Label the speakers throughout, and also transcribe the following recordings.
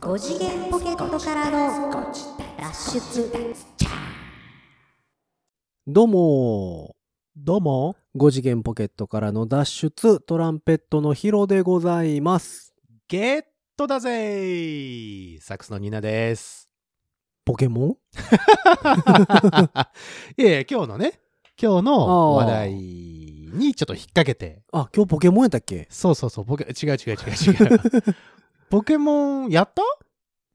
Speaker 1: 5次元ポケットからの脱出
Speaker 2: どうも
Speaker 3: どうも、
Speaker 2: ー、5次元ポケットからの脱出、トランペットのヒロでございます。
Speaker 3: ゲットだぜサックスのニーナです。
Speaker 2: ポケモン
Speaker 3: いやいや、今日のね、今日の
Speaker 2: あー
Speaker 3: 話題にちょっと引っ掛けて、
Speaker 2: あ、今日ポケモンやったっけ
Speaker 3: そうそうそう、ポケ、違う違う違う違う。 ポケモンやった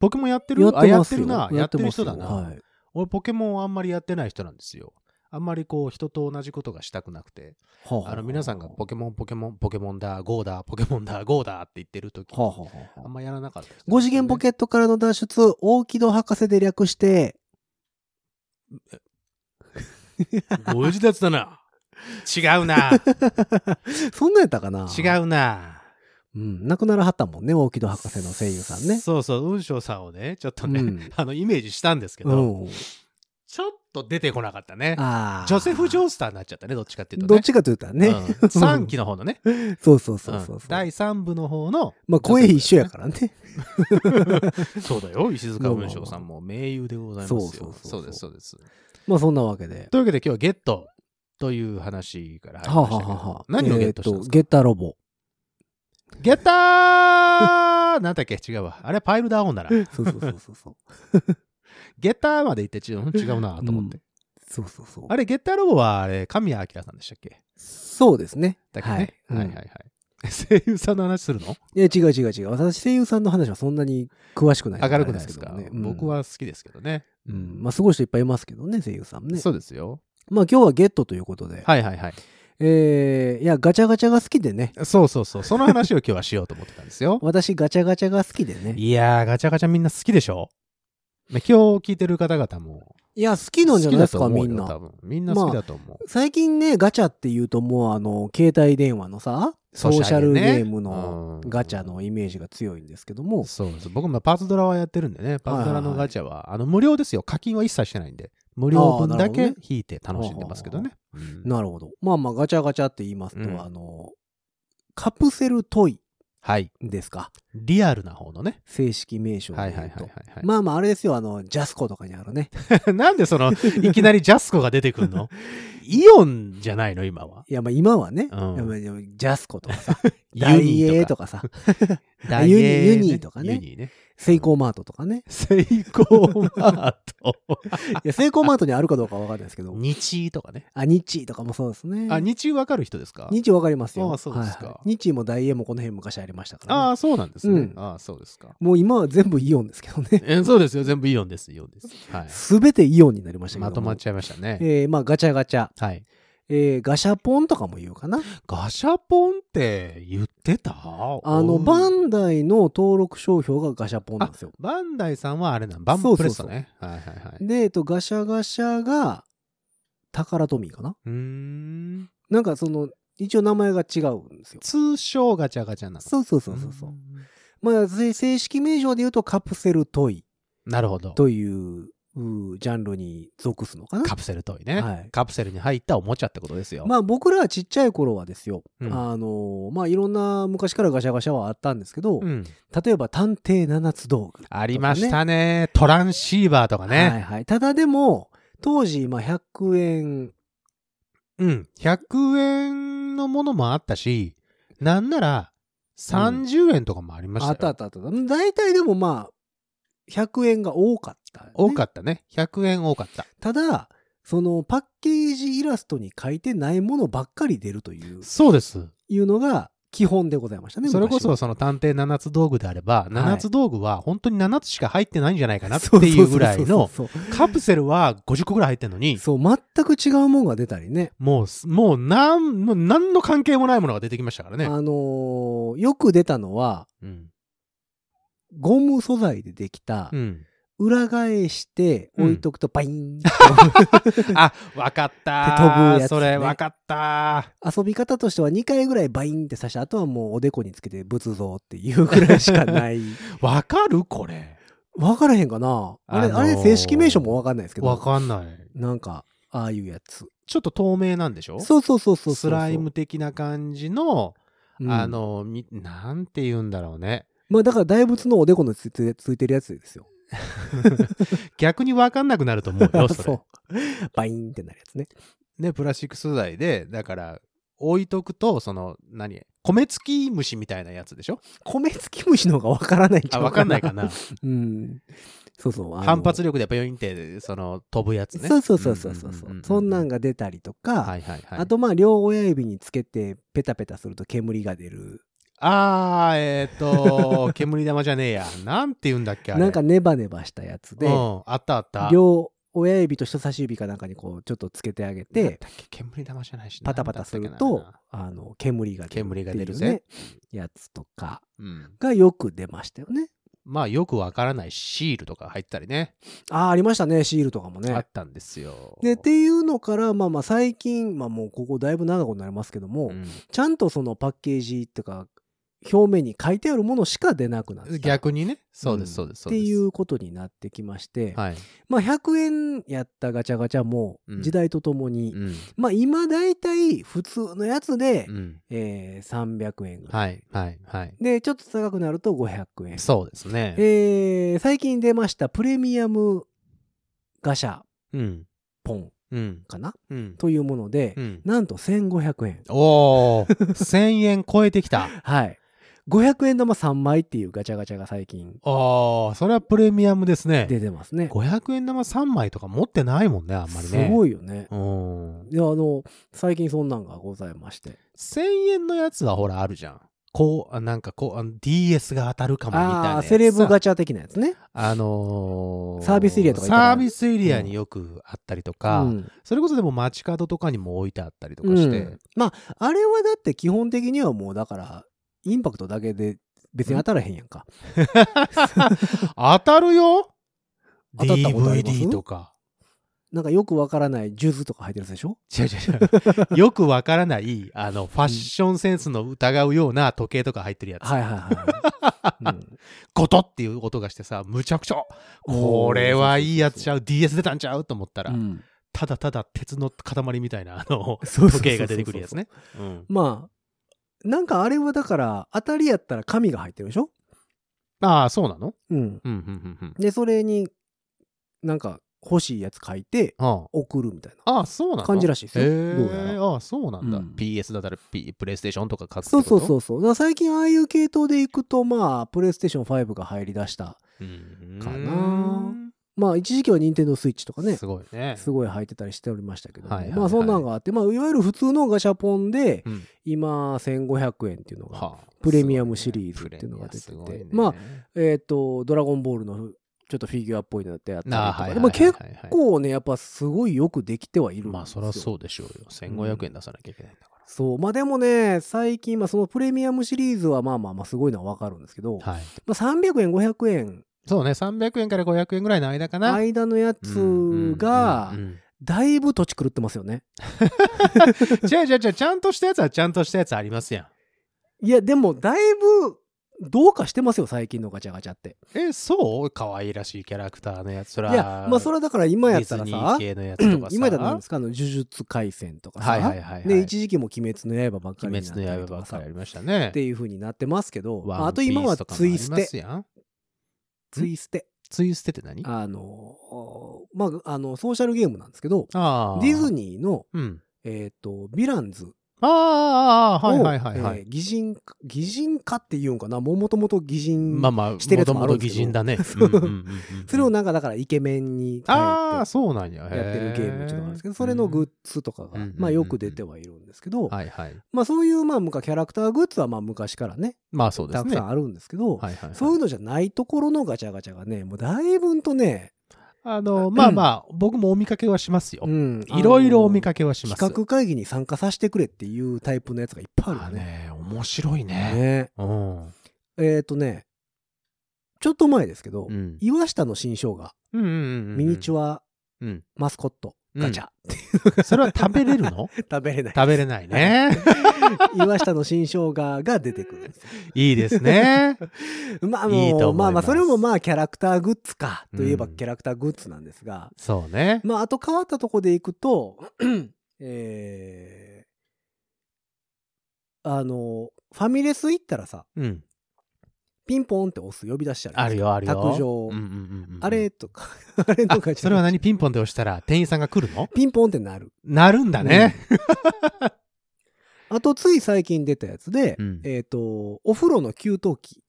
Speaker 3: ポケモンやってるあやってるな。やってる人だな、
Speaker 2: はい。
Speaker 3: 俺ポケモンあんまりやってない人なんですよ。あんまりこう人と同じことがしたくなくて、
Speaker 2: は
Speaker 3: あの皆さんがポケモンポケモンポケモンだ、ゴーだ、ポケモンだ、ゴーだって言ってる時
Speaker 2: はあはあはあ
Speaker 3: あんまやらなかったですね、
Speaker 2: 5次元ポケットからの脱出、大木戸博士で略して、
Speaker 3: ご自立だな。違うな。
Speaker 2: そんなんやったかな
Speaker 3: 違。うな。
Speaker 2: うん、亡くならはったもんね、大木戸博士の声優さんね。
Speaker 3: そうそう、雲翔さんをね、ちょっとね、
Speaker 2: うん
Speaker 3: あの、イメージしたんですけ
Speaker 2: う
Speaker 3: ど、
Speaker 2: ん。
Speaker 3: ちょっと出てこなかったね。
Speaker 2: ああ。
Speaker 3: ジョセフ・ジョースターになっちゃったね、どっちかっていうとね。
Speaker 2: どっちかと言ったらね。
Speaker 3: 3期の方のね。。
Speaker 2: そうそうそうそううん
Speaker 3: 第3部の方の。
Speaker 2: まあ声一緒やからね。
Speaker 3: そうだよ、石塚雲翔さんも名優でございますよ。
Speaker 2: そうそうそう
Speaker 3: そうです、そうです。
Speaker 2: まあそんなわけで。
Speaker 3: というわけで今日はゲットという話から
Speaker 2: はあ
Speaker 3: 入
Speaker 2: は
Speaker 3: りましたけ
Speaker 2: あは
Speaker 3: ど、
Speaker 2: あはあ。
Speaker 3: 何をゲットしたん
Speaker 2: えーと
Speaker 3: ですか、
Speaker 2: ゲッターロボ。
Speaker 3: ゲッターなんだっけ違うわ。あれパイルダーホンだな。
Speaker 2: そうそうそうそうそう。
Speaker 3: ゲッターまで行って違う違うなと思って。
Speaker 2: そうそうそう。
Speaker 3: あれ、ゲッターロボは、あれ、神谷明さんでしたっけ
Speaker 2: そうですね。
Speaker 3: だっけね。
Speaker 2: はい
Speaker 3: はい
Speaker 2: うん
Speaker 3: はいはい。 声優さんの話するの
Speaker 2: いや、違う違う違う。私、声優さんの話はそんなに詳しくない。
Speaker 3: 明るくないですか
Speaker 2: ね。
Speaker 3: 僕
Speaker 2: うん、
Speaker 3: は好きですけどね。
Speaker 2: うん。まあ、すごい人いっぱいいますけどね、声優さんもね。
Speaker 3: そうですよ。
Speaker 2: まあ、今日はゲットということで。
Speaker 3: はいはいはい。
Speaker 2: えー、いや、ガチャガチャが好きでね。。
Speaker 3: そうそうそう。その話を今日はしようと思ってたんですよ
Speaker 2: 私、ガチャガチャが好きでね。
Speaker 3: いやー、ガチャガチャみんな好きでしょまあ今日聞いてる方々も
Speaker 2: いや、好
Speaker 3: 好
Speaker 2: きなんじゃないですか、
Speaker 3: きだと思
Speaker 2: み
Speaker 3: うんよ多
Speaker 2: な。
Speaker 3: 分みんな好きだと思う。
Speaker 2: 最近ね、ガチャっていうともう、あの、携帯電話のさ、ソーシャルゲームのガチャのイメージが強いんですけども、
Speaker 3: そうです。僕もパズドラはやってるんでね、パズドラのガチャは、あの無料ですよ。課金は一切してないんで、無料分だ
Speaker 2: あーな
Speaker 3: け
Speaker 2: るほど
Speaker 3: 引いて楽しんでますけどね。うん
Speaker 2: なるほど。まあまあ、ガチャガチャって言いますと、
Speaker 3: うん
Speaker 2: あの、カプセルトイ
Speaker 3: はい。
Speaker 2: ですか。
Speaker 3: リアルな方のね。
Speaker 2: 正式名称で
Speaker 3: はい
Speaker 2: 言う
Speaker 3: はい
Speaker 2: と。
Speaker 3: はいはい、はい
Speaker 2: まあまあ、あれですよ、あの、ジャスコとかにあるね。
Speaker 3: なんでその、いきなりジャスコが出てくるの イオンじゃないの今は。
Speaker 2: いや、まあ今はね、
Speaker 3: うん
Speaker 2: いやまあでもジャスコとかさ、ダ
Speaker 3: ユ
Speaker 2: イ
Speaker 3: ニ
Speaker 2: エー
Speaker 3: ー
Speaker 2: と
Speaker 3: とか。
Speaker 2: かさ、
Speaker 3: ダイエーね
Speaker 2: ユニユニとかね
Speaker 3: ユニね。
Speaker 2: セイコーマートとかね。
Speaker 3: セイコーマート。
Speaker 2: いや、セイコーマートにあるかどうかわかんないですけど、
Speaker 3: 日ーとかね。
Speaker 2: あ、ニッチーとかもそうですね。
Speaker 3: あ、日ーわかる人ですか
Speaker 2: ニッチーわかりますよ。
Speaker 3: あそうですか
Speaker 2: はいはいニッチーもダイエーもこの辺昔ありましたからね、
Speaker 3: ああ、そうなんです
Speaker 2: う
Speaker 3: ね。
Speaker 2: ん
Speaker 3: ああ、そうですか。
Speaker 2: もう今は全部イオンですけどね。
Speaker 3: えそうですよ。全部イオンです。イオンです。はい。
Speaker 2: すべてイオンになりましたけど
Speaker 3: ま
Speaker 2: も。
Speaker 3: とまっちゃいましたね。
Speaker 2: えー、まあガチャガチャ、
Speaker 3: はい。
Speaker 2: えー、ガシャポンとかも言うかな。
Speaker 3: ガシャポンって言ってた
Speaker 2: あの、バ
Speaker 3: バン、
Speaker 2: ンダイの登録商標がガシャポンなんですよ。
Speaker 3: バンダイさんはあれなん、バンプレストね。はいはいはい。
Speaker 2: で、えっと、ガシャガシャが、宝トミーかな
Speaker 3: うーん。
Speaker 2: なんかその、一応名前が違うんですよ。
Speaker 3: 通称ガチャガチャなの。
Speaker 2: そうそうそうそうそう
Speaker 3: ーん。。
Speaker 2: まあ、せ正式名称で言うとカプセルトイ
Speaker 3: なるほど。
Speaker 2: といううージャンルに属すのかな
Speaker 3: カプセルトイね、
Speaker 2: はい
Speaker 3: カプセルに入ったおもちゃってことですよ。
Speaker 2: まあ僕らはちっちゃい頃はですよ、
Speaker 3: うん
Speaker 2: あのーまあいろんな昔からガシャガシャはあったんですけど、
Speaker 3: うん、
Speaker 2: 例えば探偵七つ道具、
Speaker 3: ありましたねトランシーバーとかね。
Speaker 2: はいはいただでも当時まあ100円
Speaker 3: うん。100円のものもあったし、なんなら30円とかもありまし
Speaker 2: あ
Speaker 3: たよ。
Speaker 2: ったあったあった大体でもまあ100円が多かった、ね、
Speaker 3: 多かったね。100円多かった。
Speaker 2: ただそのパッケージイラストに書いてないものばっかり出るという
Speaker 3: そうです。
Speaker 2: いうのが基本でございましたね
Speaker 3: それこ
Speaker 2: 昔は
Speaker 3: そその探偵七つ道具であれば、七つ道具は本当に七つしか入ってないんじゃないかなっていうぐらいの、
Speaker 2: そうそうそう
Speaker 3: カプセルは50個ぐらい入ってるのに、
Speaker 2: そうそう全く違うもんが出たりね
Speaker 3: もうす、もうなん、もう何の関係もないものが出てきましたからね。
Speaker 2: あのーよく出たのは
Speaker 3: うん。
Speaker 2: ゴム素材でできた、
Speaker 3: うん。
Speaker 2: 裏返して置いとくとバイン、
Speaker 3: あ、わかったー。
Speaker 2: って飛ぶやつね
Speaker 3: それ、わかった
Speaker 2: 遊び方としては2回ぐらいバインって刺したあとはもうおでこにつけて仏像っていうぐらいしかない
Speaker 3: ー。わかるこれ。
Speaker 2: わからへんかなあれ、
Speaker 3: あのー
Speaker 2: あれ正式名称もわかんないですけ
Speaker 3: わ
Speaker 2: ど
Speaker 3: かんない。
Speaker 2: なんかああいうやつ
Speaker 3: ちょっと透明なんでしょ
Speaker 2: そうそうそうそうそう
Speaker 3: スライム、的な感じの、
Speaker 2: うん
Speaker 3: あの、みなんて言うんだろうね。
Speaker 2: まあだから大仏のおでこのついてついてるやつですよ。
Speaker 3: 逆に分かんなくなると思 うよ、それ。
Speaker 2: う。バインってなるやつね。
Speaker 3: ね、プラスチック素材で、だから、置いとくと、その、何米付き虫みたいなやつでしょ
Speaker 2: 米付き虫の方がわからないんちゃ
Speaker 3: あ、
Speaker 2: う
Speaker 3: わかんないか。な。
Speaker 2: うん。そうそう。あの
Speaker 3: 反発力でビョインって、その、飛ぶやつね。
Speaker 2: そうそうそうそうそうそう。そんなん
Speaker 3: が。
Speaker 2: が出たりとか、
Speaker 3: はいはいはい。
Speaker 2: あ、とまあ両親指につけてペタペタすると煙が出る。
Speaker 3: あー、え っ、と、煙玉じゃねえや。なんて言うんだっけあれ
Speaker 2: なんかネバネバしたやつ
Speaker 3: う
Speaker 2: で
Speaker 3: ん、、あったあった。
Speaker 2: 両親指と人差し指かなんかにこうちょっとつけてあげ、
Speaker 3: なんだってけ煙玉じゃないし。
Speaker 2: パタパタする
Speaker 3: なん
Speaker 2: と
Speaker 3: だっ、
Speaker 2: あの、煙が出るっていう、ね。
Speaker 3: 煙が出るぜ
Speaker 2: やつとか
Speaker 3: たかなうん。
Speaker 2: がよく出ましたよね。
Speaker 3: まあ、よくわからないシールとか入ったりね。
Speaker 2: ああ、ありましたね。シールとかも
Speaker 3: あ
Speaker 2: ね
Speaker 3: っ。たんですよ。
Speaker 2: で、っていうのから、まあまあ最近、まあもうここだいぶ長くなりますけども、
Speaker 3: うん
Speaker 2: ちゃんとそのパッケージっていうか、表面に書いてあるものしか出なくなった。
Speaker 3: 逆にね。そうで
Speaker 2: うん
Speaker 3: す、そうです、
Speaker 2: っ
Speaker 3: そう
Speaker 2: て
Speaker 3: です。
Speaker 2: いうことになってきまして、
Speaker 3: はい。
Speaker 2: まあ100円やったガチャガチャも
Speaker 3: うん
Speaker 2: 時代とともに、
Speaker 3: うん。
Speaker 2: まあ今大体普通のやつで、
Speaker 3: うん。
Speaker 2: えー300円ぐらい、
Speaker 3: はい、はい、はい。
Speaker 2: でちょっと高くなると500円、
Speaker 3: そうですね。
Speaker 2: えー最近出ましたプレミアムガシャ
Speaker 3: うん。
Speaker 2: ポン
Speaker 3: うん。
Speaker 2: かな
Speaker 3: うん。
Speaker 2: というもので、
Speaker 3: うん。
Speaker 2: なんと1500円
Speaker 3: おー、1000円超えてきた。
Speaker 2: はい500円玉3枚っていうガチャガチャが最近
Speaker 3: おー、それはプレミアムですね。
Speaker 2: 出てますね
Speaker 3: 500円玉3枚とか持ってないもんね、あんまり
Speaker 2: す
Speaker 3: ね。
Speaker 2: ご
Speaker 3: い。
Speaker 2: いよね、
Speaker 3: うん。
Speaker 2: いやあの最近そんなんがございまして
Speaker 3: 1000円のやつはほらあるじゃん。こう、あなんかこうあの、DS が当たるかもみたいな
Speaker 2: あ
Speaker 3: や
Speaker 2: あ
Speaker 3: つさ。
Speaker 2: セレブガチャ的なやつね
Speaker 3: あのー
Speaker 2: サービスエリアとか行ったら
Speaker 3: サービスエリアによくあったりとか、
Speaker 2: うん
Speaker 3: それこそでも街角とかにも置いてあったりとかして、
Speaker 2: うんまああれはだって基本的にはもうだからインパクトだけで別に当たらへんやんか、
Speaker 3: 当たるよ
Speaker 2: 当たったことあります
Speaker 3: DVD とか。
Speaker 2: なんかよくわからない数珠とか入ってるやつでしょ
Speaker 3: 違う違う違う。 よくわからない、あの、ファッションセンスの疑うような時計とか入ってるやつ。
Speaker 2: はいはいはいはい、うん
Speaker 3: ゴトっていう音がしてさ、むちゃくちゃ、これはいいやつちゃう、DS 出たんちゃうと思ったら、
Speaker 2: うん
Speaker 3: ただただ鉄の塊みたいな、あの、
Speaker 2: そうそうそうそう
Speaker 3: 時計が出てくるやつね。うん
Speaker 2: まあなんかあれはだから当たりやったら紙が入ってるでしょ
Speaker 3: ああ、そうなの
Speaker 2: うん
Speaker 3: うん、うん、うん、うん。
Speaker 2: でそれになんか欲しいやつ書いて
Speaker 3: あ
Speaker 2: 送るみたいな
Speaker 3: あああ、そうなの
Speaker 2: 感じらしいですよ
Speaker 3: へ
Speaker 2: どうや
Speaker 3: え、ああ、そうなんだ。
Speaker 2: うん
Speaker 3: PS だったら、P、プレイステーションとか書くって
Speaker 2: そう
Speaker 3: こと
Speaker 2: そうそうそうだから最近ああいう系統でいくとまあプレイステーション5が入りだした
Speaker 3: うん。
Speaker 2: かなまあ一時期は任天堂スイッチとかね
Speaker 3: すごいね。
Speaker 2: すごい入ってたりしておりましたけども、
Speaker 3: はいはいはい
Speaker 2: まあそんなんがあって、まあ、いわゆる普通のガシャポンで、
Speaker 3: うん
Speaker 2: 今1500円っていうのが、
Speaker 3: はあ
Speaker 2: プレミアムシリーズっていうのが出てて
Speaker 3: プレミアムすごいね
Speaker 2: まあえっ、と「ドラゴンボール」のちょっとフィギュアっぽいのってあったりと
Speaker 3: なあ
Speaker 2: か
Speaker 3: はいはいはいはい
Speaker 2: でまあ結構ねやっぱすごいよくできてはいるんですよ
Speaker 3: まあそりゃそうでしょうよ1500円出さなきゃいけないんだか
Speaker 2: そうまあでもね最近、まあ、そのプレミアムシリーズはまあまあまあすごいのはわかるんですけど、
Speaker 3: ら、はい、
Speaker 2: まあ、300円500円
Speaker 3: そうね300円から500円ぐらいの間かな、
Speaker 2: 間のやつが
Speaker 3: うんうんうん
Speaker 2: だいぶ土地狂ってますよね
Speaker 3: うんじゃあじゃあじゃあちゃんとしたやつはちゃんとしたやつありますやん
Speaker 2: いやでもだいぶどうかしてますよ最近のガチャガチャって
Speaker 3: えそう可愛らしいキャラクターのやつそら
Speaker 2: いやまあそれはだから今やったら
Speaker 3: ディズニー
Speaker 2: さ
Speaker 3: 系のやつとかさ
Speaker 2: 今やったら何ですかあの呪術廻戦とかさ、
Speaker 3: はいはいはいはい
Speaker 2: で一時期も「鬼滅の刃」ばっかり
Speaker 3: 鬼
Speaker 2: になった
Speaker 3: 滅の
Speaker 2: り
Speaker 3: 刃
Speaker 2: と
Speaker 3: ば
Speaker 2: か
Speaker 3: っ
Speaker 2: さ
Speaker 3: かりあ
Speaker 2: っ
Speaker 3: りましたね
Speaker 2: ていう風になってますけど
Speaker 3: ワ
Speaker 2: あ
Speaker 3: ン
Speaker 2: と
Speaker 3: ピース
Speaker 2: 今は
Speaker 3: とかも
Speaker 2: ツイス
Speaker 3: ありま
Speaker 2: テ
Speaker 3: すやん
Speaker 2: ツイステ
Speaker 3: ツイステって何あ
Speaker 2: あのーまああのソーシャルゲームなんですけど
Speaker 3: あ
Speaker 2: ディズ
Speaker 3: ニ
Speaker 2: ニーの
Speaker 3: ーうん
Speaker 2: えっ、とヴィランズを、
Speaker 3: ああはいはいはいはい、
Speaker 2: えー擬人化擬人化っていうんかなもうもともと擬人、
Speaker 3: まあまあ
Speaker 2: してるや
Speaker 3: も
Speaker 2: つ
Speaker 3: と
Speaker 2: もあ
Speaker 3: も
Speaker 2: る
Speaker 3: と
Speaker 2: んですけ
Speaker 3: 擬
Speaker 2: ど
Speaker 3: 人だね
Speaker 2: そう
Speaker 3: うんうんうんうん
Speaker 2: それをなんかだからイケメンに変えて
Speaker 3: ああそうなんや
Speaker 2: やってるゲームっていうのがあるんですけど、それのグッズとかが、
Speaker 3: うん
Speaker 2: まあよく出てはいるんですけど、
Speaker 3: ズはいはい
Speaker 2: まあそういう、まあ昔、キャラクターグッズはまあ昔からね、
Speaker 3: まあそうです
Speaker 2: た
Speaker 3: ね
Speaker 2: くさんあるんですけど、
Speaker 3: はいはいはい
Speaker 2: そういうのじゃないところのガチャガチャがね、もうだいぶんとね、
Speaker 3: あのまあまあ僕もお見かけはしますよ
Speaker 2: うん
Speaker 3: いろいろお見
Speaker 2: け
Speaker 3: かけはします
Speaker 2: 企画会議に参加させてくれっていうタイプのやつがいっぱいあ
Speaker 3: あ
Speaker 2: るよね。
Speaker 3: ね面白いね
Speaker 2: ね
Speaker 3: うん
Speaker 2: えっ、とね、ちょっと前ですけど、
Speaker 3: うん
Speaker 2: 岩下の新生姜、
Speaker 3: うんうん
Speaker 2: ミニチ
Speaker 3: ュ
Speaker 2: ュア
Speaker 3: うん
Speaker 2: マスコット、ガチャ、
Speaker 3: ア それは食べれるの
Speaker 2: 食べれ ない。
Speaker 3: 食べれな いね
Speaker 2: 岩下の新生姜が出てくるんですよ
Speaker 3: いいですね
Speaker 2: まあ
Speaker 3: いい
Speaker 2: も
Speaker 3: と思い
Speaker 2: う
Speaker 3: ます
Speaker 2: まあまあそれもまあキャラクターグッズかといえば
Speaker 3: うん
Speaker 2: キャラクターグッズなんですが、
Speaker 3: そうね
Speaker 2: まああと変わったとこでいくと えーあのファミレス行ったらさ
Speaker 3: うん
Speaker 2: ピンポンって押す呼び出しある。
Speaker 3: ある。よ、あるよ。
Speaker 2: 卓上
Speaker 3: うんうんうんうん
Speaker 2: あれとか、 あれとか
Speaker 3: あ
Speaker 2: じゃ
Speaker 3: それは
Speaker 2: なくて
Speaker 3: 何ピンポンで押したら店員さんが来るの
Speaker 2: ピンポンってなる。
Speaker 3: なるんだね。
Speaker 2: あと、つい最近出たやつで、
Speaker 3: うん
Speaker 2: えっ、と、お風呂の給湯器。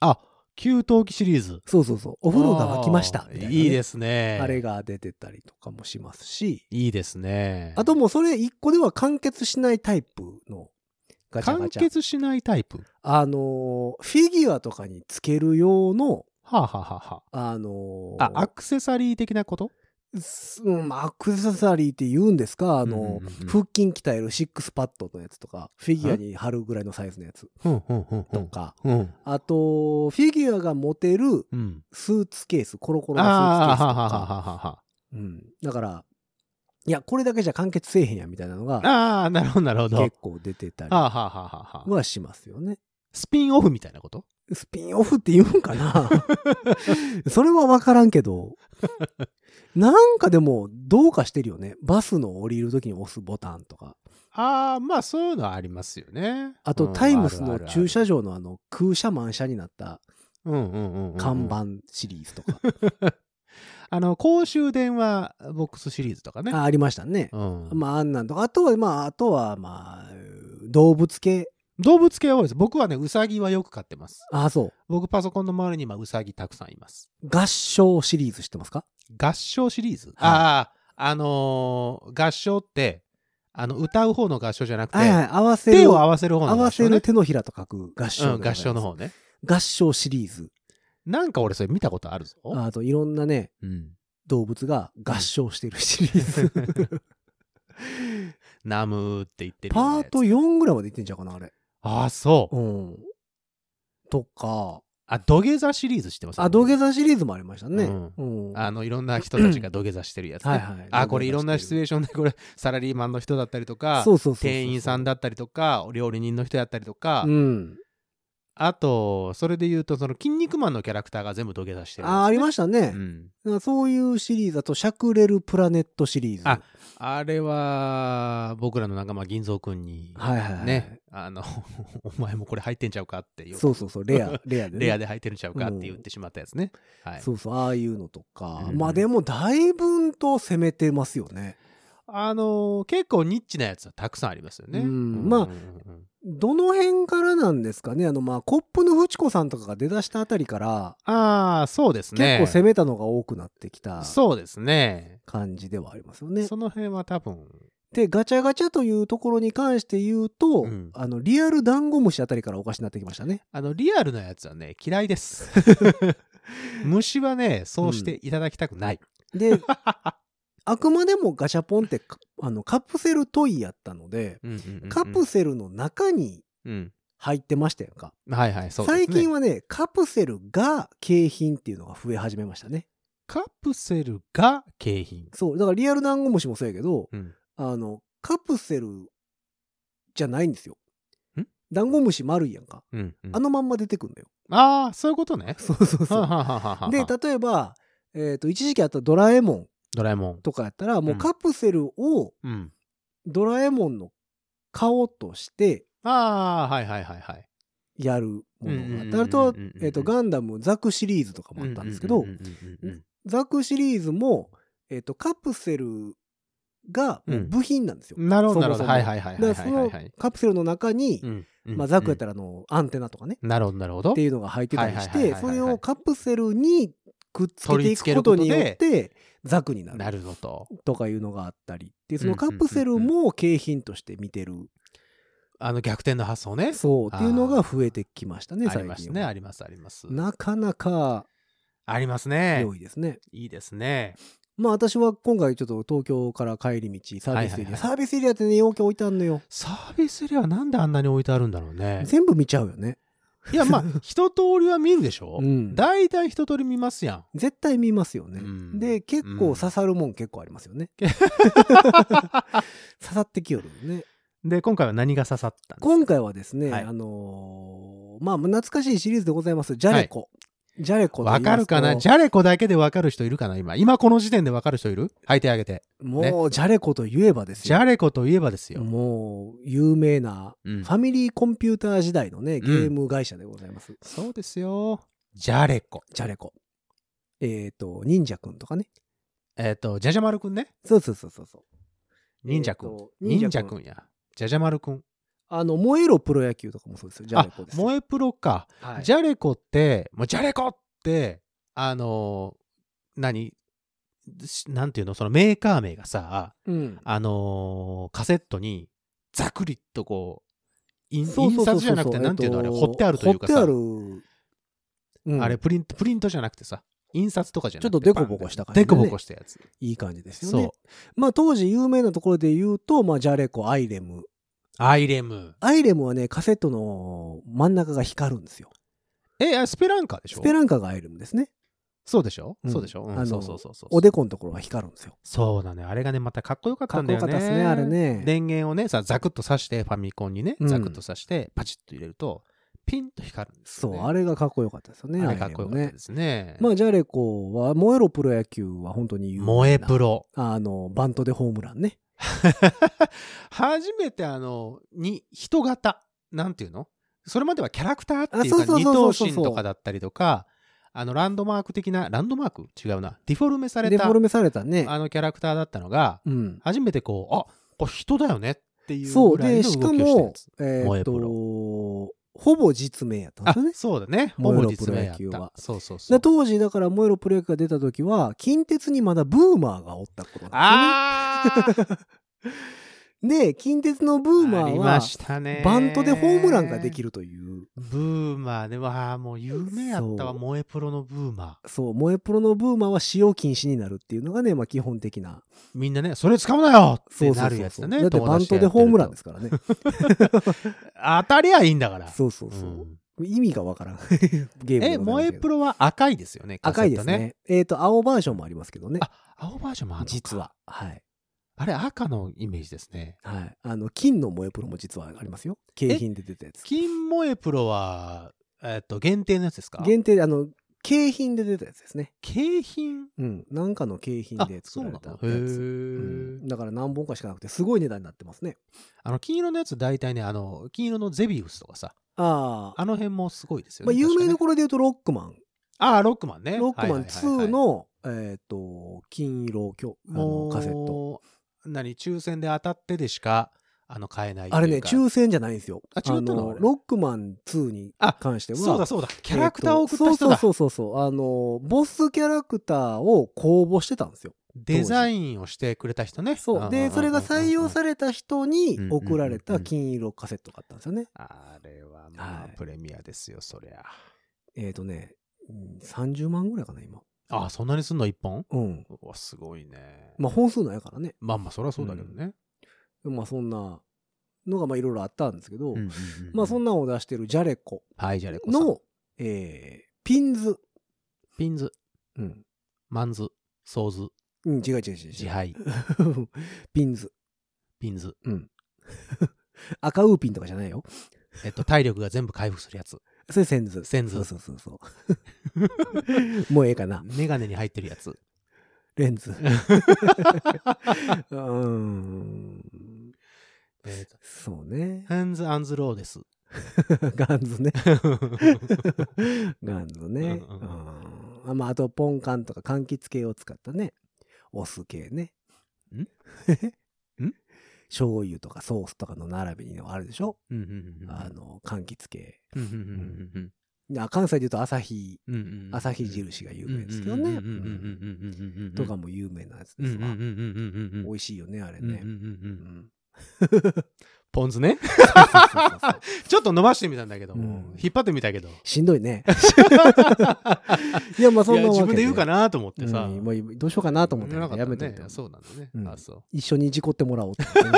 Speaker 3: あ、給湯器シリーズ。
Speaker 2: そうそうそう。お風呂が沸きました
Speaker 3: あー
Speaker 2: みたいなね、
Speaker 3: いいですね。
Speaker 2: あれが出てたりとかもしますし、
Speaker 3: いいですね。
Speaker 2: あともうそれ一個では完結しないタイプのガチャ
Speaker 3: 完
Speaker 2: ガチャ。
Speaker 3: 結しないタイプ。
Speaker 2: あのー、フィギュアとかにつける用の、
Speaker 3: はあ、はあはあは
Speaker 2: あのー、
Speaker 3: あ、あ、アクセサリー的なこと
Speaker 2: すうんアクセサリーって言うんですかあのー、
Speaker 3: うんうんうん
Speaker 2: 腹筋鍛えるシックスパッドのやつとか、フィギュアに貼るぐらいのサイズのやつ
Speaker 3: うん、うん、うん、う
Speaker 2: と
Speaker 3: ん。
Speaker 2: か、
Speaker 3: うん。
Speaker 2: あと、フィギュアが持てる
Speaker 3: うん。
Speaker 2: スーツケース、コロコロのスーツケー
Speaker 3: あ
Speaker 2: ス
Speaker 3: あ、は
Speaker 2: と
Speaker 3: あはあ
Speaker 2: か、
Speaker 3: はあはあは
Speaker 2: うん、だから、いや、これだけじゃ完結せえへんやみたいなのが
Speaker 3: あ。ああ、なるほど、なるほど。
Speaker 2: 結構出てたり
Speaker 3: はあ、はあはあはあはあ。
Speaker 2: はしますよね。
Speaker 3: スピンオフみたいなこと
Speaker 2: スピンオフって言うんか なそれは分からんけど、なんかでも、どうかしてるよね。バスの降りるときに押すボタンとか。
Speaker 3: ああ、まあそういうのはありますよね。
Speaker 2: あ
Speaker 3: う
Speaker 2: と、
Speaker 3: ん
Speaker 2: タイムス
Speaker 3: あ
Speaker 2: の
Speaker 3: るあるある
Speaker 2: 駐車場のあの、空車満車になった
Speaker 3: うんうんうんうん
Speaker 2: 看。板シリーズとか。
Speaker 3: あの、公衆電話ボックスシリーズとかね。
Speaker 2: あありましたね。
Speaker 3: うん
Speaker 2: まあ、あんなんとか。あとは、まあ、あとは、まあ、動物系。
Speaker 3: 動物系は多いです。僕はね、ウサギはよく飼ってます。
Speaker 2: あ、そ
Speaker 3: 僕、パソコンの周りに今、ウサギたくさんいます。
Speaker 2: う。合唱シリーズ知ってますか
Speaker 3: 合唱シリーズ、ああ、あのー合唱って、あの、歌う方の合唱じゃなくて、
Speaker 2: はいはい。合わせる。
Speaker 3: 手を合わせる
Speaker 2: 合
Speaker 3: 方の合
Speaker 2: わ
Speaker 3: 唱、ね。
Speaker 2: せる手のひらと書く合唱でご
Speaker 3: うん、
Speaker 2: ざい
Speaker 3: 合
Speaker 2: ます
Speaker 3: 唱の。方ね。
Speaker 2: 合唱シリーズ。
Speaker 3: なんか俺、それ見たことあるぞ。
Speaker 2: ああと、いろんなね、
Speaker 3: うん。
Speaker 2: 動物が合唱してるシリーズ。
Speaker 3: ナムーって言ってるような
Speaker 2: パ
Speaker 3: やつ。
Speaker 2: ート4ぐらいまでいってんちゃうかな、あれ。
Speaker 3: ああ、そう。
Speaker 2: うん。とか、
Speaker 3: あ、土下座シリーズ知ってます
Speaker 2: あ、土下座シリーズもありましたね。
Speaker 3: う
Speaker 2: うん。
Speaker 3: あのいろんな人たちが土下座してるやつ、ね、
Speaker 2: はいはい
Speaker 3: あこれいろんなシチュエーションでこれサラリーマンの人だったりとか
Speaker 2: そうそうそうそう。
Speaker 3: 店員さん
Speaker 2: だ。
Speaker 3: だったりとかお料理人の人だったりとか、
Speaker 2: うん。
Speaker 3: あとそれで言うとその「筋肉マン」のキャラクターが全部土下座してるんですね、
Speaker 2: あ、ありましたね
Speaker 3: う。ん、
Speaker 2: なんかそういうシリーズだと、しゃくれるプラネットシリーズ。
Speaker 3: ああれは僕らの仲間銀蔵君に、
Speaker 2: はいはいはい。
Speaker 3: ね。あの お前もこれ入ってんちゃうかっていう
Speaker 2: そうそうそう、レ ア、レアで、ね。
Speaker 3: レアで入ってるんちゃうかって言ってしまったやつね、はい、
Speaker 2: そうそう、ああいうのとか。
Speaker 3: うん
Speaker 2: まあでも、だいぶんと攻めてますよね。
Speaker 3: あの結構ニッチなやつはたくさんありますよね、
Speaker 2: うん
Speaker 3: ん
Speaker 2: まあ
Speaker 3: んん
Speaker 2: どの辺からなんですかねあの、まあ、コップのフチコさんとかが出だしたあたりから、
Speaker 3: ああそうですね
Speaker 2: 結構攻めたのが多くなってきた
Speaker 3: そうですね。
Speaker 2: 感じではありますよね
Speaker 3: そ。の辺は多分。
Speaker 2: で、ガチャガチャというところに関して言うと、
Speaker 3: うん
Speaker 2: あの、リアルダンゴムシあたりからおかしになってきましたね。
Speaker 3: あの、リアルなやつはね、嫌い です。虫はね、そうしていただきたくない。
Speaker 2: で、あくまでもガチャポンってかあのカプセルトイやったので、
Speaker 3: うんうんうんうん
Speaker 2: カプセルの中に
Speaker 3: うん。
Speaker 2: 入ってましたやんか。
Speaker 3: はいはい、そうですね。
Speaker 2: 最近はね、カプセルが景品っていうのが増え始めましたね。
Speaker 3: カプセルが景品。
Speaker 2: そう。だからリアルダンゴムシもそうやけど、
Speaker 3: うん
Speaker 2: あの、カプセルじゃないんですよ
Speaker 3: ん。
Speaker 2: ダンゴムシ丸いやんか。
Speaker 3: うんうん
Speaker 2: あのまんま出てくんだよ。
Speaker 3: ああ、 そういうことね。
Speaker 2: そうそう
Speaker 3: は
Speaker 2: そ
Speaker 3: あ
Speaker 2: う。
Speaker 3: はあはあはあ
Speaker 2: で、例えば、えっ、と、一時期あったドラえもん
Speaker 3: ドラえもん。
Speaker 2: とかやったら、もううんカプセルを
Speaker 3: うん。
Speaker 2: ドラえもんの顔として
Speaker 3: ああ、はいはいはいはい。
Speaker 2: やるものがあった。あ
Speaker 3: うんうんうんうん
Speaker 2: と
Speaker 3: うんうん、
Speaker 2: えっ、と、ガンダムザクシリーズとかもあったんですけど、
Speaker 3: うううんうんうん
Speaker 2: ザクシリーズも、えっ、と、カプセルがもう部品なんですよ。
Speaker 3: うんなるほど、なるほ
Speaker 2: そもそ
Speaker 3: ど。
Speaker 2: も
Speaker 3: はいはいはいはい
Speaker 2: だ
Speaker 3: は
Speaker 2: か
Speaker 3: い
Speaker 2: らそ
Speaker 3: はい
Speaker 2: の
Speaker 3: はい。
Speaker 2: カプセルの中に、
Speaker 3: うんうん
Speaker 2: まあ、ザクやった
Speaker 3: ら。
Speaker 2: らあのアンテナとかね、
Speaker 3: なるほど、なるほど
Speaker 2: って。いうのが入ってたりし
Speaker 3: はいはいはい
Speaker 2: て
Speaker 3: はい
Speaker 2: そ
Speaker 3: はい
Speaker 2: れをカプセルにくっつけていくことによってザクにな
Speaker 3: な
Speaker 2: る
Speaker 3: るぞと。
Speaker 2: とかいうのがあったりっていうそ
Speaker 3: うん
Speaker 2: の
Speaker 3: うんうん
Speaker 2: カ
Speaker 3: うん
Speaker 2: プセルも景品として見てる
Speaker 3: あの逆転の発想ね。
Speaker 2: そうっていうのが増えてきましたね
Speaker 3: あり
Speaker 2: 最
Speaker 3: ます
Speaker 2: 近
Speaker 3: ね、
Speaker 2: は
Speaker 3: あります、あります。
Speaker 2: なかなか
Speaker 3: ありますね
Speaker 2: 良。いですね
Speaker 3: いいですね。
Speaker 2: まあ私は今回ちょっと東京から帰り道サービスエ
Speaker 3: はいはい
Speaker 2: リ
Speaker 3: は
Speaker 2: ア
Speaker 3: い
Speaker 2: サービスエリアってね容器置いてあんのよ
Speaker 3: サービスエリアはなんであんなに置いてあるんだろうね。
Speaker 2: 全部見ちゃうよね
Speaker 3: いや、まあ、一通りは見るでしょ
Speaker 2: う。ん
Speaker 3: 大体一通り見ますやん。
Speaker 2: 絶対見ますよね、
Speaker 3: うん
Speaker 2: で結
Speaker 3: うん
Speaker 2: 構刺さるもん結構ありますよね、 刺さってきよるよ ね
Speaker 3: で、今回は何が刺さったんですか
Speaker 2: 今回はですね、
Speaker 3: はい
Speaker 2: あのーまあ懐かしいシリーズでございますジャレコ、ジャレコと言
Speaker 3: わ
Speaker 2: いますと
Speaker 3: かるかなジャレコだけでわかる人いるかな今。今この時点でわかる人いるはい手あげて。
Speaker 2: もう、ジャレコと言えばです
Speaker 3: ジ
Speaker 2: よ。
Speaker 3: ャレコといえばですよ。
Speaker 2: もう、有名な、
Speaker 3: うん
Speaker 2: ファミリーコンピューター時代のね、ゲーム会社でございます。
Speaker 3: そうですよ。ジャレコ。
Speaker 2: ジャレコ。えっ、と、忍者くんとかね。
Speaker 3: えっ、と、ジャジャマルくんね。
Speaker 2: そうそうそうそうそう。
Speaker 3: 忍者く
Speaker 2: えー
Speaker 3: ん
Speaker 2: と。
Speaker 3: 忍者くんや。ジャジャマルくん。
Speaker 2: あの、燃えろプロ野球とかもそうですよ。ジャ
Speaker 3: あ
Speaker 2: レコで、すよ。
Speaker 3: 萌えプロか。
Speaker 2: はい
Speaker 3: ジャレコって、もうジャレコって、あのー何しなんていうのそのメーカー名がさ、
Speaker 2: うん。
Speaker 3: あのーカセットにざくりっとこう、印
Speaker 2: そうそうそう
Speaker 3: 印
Speaker 2: そう
Speaker 3: 刷じゃなくて、なんていうのあれ、
Speaker 2: えー
Speaker 3: 彫ってあるというか
Speaker 2: 彫って
Speaker 3: さ、
Speaker 2: ある。うん
Speaker 3: あれプリント、プリントじゃなくてさ、印刷とかじゃなくて、
Speaker 2: ちょっとデコボコした感じ
Speaker 3: で、
Speaker 2: ね
Speaker 3: デコボコしたやつ。
Speaker 2: いい感じですよね
Speaker 3: そう。。
Speaker 2: まあ当時有名なところで言うと、まあジャレコ、アイレム。
Speaker 3: アイレム。
Speaker 2: アイレムはね、カセットの真ん中が光るんですよ。
Speaker 3: え、あスペランカでしょ
Speaker 2: スペランカがアイレムですね。
Speaker 3: そうでしょ、
Speaker 2: うん
Speaker 3: そうでしょ、うん
Speaker 2: あの
Speaker 3: そうそうそうそう。
Speaker 2: おでこのところが光るんですよ。
Speaker 3: そうだね。あれがね、またかっこよかったんだよね。
Speaker 2: かっこよかったっすねあれね
Speaker 3: 電源をね、さ、ザクッと刺して、ファミコンにね、
Speaker 2: うん
Speaker 3: ザクッと刺して、パチッと入れると、ピンと光るんです
Speaker 2: そ
Speaker 3: よ、
Speaker 2: う、
Speaker 3: ね。
Speaker 2: あれがかっこよかったですよね。
Speaker 3: あれかっこよか
Speaker 2: アイ
Speaker 3: っ
Speaker 2: レムね
Speaker 3: たですね。
Speaker 2: まあジャレコは、燃えろプロ野球は本当に有名な
Speaker 3: 萌えプロ。
Speaker 2: あの、バントでホームランね。
Speaker 3: 初めてあの、に、人型。なんていうのそれまではキャラクターってい
Speaker 2: あそう
Speaker 3: うか、
Speaker 2: そう
Speaker 3: 二
Speaker 2: そう
Speaker 3: 等
Speaker 2: そうそう
Speaker 3: 身とかだったりとか、あの、ランドマーク的な、ランドマーク違うな。ディフォルメされ
Speaker 2: デフ
Speaker 3: た
Speaker 2: ォ、ルメされたね。
Speaker 3: あのキャラクターだったのが、
Speaker 2: うん。
Speaker 3: 初めてこう、あ、これ人だよねっていう
Speaker 2: そ
Speaker 3: ぐ
Speaker 2: う。
Speaker 3: らいの
Speaker 2: で、
Speaker 3: 動
Speaker 2: し
Speaker 3: き
Speaker 2: か
Speaker 3: をしたや
Speaker 2: も
Speaker 3: つ。、
Speaker 2: え
Speaker 3: 萌
Speaker 2: ーっ
Speaker 3: え
Speaker 2: と
Speaker 3: プロ、
Speaker 2: ほぼ実名やったんで
Speaker 3: あ
Speaker 2: すよね。
Speaker 3: そうだね。ほ
Speaker 2: 燃え
Speaker 3: ぼ
Speaker 2: ろ
Speaker 3: 実名やっ
Speaker 2: プロ野球
Speaker 3: た
Speaker 2: は。
Speaker 3: そうそうそ
Speaker 2: で
Speaker 3: う。
Speaker 2: 当時だから「燃えろプロ野球」が出た時は近鉄にまだブーマーがおった頃なん
Speaker 3: あー
Speaker 2: ですねで近鉄のブーマ
Speaker 3: あ
Speaker 2: ー
Speaker 3: り
Speaker 2: は
Speaker 3: ましたね。
Speaker 2: バントでホームランができ
Speaker 3: る。
Speaker 2: るという
Speaker 3: ブーマーね。わあ、もう有名やったわ。
Speaker 2: そう
Speaker 3: 萌えプロのブーマ
Speaker 2: そう「燃えプロ」のブーマーは使用禁止になるっていうのがね、まあ、基本的な
Speaker 3: ー。みんなね、それ使うなよっ
Speaker 2: そ
Speaker 3: て
Speaker 2: うそう
Speaker 3: な
Speaker 2: そう
Speaker 3: るやつだね。
Speaker 2: だって
Speaker 3: 友
Speaker 2: バン
Speaker 3: 達
Speaker 2: ト
Speaker 3: やって
Speaker 2: で
Speaker 3: ると
Speaker 2: ホームランですから ね
Speaker 3: 当たりゃいいんだから。
Speaker 2: そうそうそう、
Speaker 3: うん
Speaker 2: 意味がわからん ゲームでご
Speaker 3: え、
Speaker 2: ざいます
Speaker 3: 萌え
Speaker 2: けど
Speaker 3: プロは赤いですよね。カセ
Speaker 2: 赤い
Speaker 3: ッ
Speaker 2: で
Speaker 3: ト
Speaker 2: すね。えっ、と青バージョンもありますけどね
Speaker 3: あ、青バージョンもあるのか
Speaker 2: 実。ははい
Speaker 3: あれ、赤のイメージですね。
Speaker 2: はいあの金の萌えプロも実はありますよ景品で出たやつ
Speaker 3: 金萌えプロは、えっと、限定のやつですか
Speaker 2: 限定であの景品で出たやつですね
Speaker 3: 景品
Speaker 2: うん、なんかの景品
Speaker 3: あ
Speaker 2: で、
Speaker 3: そ
Speaker 2: 作ら
Speaker 3: う
Speaker 2: れたや
Speaker 3: なのへ
Speaker 2: つ、う
Speaker 3: ー
Speaker 2: ん、だから何本かしかなくてすごい値段になってますね
Speaker 3: あの金色のやつ大体ねあの金色のゼビウスとかさ
Speaker 2: ああ、
Speaker 3: あの辺もすごいですよ
Speaker 2: まあ、
Speaker 3: ね。
Speaker 2: 有名ど
Speaker 3: こ
Speaker 2: ころで言うとロックマン、
Speaker 3: ああロックマンね。
Speaker 2: ロックマン
Speaker 3: はいはい
Speaker 2: 2
Speaker 3: はいはい
Speaker 2: の、えっ、と金色きょあのカセット
Speaker 3: もう何抽選で当たってでしかあの買えないっていうか
Speaker 2: あれね抽選じゃないんですよ
Speaker 3: あ違ったのあ
Speaker 2: の
Speaker 3: れ
Speaker 2: ロックマン2に関しては
Speaker 3: そうだそうだキャラクターを送った
Speaker 2: えーと
Speaker 3: 人だ、
Speaker 2: そうそうそうそうあのボスキャラクターを公募してたんですよ
Speaker 3: デザインをしてくれた人ね。
Speaker 2: そうでそれが採用さ
Speaker 3: れ
Speaker 2: れた人に
Speaker 3: うん
Speaker 2: 送られた金色カセットがあったんですよね
Speaker 3: あれはま
Speaker 2: は
Speaker 3: あ
Speaker 2: い
Speaker 3: プレミアですよそりゃ。
Speaker 2: えっ、とね、うん30万ぐらいかな、今。
Speaker 3: あそんなにすんの一本
Speaker 2: うん。
Speaker 3: うわすごいね。
Speaker 2: まあ、本数ないからね。
Speaker 3: まあまあそりゃそうだけどね。
Speaker 2: まあ、そんなのが、まあ、いろいろあったんですけど、
Speaker 3: うんうんうん
Speaker 2: まあ、そんなのを出してるジャレコ
Speaker 3: はいじゃあレコさん
Speaker 2: の、えーピンズ。
Speaker 3: ピンズ
Speaker 2: うん。
Speaker 3: マンズソーズ
Speaker 2: うん、違う違う違う
Speaker 3: 自
Speaker 2: 違
Speaker 3: 敗
Speaker 2: う。ピンズ。
Speaker 3: ピンズ
Speaker 2: うん。赤ウーピンとかじゃないよ。
Speaker 3: えっと、体力が全部回復するやつ。
Speaker 2: それセンズ。
Speaker 3: センズ
Speaker 2: そうそうそうそう。もうええかな。
Speaker 3: メガネに入ってるやつ。
Speaker 2: レン ズ。うーん。
Speaker 3: えっと
Speaker 2: そうね。
Speaker 3: ハンズ・アンズ・ロー です。
Speaker 2: ガンズね。ガンズね。
Speaker 3: うんうん
Speaker 2: うんあまあ、あと、ポンカンとか柑橘系を使ったね。お酢系ね。
Speaker 3: んん
Speaker 2: 醤油とかソースとかの並びにあるでしょ、
Speaker 3: うんうんうん
Speaker 2: あの、柑橘系。
Speaker 3: うんうんうん
Speaker 2: あ関西で言うと朝日、
Speaker 3: うんうんうん
Speaker 2: 朝日印が有名ですけど
Speaker 3: うん
Speaker 2: ね
Speaker 3: うんうんうんうんうんう
Speaker 2: うん
Speaker 3: ん
Speaker 2: とかも有名なやつ
Speaker 3: うん
Speaker 2: で
Speaker 3: う
Speaker 2: す
Speaker 3: んうん
Speaker 2: わ。
Speaker 3: うんうんうん
Speaker 2: 美味しいよね、あれ
Speaker 3: うんうん
Speaker 2: ね
Speaker 3: う。
Speaker 2: うんん
Speaker 3: ポン酢ね。
Speaker 2: そうそうそうそう
Speaker 3: ちょっと伸ばしてみたんだけど、
Speaker 2: うん
Speaker 3: 引っ張ってみた けど。
Speaker 2: しんどいね。いや、まあそ
Speaker 3: い
Speaker 2: ん
Speaker 3: や
Speaker 2: なわけ
Speaker 3: 自
Speaker 2: で
Speaker 3: 分で言うかなと思ってさ。
Speaker 2: うんもうどうしようかなと思って、
Speaker 3: 言えなか
Speaker 2: や
Speaker 3: った
Speaker 2: め
Speaker 3: ね
Speaker 2: てた
Speaker 3: そうなんだね。
Speaker 2: うん
Speaker 3: あ、そう。
Speaker 2: 一緒に事故ってもらおうってね、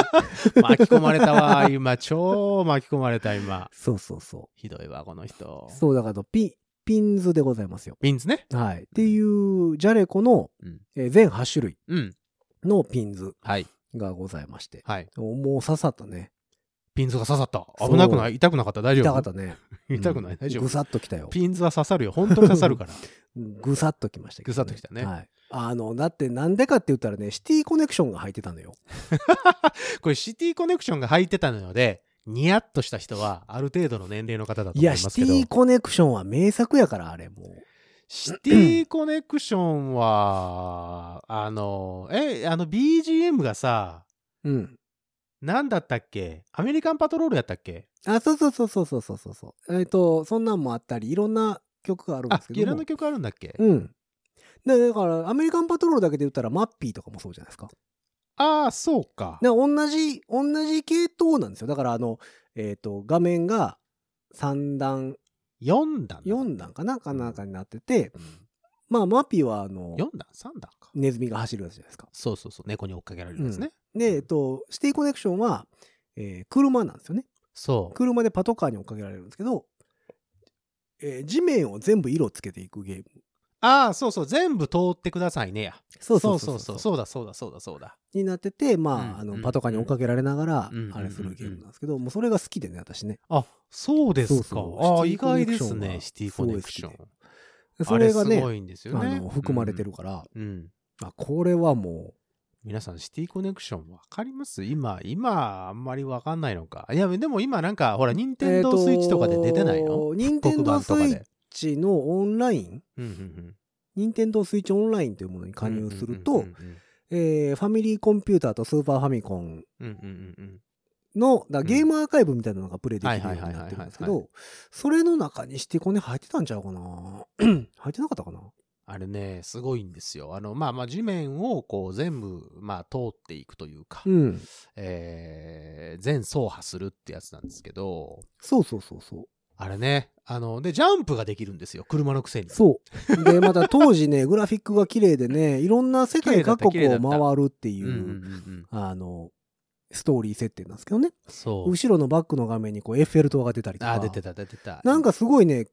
Speaker 3: 巻き込まれたわ、今。超巻き込まれた、今。
Speaker 2: そうそうそ
Speaker 3: ひどいわ、この人
Speaker 2: う。。そうだからピン、ピンズでございますよ。
Speaker 3: ピンズね。
Speaker 2: はい。っていう、ジャレコの、
Speaker 3: うん
Speaker 2: えー全8種類
Speaker 3: うん。
Speaker 2: のピンズ
Speaker 3: はい。
Speaker 2: がございまして、
Speaker 3: はい。
Speaker 2: もう刺さったね。
Speaker 3: ピンズが刺さった。
Speaker 2: そう
Speaker 3: 危なくない痛くなかった大丈夫
Speaker 2: 痛かったね。
Speaker 3: 痛くない大丈
Speaker 2: ぐ
Speaker 3: 夫
Speaker 2: さっときたよ。
Speaker 3: ピンズは刺さるよ。本当に刺さ るから。
Speaker 2: ぐさっときましたけど、
Speaker 3: ぐさっときたね
Speaker 2: はい。あの、だってなんでかって言ったらね、シティコネクションが入ってたのよ。
Speaker 3: これシティコネクションが入ってたので、ニヤッとした人はある程度の年齢の方だと
Speaker 2: い
Speaker 3: 思いま
Speaker 2: や、シ
Speaker 3: す
Speaker 2: テ
Speaker 3: けど。
Speaker 2: ィコネクションは名作やから、あれもう。
Speaker 3: シティコネクションは、あの、え、あの BGM がさ、
Speaker 2: うん。
Speaker 3: 何だったっけアメリカンパトロールやったっけ
Speaker 2: あ、そうそうそうそうそうそうそうそう。えっ、と、そんなんもあったり、いろんな曲があるんで
Speaker 3: あ
Speaker 2: す、けども。
Speaker 3: いろんな曲あるんだっけ、
Speaker 2: うん。でだから、アメリカンパトロールだけで言ったら、マッピーとかもそうじゃないですか。
Speaker 3: ああ、そうか。
Speaker 2: で同じ、同じ系統なんですよ。だから、あの、えっ、と、画面が3段、
Speaker 3: 4段。
Speaker 2: 4段かなかなんかになってて、まあ、マッピーは、あの、
Speaker 3: 4段 ?3 段か。
Speaker 2: ネズミが走るやつじゃないですか。
Speaker 3: そうそうそう。猫に追っかけられるんですね。
Speaker 2: で、えっと、シティコネクションは、えー車なんですよね。
Speaker 3: そう。
Speaker 2: 車でパトカーに追っかけられるんですけど、えー地面を全部色をつけていくゲーム。
Speaker 3: ああ、そうそう。全部通ってくださいねや。
Speaker 2: そ
Speaker 3: そうそうだ、そうだ、そうだ、そうだ。
Speaker 2: になってて、まあ、
Speaker 3: うん
Speaker 2: あ
Speaker 3: うん
Speaker 2: のパトカーに追っかけられながら
Speaker 3: うん、
Speaker 2: あれするゲームなんですけど、もうそれが好きでね、私ね。
Speaker 3: あ、そうですか。
Speaker 2: そうそう
Speaker 3: ああ、意
Speaker 2: シティコ
Speaker 3: 外
Speaker 2: ネク
Speaker 3: で
Speaker 2: ション
Speaker 3: す
Speaker 2: が
Speaker 3: ね。シティコネクショ
Speaker 2: すご
Speaker 3: ン。
Speaker 2: それが
Speaker 3: あす
Speaker 2: ね、
Speaker 3: ごいんです
Speaker 2: あ
Speaker 3: よね。
Speaker 2: の含まれてるから、
Speaker 3: うん。うん。
Speaker 2: あこれはも
Speaker 3: 皆さん、シティコネクションわかります今、今、あんまりわかんないのか。いや、でも今なんか、ほら、ニン
Speaker 2: う、
Speaker 3: テンドースイッチとかで出てないの
Speaker 2: 任
Speaker 3: 黒
Speaker 2: 天堂
Speaker 3: 板
Speaker 2: ス
Speaker 3: と
Speaker 2: イ
Speaker 3: か
Speaker 2: ッ
Speaker 3: で。
Speaker 2: チのオンライン、
Speaker 3: うんうんうん。
Speaker 2: 任天堂スイッチオンラインというものに加入する
Speaker 3: うんう
Speaker 2: と
Speaker 3: ん、
Speaker 2: えーファミリーコンピューターとスーパーファミコン
Speaker 3: うんうんうん。
Speaker 2: の、だ
Speaker 3: ん
Speaker 2: ゲームアーカイブみたいなのがプレイできるように
Speaker 3: はいはいはい
Speaker 2: なっ
Speaker 3: はいはい
Speaker 2: てるんですけど、それの中にシティコネ入ってたんちゃうかな入ってなかったかな
Speaker 3: あれね、すごいんですよ。あの、まあまあ、地面をこう全部、まあ、通っていくというか、
Speaker 2: うん。
Speaker 3: えー全走破するってやつなんですけど、
Speaker 2: そうそうそうそう。
Speaker 3: あれね、あの、で、ジャンプができるんですよ、車のくせに。
Speaker 2: そう。で、また当時ね、 グラフィックが綺麗でね、いろんな世界各
Speaker 3: 綺
Speaker 2: 国
Speaker 3: 麗だ
Speaker 2: を
Speaker 3: った
Speaker 2: 回るっていうう、
Speaker 3: んうんうんうん。
Speaker 2: あの、ストーリー設定なんですけどね。
Speaker 3: そう。
Speaker 2: 後ろのバックの画面にこうエッフェル塔が出たりとか。
Speaker 3: あ、出てた、出てた。
Speaker 2: なんかすごいね、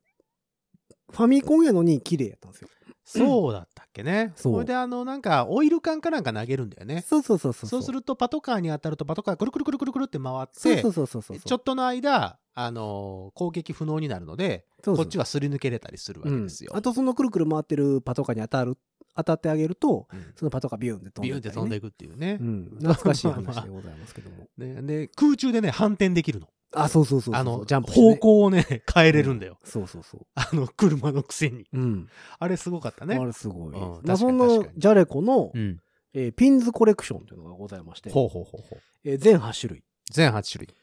Speaker 2: ファミコンやのに綺麗やったんですよ。
Speaker 3: そうだったっけね。
Speaker 2: そう
Speaker 3: それで、あの、なんか、オイル缶かなんか投げるんだよね。
Speaker 2: そうそうそうそう。
Speaker 3: そうすると、パトカーに当たると、パトカーくるくるくるくるくるって回っ
Speaker 2: そう
Speaker 3: て
Speaker 2: そう、そうそうそう。
Speaker 3: ちょっとの間、あのー攻撃不能になるので、
Speaker 2: そう
Speaker 3: こ
Speaker 2: そう
Speaker 3: っちはすり抜けれたりするわけですよ。
Speaker 2: うんあとそのくるくる回ってるパトカーに当たる当たってあげると
Speaker 3: うん
Speaker 2: そのパトカービューンって飛ん
Speaker 3: ビ
Speaker 2: で
Speaker 3: ューン
Speaker 2: い
Speaker 3: っ
Speaker 2: ったり
Speaker 3: て
Speaker 2: ね
Speaker 3: 飛んでいくっていうね。
Speaker 2: うん、懐かしい話でございますけども
Speaker 3: ね で、空中でね、反転できるの。
Speaker 2: あそうそうそうそう
Speaker 3: あの、
Speaker 2: ジャンプしてね、
Speaker 3: 方向をね、変えれるんだよ。
Speaker 2: そうそうそ
Speaker 3: あの、車のくせに。
Speaker 2: ううん、
Speaker 3: あれすごかった
Speaker 2: あ
Speaker 3: ね。
Speaker 2: れすごい、
Speaker 3: うん確かに
Speaker 2: まあ、そんな
Speaker 3: 確かに
Speaker 2: ジャレコの、
Speaker 3: うん。
Speaker 2: えーピンズコレクションというのがございまして、
Speaker 3: ほうほうほうほう。
Speaker 2: えー全8種類
Speaker 3: 全8種類。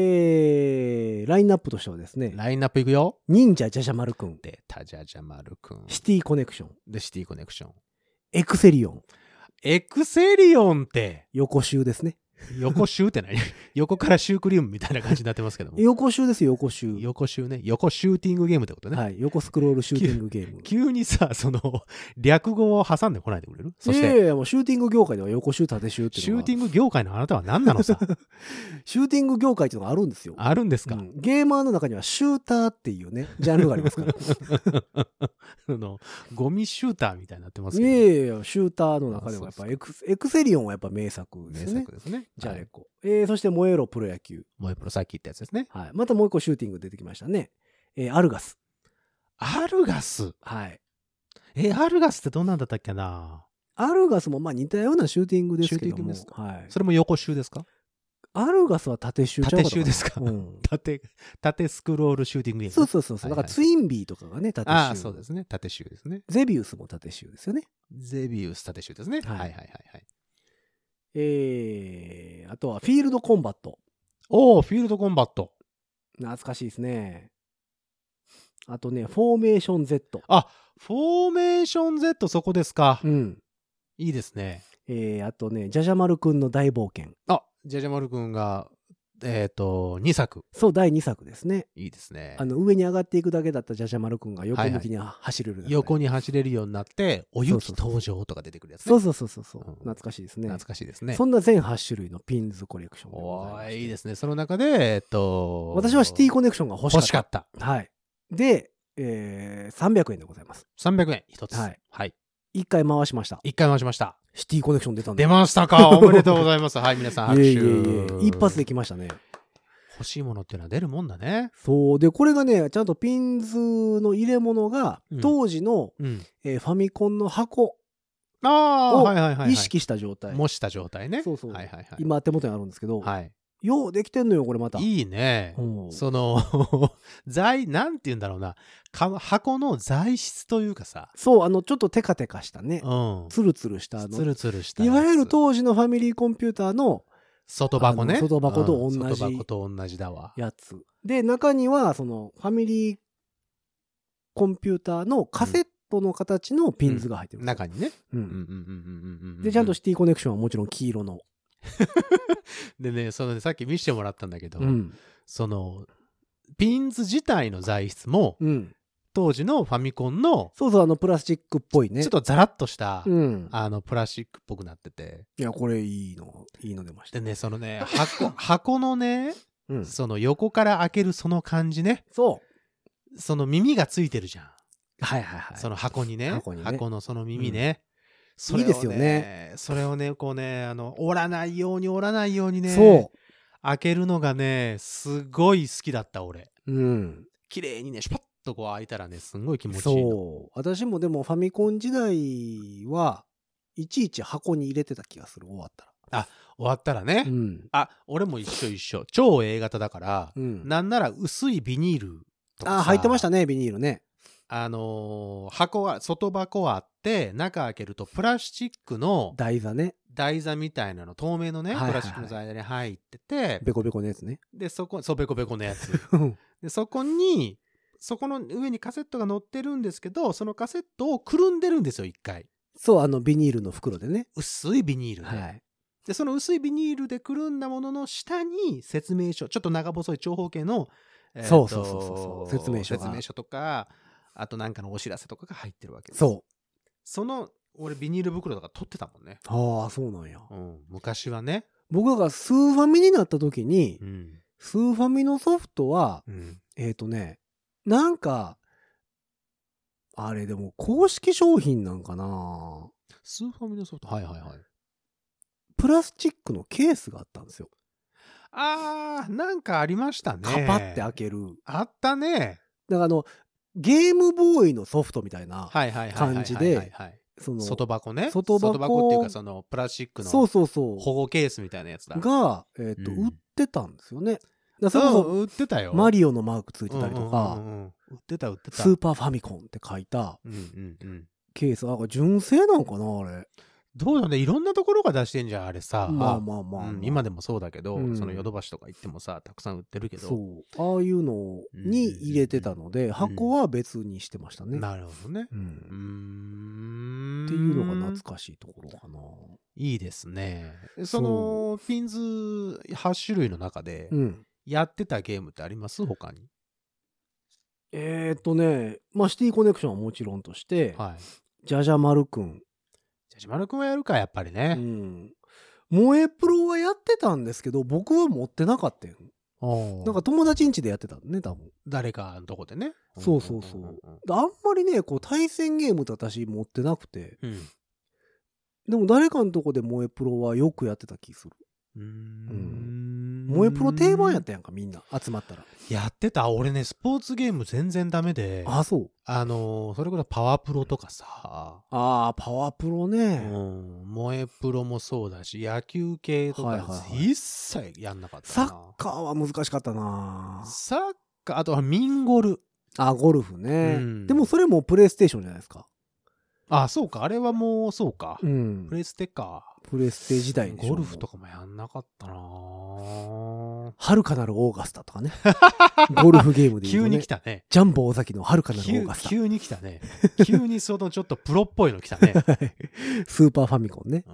Speaker 2: えーラインナップとしてはですね
Speaker 3: ラインナップいくよ。
Speaker 2: 「忍者じゃじゃ丸くん」
Speaker 3: で、タジャジャマルくん。
Speaker 2: 「シティコネクション」
Speaker 3: で、シティコネクション。
Speaker 2: 「エクセリオン
Speaker 3: エクセリオンって」、
Speaker 2: 横集ですね
Speaker 3: 横シューって何 横からシュークリームみたいな感じになってますけども。
Speaker 2: 横集ですよ横集、
Speaker 3: 横シューね。横シューティングゲームってことね。
Speaker 2: はい横スクロールシューティングゲーム
Speaker 3: 急にさ、その、略語を挟んでこないでくれるそし
Speaker 2: いやい
Speaker 3: て、
Speaker 2: やいやもうシューティング業界では横シュー縦シューってい
Speaker 3: シ
Speaker 2: うの
Speaker 3: ュー
Speaker 2: が
Speaker 3: ティング業界のあなたは何なのさ。
Speaker 2: シューティング業界っていうのがあるんですよ。
Speaker 3: あるんですか、
Speaker 2: うんゲーマーの中にはシューターっていうね、ジャンルがあります から。
Speaker 3: あの、ゴミシューターみたいになってます
Speaker 2: い
Speaker 3: けど。
Speaker 2: やいやいやシューターの中でもやっぱエクエクセリオンはやっぱ名作です
Speaker 3: 名
Speaker 2: よね
Speaker 3: 作。ですね。
Speaker 2: じゃあ
Speaker 3: はい
Speaker 2: ね、こうえーそして燃えろプロ野球。
Speaker 3: 萌えプロさっき言ったやつですね。
Speaker 2: はい。またもう一個シューティング出てきましたね。えーアルガス。
Speaker 3: アルガス。
Speaker 2: はい。
Speaker 3: え、アルガスってどんなんだったっけな
Speaker 2: アルガスもまあ似たようなシューティングですけ
Speaker 3: シュー
Speaker 2: ど
Speaker 3: ティン
Speaker 2: も
Speaker 3: グです。
Speaker 2: はい。
Speaker 3: それも横集ですか
Speaker 2: アルガスは縦シューちゃう
Speaker 3: 縦
Speaker 2: かった
Speaker 3: 集
Speaker 2: かなう
Speaker 3: ですか、
Speaker 2: ん。
Speaker 3: 縦、縦スクロールシューティングゲーム。
Speaker 2: そうそうそうそう。
Speaker 3: はい
Speaker 2: だ
Speaker 3: はい
Speaker 2: からツインビーとかがね、縦シュー。
Speaker 3: ああ、そうですね。縦集ですね。
Speaker 2: ゼビウスも縦シューですよね。
Speaker 3: ゼビウス縦集ですね。は
Speaker 2: はいい
Speaker 3: はいはいはい。
Speaker 2: えーあとはフィールドコンバット。
Speaker 3: おお、フィールドコンバット。
Speaker 2: 懐かしいですね。あとね、フォーメーション Z。
Speaker 3: フォーメーション Z そこですか。
Speaker 2: うん。
Speaker 3: いいですね。
Speaker 2: えーあとね、じゃじゃ丸くんの大冒険。
Speaker 3: あ、ジャジャマルくんが、えっ、と、2作。
Speaker 2: そう、第2作ですね。
Speaker 3: いいですね
Speaker 2: あ。の、上に上がっていくだけだったじゃじゃ丸くんが横
Speaker 3: はいはい
Speaker 2: 向きに走れる、
Speaker 3: 横
Speaker 2: に。
Speaker 3: に走れるようになって、おゆき登場とか出てくるやつね。
Speaker 2: そうそうそうそうそう。
Speaker 3: うん
Speaker 2: 懐かしいですね。
Speaker 3: 懐かしいですね。
Speaker 2: そんな全8種類のピンズコレクションでござ
Speaker 3: お
Speaker 2: いま
Speaker 3: ー
Speaker 2: す
Speaker 3: いいですね。その中で、えっと、
Speaker 2: 私はシティコネクションが欲しか
Speaker 3: 欲
Speaker 2: っ。
Speaker 3: したかった。
Speaker 2: はい。で、えー300円でございます。
Speaker 3: 300円、一つ。は
Speaker 2: はいい。
Speaker 3: はい。
Speaker 2: 1回回しました。
Speaker 3: 一回回しました。
Speaker 2: シティコネクション出たん
Speaker 3: 出
Speaker 2: で。
Speaker 3: ましたか。おめでとうございます。はい、皆さん拍
Speaker 2: い
Speaker 3: 手。
Speaker 2: えいえいえ。一発できましたね。
Speaker 3: 欲しいものっていうのは出るもんだね。
Speaker 2: そう。で、これがね、ちゃんとピンズの入れ物が
Speaker 3: うん、
Speaker 2: 当時の、
Speaker 3: うん。
Speaker 2: えーファミコンの箱
Speaker 3: ああ、
Speaker 2: を
Speaker 3: はいはいはい、はい。
Speaker 2: 意識した状態。
Speaker 3: 模した状態ね。
Speaker 2: そうそう
Speaker 3: はいはいはい。
Speaker 2: 今手元にあるんですけど、
Speaker 3: はい。
Speaker 2: ようできてんのよ、これまた。
Speaker 3: いいね。
Speaker 2: うん
Speaker 3: その、 材、なんて言うんだろうな。か箱の材質というかさ。
Speaker 2: そう、あの、ちょっとテカテカしたね
Speaker 3: う。ん。
Speaker 2: ツルツルしたあ
Speaker 3: つ
Speaker 2: の。
Speaker 3: るつるした
Speaker 2: い
Speaker 3: やつ。
Speaker 2: わゆる当時のファミリーコンピューターの
Speaker 3: 外箱ね。
Speaker 2: あの外箱と同じ
Speaker 3: うん外箱と同じだわ。
Speaker 2: やつ。で、中には、その、ファミリーコンピューターのカセットの形のピンズが入ってるんですよ。
Speaker 3: 中にね。
Speaker 2: う
Speaker 3: うんんうんうんうんうんうん。
Speaker 2: で、ちゃんとシティコネクションはもちろん黄色の。
Speaker 3: でね、そのね、さっき見せてもらったんだけど、
Speaker 2: うん。
Speaker 3: その、ピンズ自体の材質も、
Speaker 2: うん。
Speaker 3: 当時のファミコンの、
Speaker 2: そうそう、あの、プラスチックっぽいね。
Speaker 3: ちょっとザラッとした、
Speaker 2: うん。
Speaker 3: あの、プラスチックっぽくなってて。
Speaker 2: いや、これいいの、いいの出ました。
Speaker 3: でね、そのね、箱、箱のね、
Speaker 2: うん。
Speaker 3: その横から開けるその感じね、
Speaker 2: そ
Speaker 3: その耳がついてるじゃん。
Speaker 2: う。はいはいはい。
Speaker 3: その箱にね、
Speaker 2: 箱
Speaker 3: 箱
Speaker 2: にね
Speaker 3: のその耳ね。それを
Speaker 2: いいですよね。
Speaker 3: それをね、こうね、あの、折らないように折らないようにね、
Speaker 2: そ
Speaker 3: 開けるのがね、すごい好きだった、俺。
Speaker 2: う。うん。
Speaker 3: 綺麗にね、シュパッとこう開いたらね、すんごい気持ちいいの。
Speaker 2: そう。私もでもファミコン時代は、いちいち箱に入れてた気がする、終わったら。
Speaker 3: 終わったらね、
Speaker 2: うん。
Speaker 3: あ、俺も一緒一緒。超 A 型だから、
Speaker 2: うん。
Speaker 3: なんなら薄いビニールとかさ
Speaker 2: あ、入ってましたね、ビニールね。
Speaker 3: あのー箱は、外箱はあって、中開けるとプラスチックの
Speaker 2: 台座ね。
Speaker 3: 台座みたいなの、透明のね、
Speaker 2: はいはいはい
Speaker 3: プラスチックの台座に入ってて、
Speaker 2: ベコベコのやつ ね。
Speaker 3: で、そこ、そう、ベコベコの やつ。
Speaker 2: うん
Speaker 3: で、そこに、そこの上にカセットが載ってるんですけど、そのカセットをくるんでるんですよ、一回。
Speaker 2: そう、あの、ビニールの袋でね。
Speaker 3: 薄いビニールで。
Speaker 2: はい。
Speaker 3: で、その薄いビニールでくるんだものの下に説明書、ちょっと長細い長方形の、えー
Speaker 2: そうそ
Speaker 3: と
Speaker 2: うそうそうそう説明書が
Speaker 3: 説明書とか、あとなんかのお知らせとかが入ってるわけです。
Speaker 2: そ
Speaker 3: その、俺ビニール袋とか取ってたもんね。
Speaker 2: う。ああ、そうなんや。
Speaker 3: うん、昔はね。
Speaker 2: 僕がスーファミになった時に、
Speaker 3: ん。
Speaker 2: スーファミのソフトは、
Speaker 3: うん。
Speaker 2: えっ、とね、なんか、あれでも公式商品なんかな
Speaker 3: スーファミのソフト。はいはいはい。
Speaker 2: プラスチックのケースがあったんですよ。
Speaker 3: あー、なんかありましたね。
Speaker 2: カパって開ける。
Speaker 3: あったね。
Speaker 2: だからあの、ゲームボーイのソフトみたいな、
Speaker 3: はいはいはいはいはいはいは
Speaker 2: 感
Speaker 3: い。
Speaker 2: じでその、
Speaker 3: 外箱ね。
Speaker 2: 外箱
Speaker 3: っていうか、その、プラスチックの
Speaker 2: そう
Speaker 3: 保
Speaker 2: そうそ
Speaker 3: 護ケースみたいなやつだ。
Speaker 2: う。が、えっ、と、
Speaker 3: うん
Speaker 2: 売ってたんですよね。だ
Speaker 3: そ
Speaker 2: からそれこ
Speaker 3: 売ってたよ。
Speaker 2: そ、マリオのマークついてたりと
Speaker 3: うん
Speaker 2: か、
Speaker 3: うんうんうん売ってた売ってた。
Speaker 2: スーパーファミコンって書いた
Speaker 3: うんうんうん。
Speaker 2: ケース、あ、純正なんかなあれ。
Speaker 3: どうだね、いろんなところが出してんじゃん、あれさ。
Speaker 2: まあまあまあ、
Speaker 3: うん今でもそうだけど、
Speaker 2: うん
Speaker 3: そのヨドバシとか行ってもさ、たくさん売ってるけど。
Speaker 2: そう。ああいうのに入れてたので、箱は別にしてましたね。
Speaker 3: なるほどね。
Speaker 2: う。
Speaker 3: うんーん。
Speaker 2: っていうのが懐かしいところかな。
Speaker 3: いいですね。その、ピンズ8種類の中で、
Speaker 2: うん。
Speaker 3: やってたゲームってあります他に。
Speaker 2: えー、っとね、まあ、シティコネクションはもちろんとして、
Speaker 3: はい。
Speaker 2: じゃじゃ丸くん。
Speaker 3: じゃあ、島田くんはやるか、やっぱり
Speaker 2: う
Speaker 3: ね。
Speaker 2: ん。萌えプロはやってたんですけど、僕は持ってなかったよ。
Speaker 3: おー
Speaker 2: なんか友達ん家でやってたんね、多分。
Speaker 3: 誰かのとこでね。
Speaker 2: そうそうそうん
Speaker 3: んん
Speaker 2: あんまりね、こう対戦ゲームって私持ってなくて、
Speaker 3: うん。うん
Speaker 2: でも誰かのとこで萌えプロはよくやってた気する。
Speaker 3: うーん
Speaker 2: 萌えプロ定番やったやんか、みんな集まったら。
Speaker 3: やってた俺ねスポーツゲーム全然ダメであ
Speaker 2: あ、そう。
Speaker 3: のーそれこそパワープロとかさ、
Speaker 2: ああ、パワープロ
Speaker 3: う
Speaker 2: ね。
Speaker 3: ん、萌えプロもそうだし野球系と
Speaker 2: は
Speaker 3: か
Speaker 2: いはいはい
Speaker 3: 一切やんなかった
Speaker 2: サ
Speaker 3: な、
Speaker 2: ッカーは難しかったな
Speaker 3: サッカーあとはミンゴル
Speaker 2: あ、ゴルフね。
Speaker 3: うん
Speaker 2: でもそれもプレイステーションじゃないですか。
Speaker 3: あそうかあれはもうそうか、
Speaker 2: ん
Speaker 3: プレステか
Speaker 2: プレステ時代でしょ
Speaker 3: ゴルフと
Speaker 2: も
Speaker 3: かもやんなかったな
Speaker 2: う遥かなるオーガスタとかね。 ゴルフゲームで言う
Speaker 3: 急
Speaker 2: と、ね。
Speaker 3: に来たね
Speaker 2: ジャンボ尾崎の遥かなるオー
Speaker 3: 急
Speaker 2: ガスタ。
Speaker 3: 急に来たね 急にそのちょっとプロっぽいの来たね、
Speaker 2: はい スーパーファミコンね。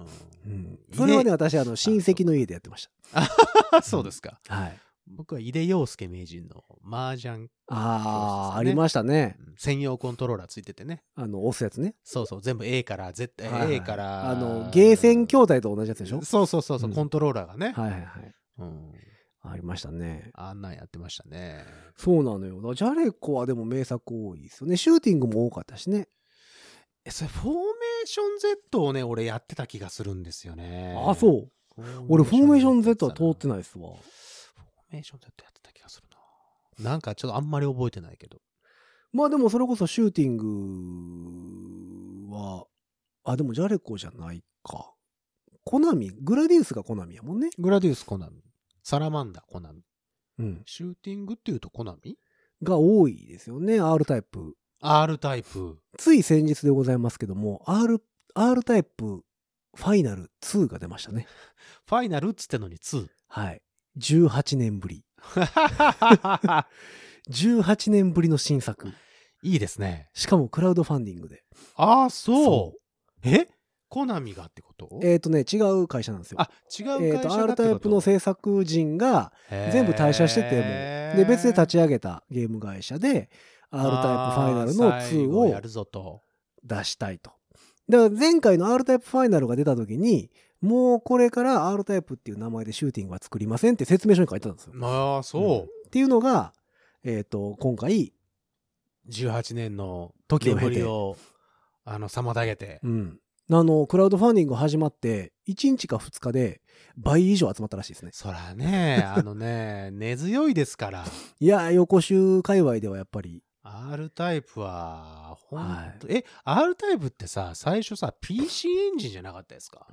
Speaker 3: うん
Speaker 2: うん
Speaker 3: いいね
Speaker 2: それはね、私、あの、親戚の家でやってまし
Speaker 3: あそうですか
Speaker 2: た。はい。
Speaker 3: 僕は井出陽介名人の麻雀
Speaker 2: ああ、
Speaker 3: そ
Speaker 2: あ
Speaker 3: うですね
Speaker 2: りましたね。
Speaker 3: 専用コントローラーついててね。
Speaker 2: あの、押すやつね。
Speaker 3: そうそう、全部 A から、絶対
Speaker 2: はいはい
Speaker 3: A から。
Speaker 2: あの、ゲーセン
Speaker 3: 教
Speaker 2: 筐体と同じやつでしょ
Speaker 3: そうそうそうそう、
Speaker 2: うん
Speaker 3: コントローラーがね、
Speaker 2: はいはいはい。
Speaker 3: うん。
Speaker 2: ありましたね。
Speaker 3: あんなんやってましたね。
Speaker 2: そうなのよ。だからジャレコはでも名作多いですよね。シューティングも多かったしね。
Speaker 3: え、それ、フォーメーション Z をね、俺やってた気がするんですよね。
Speaker 2: あ、そう。
Speaker 3: う
Speaker 2: 俺、フォーメーション Z は通って
Speaker 3: ない。
Speaker 2: ないっすわ。
Speaker 3: フォーメーションずっとやってた気がするな。なんかちょっとあんまり覚えてないけど。
Speaker 2: まあでもそれこそシューティングは、あ、でもジャレコじゃないか。コナミ、グラディウスがコナミやもんね。
Speaker 3: グラディウスコナミ。サラマンダコナミ。
Speaker 2: うん。
Speaker 3: シューティングっていうとコナミ
Speaker 2: が多いですよね、R タイプ。
Speaker 3: ?R タイプ。
Speaker 2: つい先日でございますけども、R、R タイプファイナル2が出ましたね。
Speaker 3: ファイナルっつってのに2。
Speaker 2: はい。18年ぶり。18年ぶりの新作。
Speaker 3: いいですね。
Speaker 2: しかもクラウドファンディングで。
Speaker 3: ああ、
Speaker 2: そ
Speaker 3: そう。えコナミがってこと
Speaker 2: えっ、とね、違う会社なんですよ。
Speaker 3: あ、違う
Speaker 2: えっ、
Speaker 3: 会
Speaker 2: と、
Speaker 3: 社だ
Speaker 2: R
Speaker 3: ってこと、
Speaker 2: タイプの制作人が、全部退社しててもうで、別で立
Speaker 3: ち
Speaker 2: ち上げたゲーム会社で、R タイプファイナル
Speaker 3: あー最後
Speaker 2: の2
Speaker 3: や
Speaker 2: を
Speaker 3: るぞと。
Speaker 2: 出したいと。だから前回の R タイプファイナルが出た時に、もうこれから R タイプっていう名前でシューティングは作りませんって説明書に書いてたんですよ。
Speaker 3: ああ、そう。
Speaker 2: っていうのが、えっ、と、今回、
Speaker 3: 18年の
Speaker 2: 時を経て
Speaker 3: 眠りを、あの、妨げて
Speaker 2: う。ん。あの、クラウドファンディング始まって、1日か2日で倍以上集まったらしいですね。
Speaker 3: そら ね、あのね、根強いですから。
Speaker 2: いやー、横州界隈ではやっぱり、
Speaker 3: R タイプは、ほ
Speaker 2: は
Speaker 3: んと、え、R タイプってさ、最初さ、PC エンジンじゃなかったですか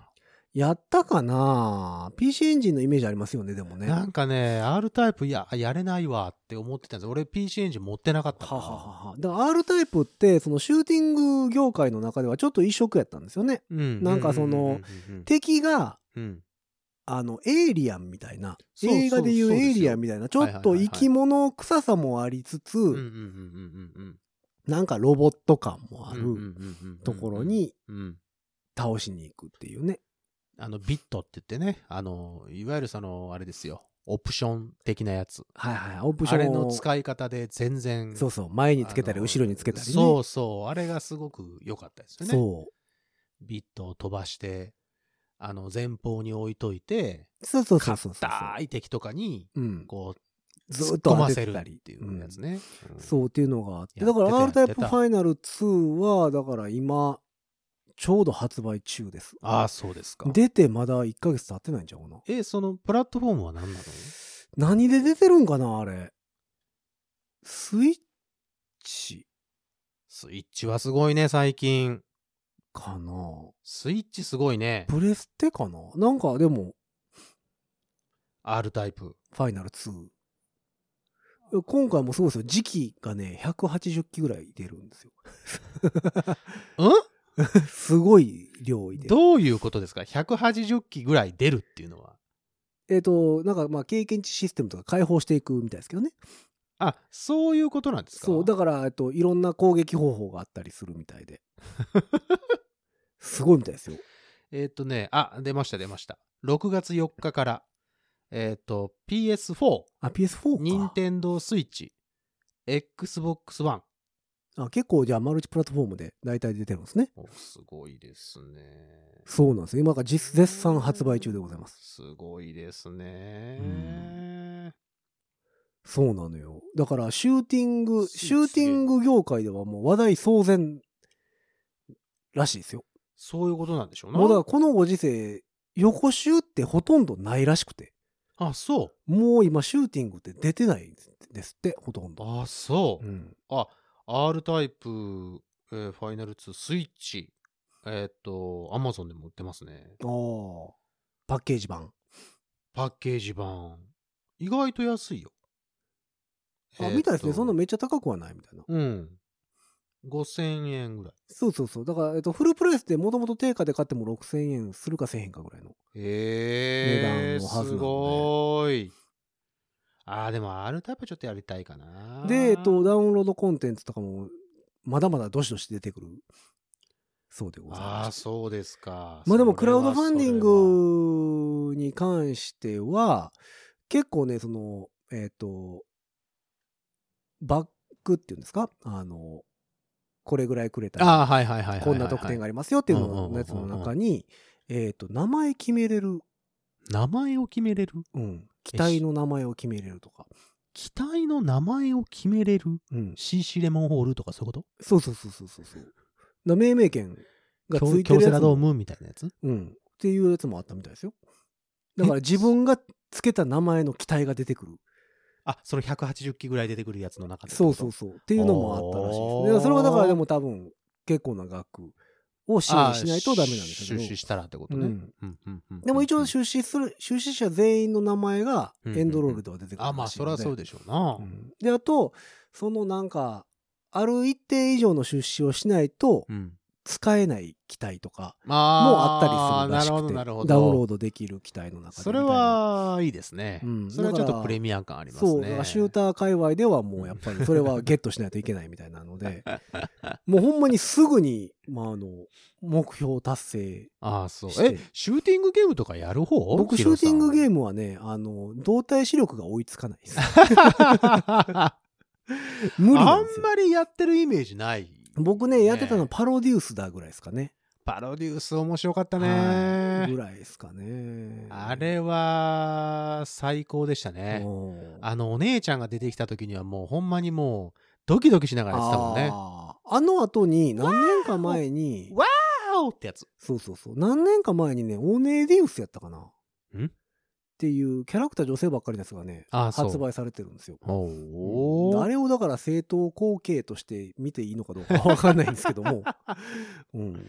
Speaker 2: やったかな ?PC エンジンのイメージありますよね、でもね。
Speaker 3: なんかね、R タイプ、いや、やれないわって思ってたんです俺 PC エンジン持ってなかったか
Speaker 2: はは
Speaker 3: ら。
Speaker 2: はは。だから R タイプって、そのシューティング業界の中ではちょっと異色やったんですよね。
Speaker 3: うん
Speaker 2: なんかその、
Speaker 3: うんうん
Speaker 2: 敵が、
Speaker 3: うんうん
Speaker 2: あの、エイリアンみたいな、
Speaker 3: そうそう
Speaker 2: 映画でいう
Speaker 3: そうです
Speaker 2: エ
Speaker 3: よ
Speaker 2: イリアンみたいな、ちょ
Speaker 3: は
Speaker 2: っ
Speaker 3: いはいはい
Speaker 2: と
Speaker 3: はい
Speaker 2: 生き物臭さもありつつ、
Speaker 3: うんうんうんうんうん
Speaker 2: なんかロボット感もあ
Speaker 3: うんうんう
Speaker 2: る
Speaker 3: んうんうん
Speaker 2: ところ、に
Speaker 3: うん、
Speaker 2: 倒しに行くっていうね。
Speaker 3: あのビットって言ってねあのいわゆるそのあれですよオプション的なやつ
Speaker 2: はいはい。オプシ
Speaker 3: あれ
Speaker 2: ョン
Speaker 3: の
Speaker 2: を。
Speaker 3: 使い方で全然
Speaker 2: そうそう。前につけたり、
Speaker 3: あの
Speaker 2: 後ろにつけたりね。
Speaker 3: そうそうあれがすごく良かったですよね
Speaker 2: そう。
Speaker 3: ビットを飛ばしてあの前方に置いといて
Speaker 2: そうそうそうそうそう。
Speaker 3: 硬い敵とかに
Speaker 2: うん。
Speaker 3: こう
Speaker 2: ずっ
Speaker 3: 突
Speaker 2: と
Speaker 3: っ
Speaker 2: 当
Speaker 3: 込ま
Speaker 2: て
Speaker 3: せ
Speaker 2: て
Speaker 3: る
Speaker 2: た
Speaker 3: っ
Speaker 2: り。
Speaker 3: ていうやつね、うん
Speaker 2: そうっていうのがあって。
Speaker 3: や
Speaker 2: だ
Speaker 3: って
Speaker 2: か
Speaker 3: た
Speaker 2: ら R タイプ
Speaker 3: やっ
Speaker 2: フ
Speaker 3: てた
Speaker 2: ァイナル2は、だから今、ちょうど発売中です。
Speaker 3: ああそうですか
Speaker 2: 出てまだ1ヶ月経ってないんちゃうかな。
Speaker 3: えそのプラットフォームは何なの
Speaker 2: 何で出てるんかな、あれ。スイッチ
Speaker 3: スイッチはすごいね最近
Speaker 2: かな。
Speaker 3: スイッチすごいね
Speaker 2: プレステかななんかでも、
Speaker 3: R タイプ
Speaker 2: ファイナル2。今回もすごいですよ。時期がね、180機ぐらい出るんですよ。
Speaker 3: うん
Speaker 2: すごい量いで。
Speaker 3: どういうことですか ?180 機ぐらい出るっていうのは。
Speaker 2: えっ、と、なんかまあ経験値システムとか解放していくみたいですけどね。
Speaker 3: あ、そういうことなんですか
Speaker 2: そう、だから、えっと、いろんな攻撃方法があったりするみたい で。すごいみたいですよ。
Speaker 3: えーっ、とね、あ、出ました出ました。6月4日から、えーっ、と、PS4、
Speaker 2: あ、PS4 か。
Speaker 3: Nintendo Switch、Xbox One。
Speaker 2: あ結構じゃあマルチプラットフォームで大体出てるんですね。
Speaker 3: おすごいですね。
Speaker 2: そうなんですよ。今が実絶賛発売中でございます。
Speaker 3: すごいですね。
Speaker 2: うそうなのよ。だからシューティング、
Speaker 3: す
Speaker 2: シューティング業界ではもう話題騒然らしいですよ。
Speaker 3: そういうことなんでしょうな。
Speaker 2: もうだからこのご時世、横集ってほとんどないらしくて。
Speaker 3: あ、そう。
Speaker 2: もう今シューティングって出てないんですって、ほとんど。
Speaker 3: あ、そう。
Speaker 2: うん。
Speaker 3: R タイプ、えーファイナル2、スイッチ、えーっ、と、Amazon でも売ってますね。
Speaker 2: ああ。パッケージ版。
Speaker 3: パッケージ版。意外と安いよ。
Speaker 2: あ、
Speaker 3: えーっと
Speaker 2: みたいですね。そんなめっちゃ高くはないみたいな。
Speaker 3: うん。5000円ぐらい。
Speaker 2: そうそうそう。だから、えっと、フルプライスでもともと定価で買っても6000円するか1000円かぐらいの。
Speaker 3: え
Speaker 2: 値段
Speaker 3: えー、
Speaker 2: のはずなのです
Speaker 3: ごーい。あー、でも R タイプちょっとやりたいかな。
Speaker 2: で、えっと、ダウンロードコンテンツとかも、まだまだどしどし出てくる。そうでござい
Speaker 3: あ
Speaker 2: ま
Speaker 3: あ、
Speaker 2: す。
Speaker 3: そうですか。
Speaker 2: まあでも、
Speaker 3: そ
Speaker 2: ク
Speaker 3: れ
Speaker 2: ラ
Speaker 3: は
Speaker 2: ウドファンディングに関しては、結構ね、その、えっ、と、バックっていうんですかあの、これぐらいくれた
Speaker 3: それは。
Speaker 2: ら、
Speaker 3: ああー、はいはいはいはいはいはい。
Speaker 2: こんな特典がありますよっていうののやつの中に、えっと、名前決めれる。
Speaker 3: 名前を決めれる
Speaker 2: うん。機体の名前を決めれるとか。
Speaker 3: 機体の名前を決めれる
Speaker 2: うん。
Speaker 3: ?CC レモンホールとかそういうこ
Speaker 2: そうそうそうそうそうそう。だ命名権が
Speaker 3: と
Speaker 2: つ
Speaker 3: 京
Speaker 2: いてる
Speaker 3: セ
Speaker 2: や
Speaker 3: ラ
Speaker 2: つ
Speaker 3: ド
Speaker 2: も
Speaker 3: ームみたいなやつ
Speaker 2: うん。っていうやつもあったみたいですよ。だから自分がつけた名前の機体が出てくる。
Speaker 3: あ、その180機ぐらい出てくるやつの中で。
Speaker 2: そうそう。そう。っていうのもあったらしいですね。だからそれはだからでも多分結構な額を支
Speaker 3: あ
Speaker 2: 援
Speaker 3: ー
Speaker 2: しないとダメなんでしょうけ
Speaker 3: 出資
Speaker 2: ど。
Speaker 3: したらってことね。
Speaker 2: う
Speaker 3: うんんうんうん
Speaker 2: でも一応出資する、出資者全員の名前がエンドロールでは出てくるらしいので。
Speaker 3: あ、まあ、それはそうでしょうな。
Speaker 2: うんで、あと、そのなんか、ある一定以上の出資をしないと
Speaker 3: うん。
Speaker 2: 使えない機体とか
Speaker 3: ま
Speaker 2: も
Speaker 3: あ、
Speaker 2: あったりするらしくて、
Speaker 3: なるほど、なるほど。
Speaker 2: ダウンロードできる機体の中でみたいな。
Speaker 3: それはいいですね、
Speaker 2: うん
Speaker 3: それはちょ
Speaker 2: だ
Speaker 3: っ
Speaker 2: か
Speaker 3: と
Speaker 2: ら
Speaker 3: プレミア感ありますね。
Speaker 2: そう、だからシューター界隈ではもうやっぱりそれはゲットしないといけないみたいなので、 もうほんまにすぐに、まああの、目標達成。
Speaker 3: ああ、そう
Speaker 2: し。て
Speaker 3: え、シューティングゲームとかやる方
Speaker 2: 僕、シューティングゲ ー
Speaker 3: ム。
Speaker 2: ムはね、あの、動体視力が追いつかないです。
Speaker 3: あ
Speaker 2: 無理なんんですよ。
Speaker 3: まりやってるイメージない。
Speaker 2: 僕ね、やってたのパロデュースだぐらいですかね。
Speaker 3: パロデュース面白かった
Speaker 2: はいぐ
Speaker 3: ね。
Speaker 2: らいですかね。
Speaker 3: あれは、最高でしたね。
Speaker 2: うん
Speaker 3: あの、お姉ちゃんが出てきた時にはもう、ほんまにもう、ドキドキしながらやってたもんね。
Speaker 2: あーあの後に、何年か前に、
Speaker 3: わあおってやつ。
Speaker 2: そうそうそう。何年か前にね、オネディウスやったかな。
Speaker 3: ん
Speaker 2: っていうキャラクター女性ばっかりのやつがね、
Speaker 3: ああ、そう。
Speaker 2: 発売されてるんですよ。
Speaker 3: おー
Speaker 2: あれをだから正当後継として見ていいのかどう かわかんないんですけども。うん。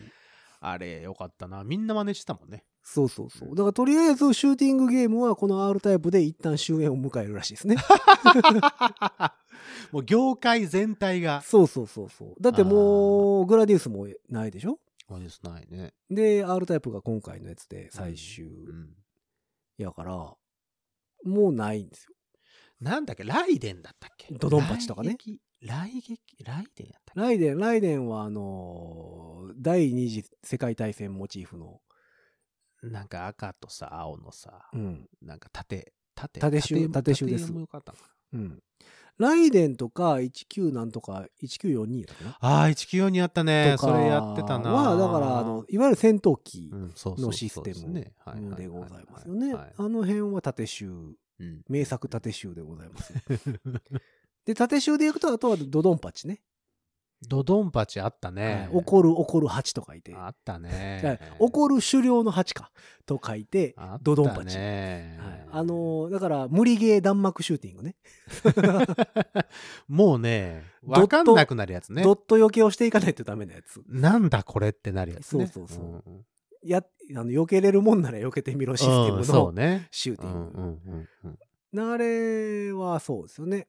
Speaker 3: あれ、よかったな。みんな真似してたもんね。
Speaker 2: そうそうそう。だからとりあえずシューティングゲームはこの R タイプで一旦終焉を迎えるらしい ですね。
Speaker 3: もう業界全体が。
Speaker 2: そうそうそうそう。だってもうグラディウスもないでしょ
Speaker 3: そうですないね。
Speaker 2: で、R タイプが今回のやつで最終
Speaker 3: うん
Speaker 2: やから、もうないんですよ。
Speaker 3: なんだっけ、ライデンだったっけ
Speaker 2: ドドンパチとかね。
Speaker 3: 来撃、ライデンやったっけ
Speaker 2: ライデン、ライデンはあのー第二次世界大戦モチーフの、
Speaker 3: なんか赤とさ、青のさ、
Speaker 2: うん、
Speaker 3: なんか縦、縦、
Speaker 2: 縦集縦集です
Speaker 3: 縦もよかったかな
Speaker 2: うん。ライデンとか19なんとか1942だったかな
Speaker 3: ああ、194にやったね。
Speaker 2: とか
Speaker 3: それやってたな。
Speaker 2: は、だから、あの、いわゆる戦闘機
Speaker 3: うん、そうそう
Speaker 2: のシステ
Speaker 3: そう
Speaker 2: ム
Speaker 3: ですねはいはいはいはい
Speaker 2: でございますよね。
Speaker 3: はい
Speaker 2: あの辺は縦集、
Speaker 3: うん
Speaker 2: 名作縦集でございます よ。で、縦集でいくと、あとはドドンパチね。
Speaker 3: ドドンパチあったね。
Speaker 2: はい怒る怒る蜂と書いて。
Speaker 3: あったね
Speaker 2: はい。怒る狩猟の蜂かと書いて、
Speaker 3: あったね
Speaker 2: ドドンパチ。はいあのーだから、無理ゲー弾幕シューティングね。
Speaker 3: もうね、
Speaker 2: ドット
Speaker 3: わかんなくなるやつね
Speaker 2: ド。ット避けをしていかないとダメなやつ。
Speaker 3: なんだこれってなるやつね。
Speaker 2: そうそうそうん
Speaker 3: ん
Speaker 2: や、あの、避けれるもんなら避けてみろシステ
Speaker 3: う
Speaker 2: ム
Speaker 3: んそう
Speaker 2: の
Speaker 3: ね。
Speaker 2: シューテ
Speaker 3: う
Speaker 2: ィ
Speaker 3: ん
Speaker 2: ン
Speaker 3: う
Speaker 2: グ。
Speaker 3: んうんうん
Speaker 2: なあれはそうですよね。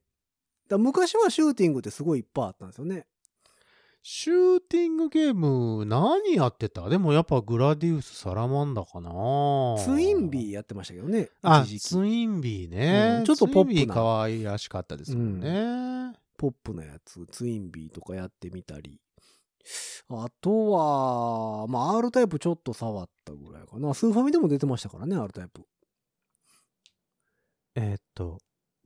Speaker 2: だ昔はシューティングってすごいいっぱいあったんですよね。
Speaker 3: シューティングゲーム何やってたでもやっぱグラディウスサラマンダかな
Speaker 2: ツインビーやってましたけどね。
Speaker 3: あ
Speaker 2: 一時期
Speaker 3: ツインビーね、
Speaker 2: うんちょっとポップな
Speaker 3: ツインビー可愛らしかったですもんね、
Speaker 2: ポップなやつ、ツインビーとかやってみたり。あとは、まあ、R タイプちょっと触ったぐらいかな。スーファミでも出てましたからね、R タイプ。
Speaker 3: えーっと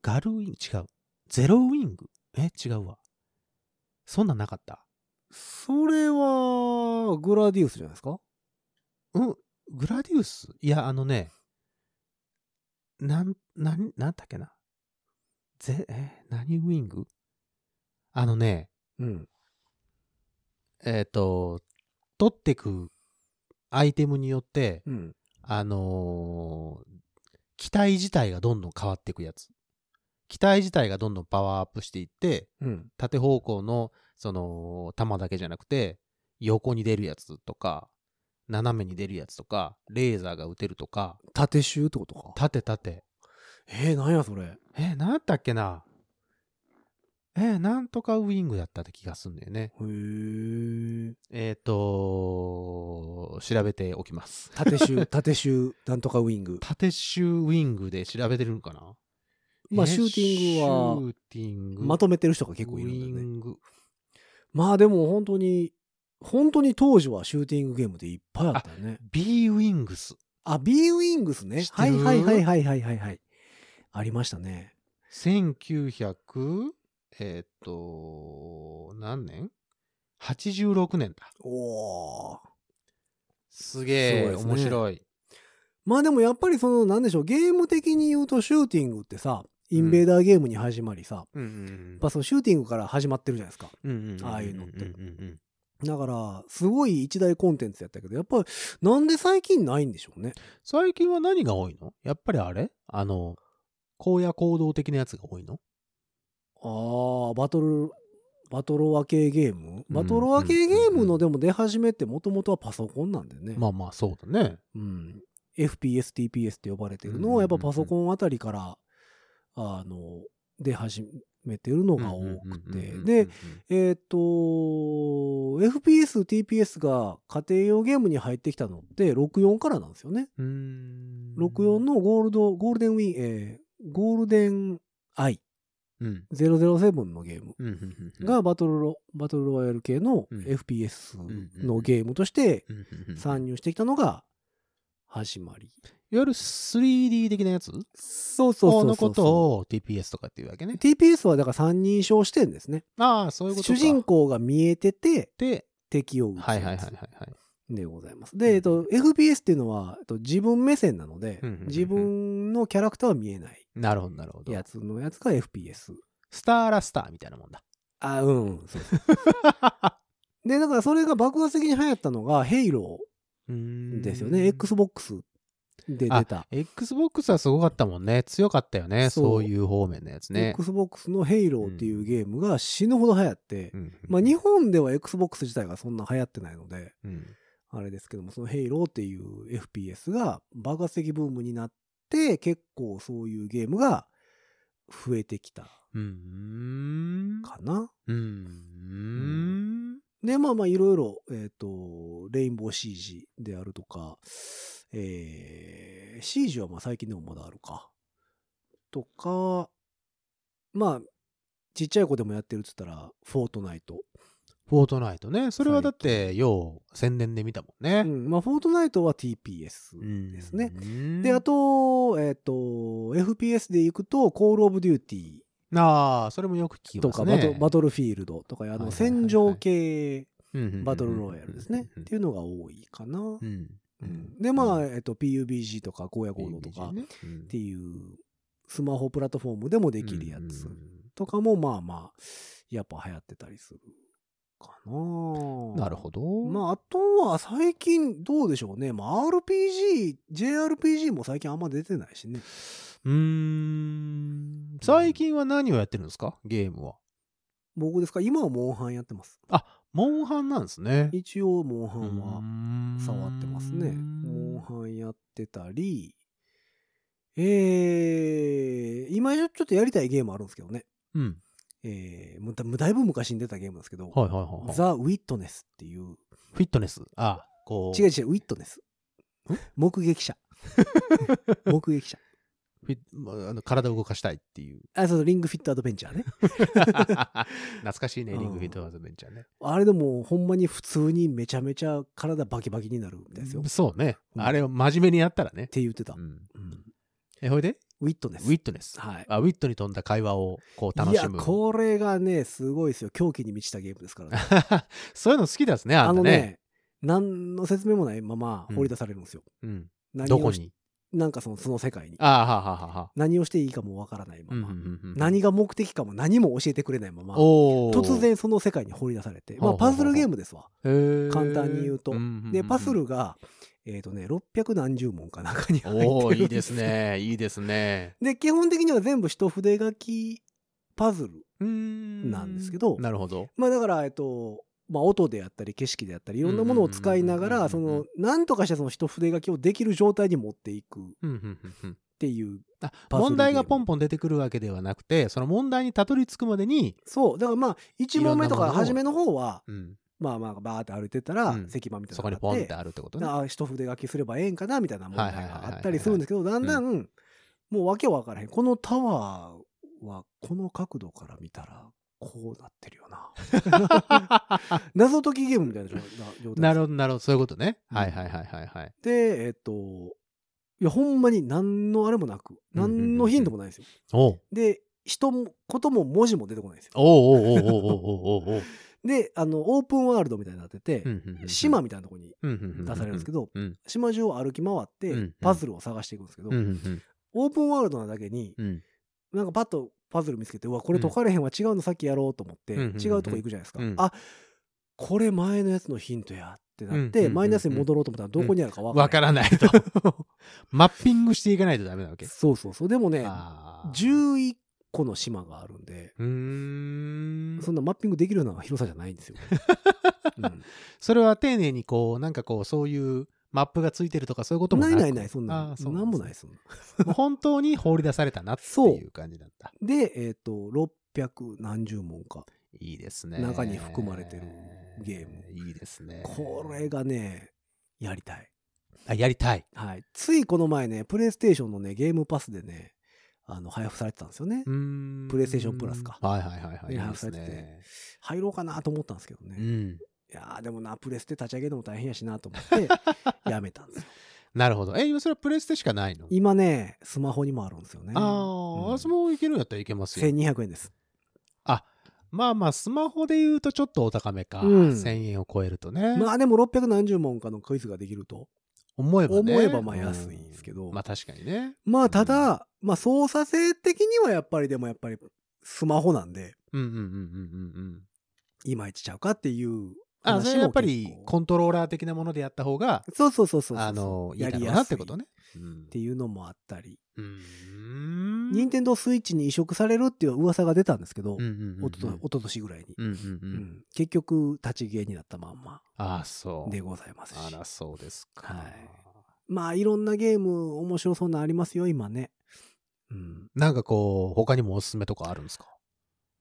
Speaker 3: ガルウィン違うゼロウィングえ違うわそんなんなかった
Speaker 2: それは、グラディウスじゃないですか
Speaker 3: うんグラディウスいやあのねなんなんなんだっけなぜえ何ウィングあのね
Speaker 2: うん。
Speaker 3: えっ、と、取ってくアイテムによって、
Speaker 2: うん。
Speaker 3: あのー機体自体がどんどん変わっていくやつ。機体自体がどんどんパワーアップしていって、
Speaker 2: うん。
Speaker 3: 縦方向の、その、弾だけじゃなくて、横に出るやつとか、斜めに出るやつとか、レーザーが撃てるとか、
Speaker 2: 縦集ってことか。
Speaker 3: 縦縦。
Speaker 2: えー、なんやそれ。
Speaker 3: えー、なんやったっけなえー、なんとかウィングやったって気がすんだよね。
Speaker 2: へえ。
Speaker 3: えっ、と調べておきます。
Speaker 2: 縦 集、縦集、なんとかウィング。
Speaker 3: 縦シューウィングで調べてるんかな
Speaker 2: まあ、
Speaker 3: え
Speaker 2: シューティング
Speaker 3: シ
Speaker 2: は、
Speaker 3: ューティング。
Speaker 2: まとめてる人が結構いるんだ
Speaker 3: ウィ
Speaker 2: よね。
Speaker 3: ング。
Speaker 2: まあ、でも本当に、本当に当時はシューティングゲームでいっぱいあったよね。
Speaker 3: B ウィングス。
Speaker 2: あ、B ウィングスね
Speaker 3: 知。っ
Speaker 2: は
Speaker 3: て
Speaker 2: い
Speaker 3: る
Speaker 2: はいはいはいはいはいはい。ありましたね。
Speaker 3: 1900、えっ、と、何年 ?86 年だ。
Speaker 2: おー。
Speaker 3: すげえ、
Speaker 2: そうですね
Speaker 3: 面白い。
Speaker 2: まあでもやっぱりその、なんでしょう、ゲーム的に言うとシューティングってさ、インベーダーゲームに始まりさ、
Speaker 3: うんう
Speaker 2: や
Speaker 3: ん
Speaker 2: っぱそのシューティングから始まってるじゃないですか。
Speaker 3: うんうんうんうんうんうんうん。
Speaker 2: ああいうのって
Speaker 3: んんん
Speaker 2: だから、すごい一大コンテンツやったけど、やっぱり、なんで最近ないんでしょうね。
Speaker 3: 最近は何が多いのやっぱりあれあの、荒野行動的なやつが多いの
Speaker 2: ああ、バトル、バトロワ系ゲーム
Speaker 3: うん
Speaker 2: バトロワ系ゲー
Speaker 3: うんう
Speaker 2: ム
Speaker 3: んう
Speaker 2: の
Speaker 3: ん
Speaker 2: でも出始めってもともとはパソコンなんだよね。
Speaker 3: まあまあ、そうだね。
Speaker 2: うん、FPS、TPS って呼ばれてるの
Speaker 3: うんうんうんうん
Speaker 2: を、やっぱパソコンあたりから、あの、出始めてるのが多くて。で、、えーっと、FPS、TPS が家庭用ゲームに入ってきたのって64からなんですよね。
Speaker 3: うーん。
Speaker 2: 64のゴールド、ゴールデンウィン、えーゴールデンアイ
Speaker 3: うん、
Speaker 2: 007のゲーム
Speaker 3: うんうんうん、
Speaker 2: がバトルロ、バトルロワイヤル系の
Speaker 3: うん
Speaker 2: FPS
Speaker 3: んうん
Speaker 2: のゲームとして
Speaker 3: うんうんうん、
Speaker 2: 参入してきたのが始まり。
Speaker 3: いわゆる 3D 的なやつ
Speaker 2: そうそう
Speaker 3: そ
Speaker 2: そう
Speaker 3: の
Speaker 2: そ
Speaker 3: こ
Speaker 2: うそ
Speaker 3: とを TPS とかっていうわけ
Speaker 2: う。
Speaker 3: ね。
Speaker 2: TPS はだから三人称視点ですね。
Speaker 3: ああ、そういうことか。
Speaker 2: 主人公が見えてて
Speaker 3: で、
Speaker 2: 敵を撃つやつ。
Speaker 3: はいはいはいはいはい。
Speaker 2: でございます。で、えっと、FPS っていうのは、えっと、自分目線なので
Speaker 3: うんうんうんうん、
Speaker 2: 自分のキャラクターは見えない
Speaker 3: なるほどなるほど。
Speaker 2: やつのやつが FPS。
Speaker 3: スターラスターみたいなもんだ。
Speaker 2: あ、うん。そう そうで、だからそれが爆発的に流行ったのが、ヘイロ
Speaker 3: うー
Speaker 2: ー
Speaker 3: ん
Speaker 2: ですよね。。Xbox で出た。
Speaker 3: Xbox はすごかったもんね。強かったよね。
Speaker 2: そう
Speaker 3: そういう方面のやつね。
Speaker 2: Xbox のヘイローっていうゲームが死ぬほど流行って、
Speaker 3: うん
Speaker 2: まあ日本では Xbox 自体がそんな流行ってないので、
Speaker 3: うん
Speaker 2: あれですけども、そのヘイローっていう FPS が爆発的ブームになって、結構そういうゲームが増えてきた
Speaker 3: うん。
Speaker 2: かな。
Speaker 3: うん。うん。
Speaker 2: で、まあまあいろいろ、えっ、と、レインボーシージであるとか、えー、シージはまあ最近でもまだあるか。とか、まあ、ちっちゃい子でもやってるって言ったら、フォートナイト。
Speaker 3: フォートナイトね。それはだって、よう宣伝で見たもん
Speaker 2: う
Speaker 3: ね。
Speaker 2: ん、まあフォートナイトは TPS
Speaker 3: うん
Speaker 2: ですね。。
Speaker 3: うん
Speaker 2: で、あ、と、えっ、と、FPS で行くと、コールオブデューティ
Speaker 3: ああ、それもよく聞き
Speaker 2: ー
Speaker 3: ま
Speaker 2: と
Speaker 3: す
Speaker 2: か、
Speaker 3: ね。
Speaker 2: バトバトルフィールドとか、あ
Speaker 3: はいはい
Speaker 2: の、
Speaker 3: はいはい
Speaker 2: 戦場系
Speaker 3: うんうんうんうん
Speaker 2: バトルロイヤルですね。っていうのが多いかな。
Speaker 3: うん。
Speaker 2: うんで、まあ、
Speaker 3: うん
Speaker 2: えっと、PUBG とか、荒野行動とか
Speaker 3: ねっ
Speaker 2: っていう、スマホプラットフォームでもできるやつとかも、まあまあ、やっぱ流行ってたりするかな。
Speaker 3: なるほど。
Speaker 2: まあ、あとは最近どうでしょうね。まあ、RPG、JRPG も最近あんま出てないしね。
Speaker 3: うーん。最近は何をやってるんですかゲームは。
Speaker 2: 僕ですか今はモンハンやってます。
Speaker 3: あ、モンハンなんですね。
Speaker 2: 一応、モンハ
Speaker 3: うー
Speaker 2: ンは
Speaker 3: ん
Speaker 2: 触ってますね。モンハンやってたり、えー、今ちょっとやりたいゲームあるんですけどね。
Speaker 3: うん。
Speaker 2: えー、もうだだいぶ昔に出たゲームなんですけど、
Speaker 3: はいはいはいはい。
Speaker 2: ザ・ウィットネスっていう、
Speaker 3: フィットネス。あ、こう。
Speaker 2: 違う違う、ウィットネス。目撃 者。目撃者。
Speaker 3: フィまああの体を動かしたいっていう。
Speaker 2: あ、そう、リングフィットアドベンチャーね。
Speaker 3: 懐かしいね、
Speaker 2: うん
Speaker 3: リングフィットアドベンチャーね。
Speaker 2: あれでも、ほんまに普通にめちゃめちゃ体バキバキになるんですよ。っ
Speaker 3: そうね。
Speaker 2: うん
Speaker 3: あれを真面目にやったらね。
Speaker 2: て言ってた。
Speaker 3: うん
Speaker 2: うん
Speaker 3: え、ほいで
Speaker 2: ウィットネス。
Speaker 3: ウィットネス。
Speaker 2: はい。
Speaker 3: あウィットに富んだ会話をこう楽
Speaker 2: い
Speaker 3: し
Speaker 2: や、
Speaker 3: む。
Speaker 2: これがね、すごいですよ。狂気に満ちたゲームですからね。
Speaker 3: そういうの好きですね、あ
Speaker 2: あ
Speaker 3: の
Speaker 2: の
Speaker 3: ね。
Speaker 2: ね、何の説明もないまま放り出されるんですよ。
Speaker 3: うん、
Speaker 2: 何を
Speaker 3: どこ
Speaker 2: し
Speaker 3: に
Speaker 2: なんかそのその世界に。
Speaker 3: ああ、はあはあはあはあ。
Speaker 2: 何をしていいかもわからないまま、
Speaker 3: 何
Speaker 2: 何が目的かも何も教えてくれないまま、
Speaker 3: おー
Speaker 2: 突然その世界に放り出されて、まあ、
Speaker 3: ほうほうほう
Speaker 2: パズルゲームですわ。
Speaker 3: へー
Speaker 2: 簡単に言うと
Speaker 3: んんん
Speaker 2: で、パズルが、えっとね、600何十問か中に入ってるん
Speaker 3: おおいいです。ねいいですね
Speaker 2: で、基本的には全部一筆書きパズル。
Speaker 3: うん
Speaker 2: なんですけど
Speaker 3: なるほど
Speaker 2: まあだから、えっと、まあ、音であったり景色であったりいろんなものを使いなが
Speaker 3: うんうん
Speaker 2: ら
Speaker 3: うんう
Speaker 2: そ
Speaker 3: んうん
Speaker 2: のなんとかしてその一筆書きをできる状態に持っていくっ
Speaker 3: うんうんうんうん
Speaker 2: ていう
Speaker 3: あ
Speaker 2: パズルゲーム
Speaker 3: 問題がポンポン出てくるわけではなくてその問題にたどり着くまでに、
Speaker 2: そうだからまあ1問目と
Speaker 3: い
Speaker 2: か
Speaker 3: ろんなものを
Speaker 2: 初めの方は
Speaker 3: うん
Speaker 2: まあまあバーって歩いてたら
Speaker 3: うん
Speaker 2: 石板みたいな
Speaker 3: そこ
Speaker 2: のが
Speaker 3: にポ
Speaker 2: あっ
Speaker 3: ンっててあるってことね
Speaker 2: あ一筆書きすればええんかなみたいな問題
Speaker 3: はいはいはいはい
Speaker 2: が
Speaker 3: はい
Speaker 2: あったりするんですけどだんだん、もうわけわからへんこのタワーはこの角度から見たらこうなってるよな 謎解きゲームみたいな状状態です
Speaker 3: なるほどなるほどそういうことね、
Speaker 2: うん
Speaker 3: はいはいはいはいはい
Speaker 2: でえっといやほんまに何のあれもなく
Speaker 3: うんうんうん
Speaker 2: 何のヒントもないんですよ、
Speaker 3: おう
Speaker 2: で人もことも文字も出てこないんですよ
Speaker 3: おうおうおうおうおうおうおう
Speaker 2: であのオープンワールドみたいになってて、
Speaker 3: うんうんうん
Speaker 2: 島みたいなとこに
Speaker 3: うんうんうんうん
Speaker 2: 出されるんですけど、
Speaker 3: うん
Speaker 2: 島中を歩き回っ
Speaker 3: うんう
Speaker 2: て
Speaker 3: ん
Speaker 2: パズルを探していくんですけど、
Speaker 3: うんうん
Speaker 2: オープンワールドなだけに
Speaker 3: うんうん
Speaker 2: なんかパッとパズル見つけてうわこれ解かれへんわ違うのさっきやろうと思って、
Speaker 3: うん
Speaker 2: 違うとこ行くじゃないですか、
Speaker 3: うん
Speaker 2: あこれ前のやつのヒントやってなって、
Speaker 3: うんうんうんうん
Speaker 2: 前のやつに戻ろうと思ったらどこにあるか分か
Speaker 3: わから らないと。マッピングしていかないとダメなわ
Speaker 2: な
Speaker 3: け
Speaker 2: い。。そうそうそう。でもね、
Speaker 3: あー
Speaker 2: 11個の島があるんで、
Speaker 3: うーん。
Speaker 2: そんなマッピングできるような広さじゃないん ですよ。うん
Speaker 3: それは丁寧にこう、なんかこう、そういうマップがついてるとかそういうことも
Speaker 2: ない
Speaker 3: く
Speaker 2: ないない、そんな
Speaker 3: あーそ
Speaker 2: の。
Speaker 3: う
Speaker 2: なんもない
Speaker 3: い。
Speaker 2: です、そんなの。
Speaker 3: もう本当に放り出されたなっていう感じなんだ。
Speaker 2: で、えっ、と、600何十問か。
Speaker 3: いいですね。
Speaker 2: 中に含まれてるゲーム。
Speaker 3: いいですね。
Speaker 2: これがね、やりたい。
Speaker 3: あ、やりたい。
Speaker 2: はい。ついこの前ね、プレイステーションのね、ゲームパスでね、あの、配布されてたんですよね。プ
Speaker 3: プ
Speaker 2: レイステーションプラスか
Speaker 3: はいはいはいはい。
Speaker 2: ね
Speaker 3: いいです
Speaker 2: 配布され
Speaker 3: ね。
Speaker 2: 入ろうかなと思ったんですけどね。
Speaker 3: う
Speaker 2: い
Speaker 3: ん。
Speaker 2: やーでもな、プレステ立ち上げるのも大変やしなと思 って、やめたんですよ。
Speaker 3: なるほど。え、今それはプレステしかないの
Speaker 2: 今ね、スマホにもあるんですよね。
Speaker 3: あ
Speaker 2: うん
Speaker 3: あ、スマホいけるんやったらいけますよ。
Speaker 2: 1200円です。
Speaker 3: まあまあ、スマホで言うとちょっとお高めか。
Speaker 2: うん
Speaker 3: 1000円を超えるとね。
Speaker 2: まあでも600何十問かのクイズができると。
Speaker 3: 思えばね。
Speaker 2: 思えばまあ安いんですけど
Speaker 3: うんまあ確かにね。
Speaker 2: まあただ、まあ操作性的にはやっぱりでもやっぱりスマホなんで、
Speaker 3: うんうんうんうんうんうん。
Speaker 2: いまいちちゃうかっていう話も
Speaker 3: あ、それはやっぱり
Speaker 2: 結構
Speaker 3: コントローラー的なものでやった方が、
Speaker 2: そうそうそうそうそう。
Speaker 3: あの、いい
Speaker 2: や
Speaker 3: だろ
Speaker 2: り
Speaker 3: う
Speaker 2: や
Speaker 3: な
Speaker 2: す
Speaker 3: ってことね。うん
Speaker 2: っていうのもあったり、
Speaker 3: うーん。
Speaker 2: 任天堂スイッチに移植されるっていう噂が出たんですけど、
Speaker 3: うんうんうんうん
Speaker 2: おとと一昨年ぐらいに、
Speaker 3: うんうん
Speaker 2: う
Speaker 3: うんん。
Speaker 2: 結局立ち消えになったまんま
Speaker 3: ああ、そう。
Speaker 2: でございます
Speaker 3: あ
Speaker 2: し
Speaker 3: ら、そうですか。
Speaker 2: はいまあいろんなゲーム面白そうなのありますよ今ね、うん、
Speaker 3: なんかこう、他にもおすすめとかあるんですか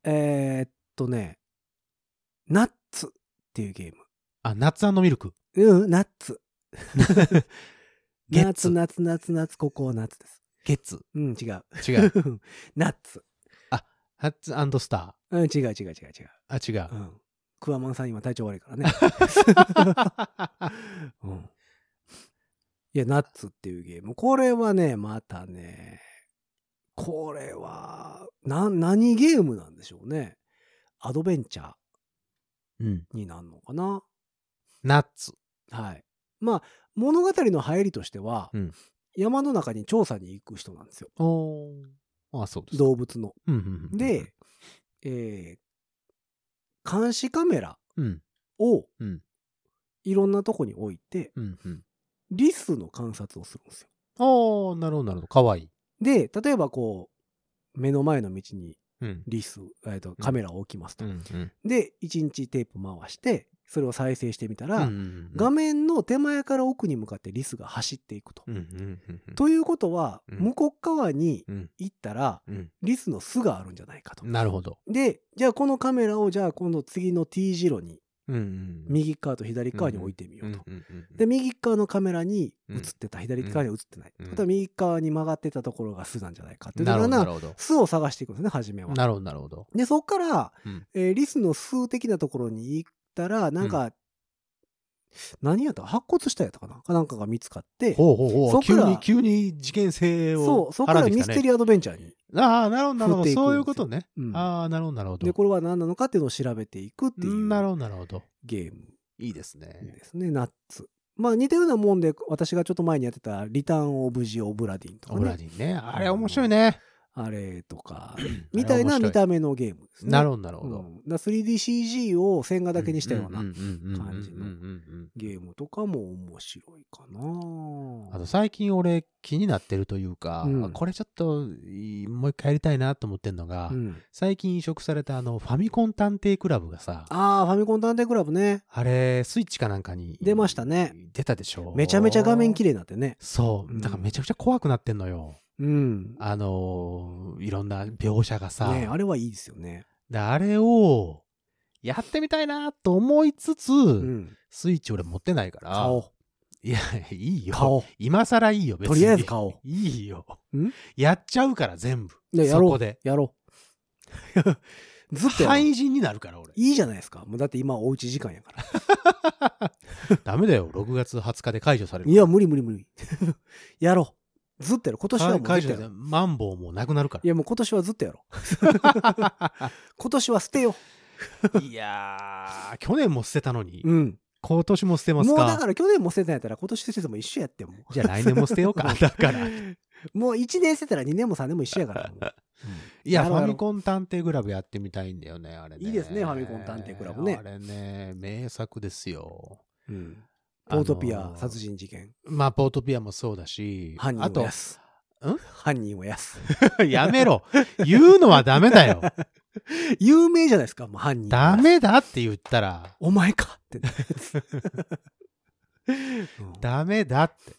Speaker 2: えー、っとねナッツっていうゲーム
Speaker 3: あ、ナッツミルク。
Speaker 2: うんナッツ
Speaker 3: ゲ
Speaker 2: ナ
Speaker 3: ッ
Speaker 2: ッツ
Speaker 3: ツ。
Speaker 2: ナッツナッツナッツここはナッツです
Speaker 3: ゲッツ。
Speaker 2: うん違う
Speaker 3: 違う。
Speaker 2: ナッツ
Speaker 3: ハッツスタ
Speaker 2: うん違う違う違う違う
Speaker 3: ー。あ、違
Speaker 2: う
Speaker 3: う。
Speaker 2: んクワマンさん今体調悪いからねうん。いや、ナッツっていうゲーム。これはね、またね、これは、な、何ゲームなんでしょうね。アドベンチャ
Speaker 3: うん。
Speaker 2: ーになるのかな
Speaker 3: ナッツ。
Speaker 2: はい。まあ、物語の入りとしては、
Speaker 3: うん
Speaker 2: 山の中に調査に行く人なんですよ。
Speaker 3: おあ、そうです。
Speaker 2: 動物の。
Speaker 3: うんうんうん
Speaker 2: で、、えー監視カメラ
Speaker 3: うん。
Speaker 2: を
Speaker 3: うん、
Speaker 2: いろんなとこに置いて、
Speaker 3: うんうん。
Speaker 2: リスの観察をするんですよ。
Speaker 3: おなるほど、なるほど。かわいい。
Speaker 2: で、例えばこう、目の前の道に
Speaker 3: うん。
Speaker 2: リス、えーとカメラを置きます
Speaker 3: う
Speaker 2: と。
Speaker 3: んうん。
Speaker 2: で、1日テープ回して、それを再生してみたら、
Speaker 3: うん
Speaker 2: 画面の手前から奥に向かってリスが走っていくと。
Speaker 3: うんうんうんうん。
Speaker 2: ということは、
Speaker 3: うん
Speaker 2: 向こう側に
Speaker 3: うん
Speaker 2: 行ったら、
Speaker 3: うん。
Speaker 2: リスの巣があるんじゃないかと。
Speaker 3: なるほど。
Speaker 2: で、じゃあこのカメラを、じゃあ今度次の T 字路に、
Speaker 3: うんうん。
Speaker 2: 右側と左側に置いてみようと。
Speaker 3: うんうんうん
Speaker 2: で、右側のカメラに映ってた、左側には映ってない。
Speaker 3: うん
Speaker 2: また右側に曲がってたところが巣なんじゃないかっていう
Speaker 3: な
Speaker 2: よ
Speaker 3: る
Speaker 2: う
Speaker 3: ほど、な
Speaker 2: な
Speaker 3: るほど。
Speaker 2: 巣を探していくんですね、初めは。
Speaker 3: なるほど、なるほど。
Speaker 2: で、そこから、
Speaker 3: うん
Speaker 2: えーリスの数的なところに行ったら、なんか、何やったか白骨死体やったかなかなんかが見つかって、
Speaker 3: ほうほうほう。
Speaker 2: そっ
Speaker 3: 急
Speaker 2: から
Speaker 3: に、急に事件性
Speaker 2: そ
Speaker 3: を
Speaker 2: う、そこ
Speaker 3: は
Speaker 2: から
Speaker 3: ん
Speaker 2: ら
Speaker 3: でき
Speaker 2: ミ
Speaker 3: たね。
Speaker 2: ステリーアドベンチャーに。
Speaker 3: ああ、なるほど、なるほ
Speaker 2: 振っていくん
Speaker 3: ど。
Speaker 2: ですよ
Speaker 3: そういうことね。
Speaker 2: うん
Speaker 3: ああ、なるほど、なるほど。
Speaker 2: で、これは何なのかっていうのを調べていくってい
Speaker 3: うんなる
Speaker 2: う
Speaker 3: ほど、なるほど。
Speaker 2: ゲーム
Speaker 3: いいですね。
Speaker 2: ですね、ナッツ。まあ似たようなもんで、私がちょっと前にやってた、リターン・オブ・ジ・オブラディンと
Speaker 3: オ
Speaker 2: か
Speaker 3: ブラ
Speaker 2: ね、
Speaker 3: ディね。あれ面白いね。
Speaker 2: あれとか、みたいな
Speaker 3: あれ面白
Speaker 2: 見た目のゲームですね。
Speaker 3: なるほど、なるほ
Speaker 2: う
Speaker 3: ど。
Speaker 2: んだから 3DCG を線画だけにしたような
Speaker 3: 感
Speaker 2: 感じのゲームとかも面白いかな
Speaker 3: あと最近俺気になってるというか、
Speaker 2: うん
Speaker 3: まあこれちょっといもう一回やりたいなと思ってんのが、
Speaker 2: うん
Speaker 3: 最近移植されたあのファミコン探偵クラブがさ、あ
Speaker 2: ああ、ファミコン探偵クラブね。
Speaker 3: れスイッチかなんかに
Speaker 2: 出ましたね。
Speaker 3: 出たでしょ。
Speaker 2: めちゃめちゃ画面綺
Speaker 3: 麗。
Speaker 2: 麗になってね。
Speaker 3: そう。だからめちゃくちゃ怖くなってんのよ。
Speaker 2: うん。
Speaker 3: あのーいろんな描写がさ。
Speaker 2: ねあれはいいですよね。
Speaker 3: で、あれを、やってみたいなと思いつつ、
Speaker 2: うん。
Speaker 3: スイッチ俺持ってないから。
Speaker 2: 買おう。
Speaker 3: いや、いいよ。
Speaker 2: 買おう。
Speaker 3: 今更いいよ、別
Speaker 2: と
Speaker 3: に。
Speaker 2: りあえず買おう。
Speaker 3: いいよ
Speaker 2: ん。
Speaker 3: やっちゃうから、全部。
Speaker 2: ねや
Speaker 3: そ
Speaker 2: ろ
Speaker 3: こ
Speaker 2: う。
Speaker 3: で。
Speaker 2: やろう。 ずっとやろう
Speaker 3: 廃人になるから、俺。
Speaker 2: いいじゃないですか。もうだって今おうち時間やから。
Speaker 3: ダメだよ、6月20日で解除される。
Speaker 2: いや、無理無理無理。 やろう。ずっとやろう。今年は
Speaker 3: 解
Speaker 2: もう
Speaker 3: 解
Speaker 2: ず
Speaker 3: 除
Speaker 2: っ
Speaker 3: さ
Speaker 2: と
Speaker 3: れ
Speaker 2: や
Speaker 3: る。
Speaker 2: ろう。
Speaker 3: マンボウもなくなるか
Speaker 2: いや、もう今年はずっとやろう。
Speaker 3: ら。
Speaker 2: 今年は捨てよ
Speaker 3: いやー、去年も捨てたのに
Speaker 2: う。う。ん。
Speaker 3: 今年も捨てます
Speaker 2: もう
Speaker 3: か
Speaker 2: だから去年も捨てたんやったら今年捨てても一緒やってんもん
Speaker 3: じゃあ来年も捨てよう か。だから。い
Speaker 2: もう1年捨てたら2年も3年も一緒やからもう
Speaker 3: や、
Speaker 2: や
Speaker 3: フ
Speaker 2: ろうや
Speaker 3: ァ
Speaker 2: ろう
Speaker 3: ミコン探偵グラブやってみたいんだよね、あれね。
Speaker 2: いいですねファミコン探偵グラブね
Speaker 3: あれね、名作ですよ。
Speaker 2: うんポートピ
Speaker 3: あ
Speaker 2: ア
Speaker 3: の
Speaker 2: 殺人事件
Speaker 3: まあ、ポートピアもそうだし、
Speaker 2: 犯人
Speaker 3: あ
Speaker 2: を
Speaker 3: と
Speaker 2: や、す
Speaker 3: ん
Speaker 2: 犯人をやす
Speaker 3: やめろ。言うのはダメだよ。
Speaker 2: 有名じゃないですかもう犯人を
Speaker 3: ダ
Speaker 2: やす
Speaker 3: メだって言ったら、
Speaker 2: お前か ってなるやつうん
Speaker 3: ダメだって。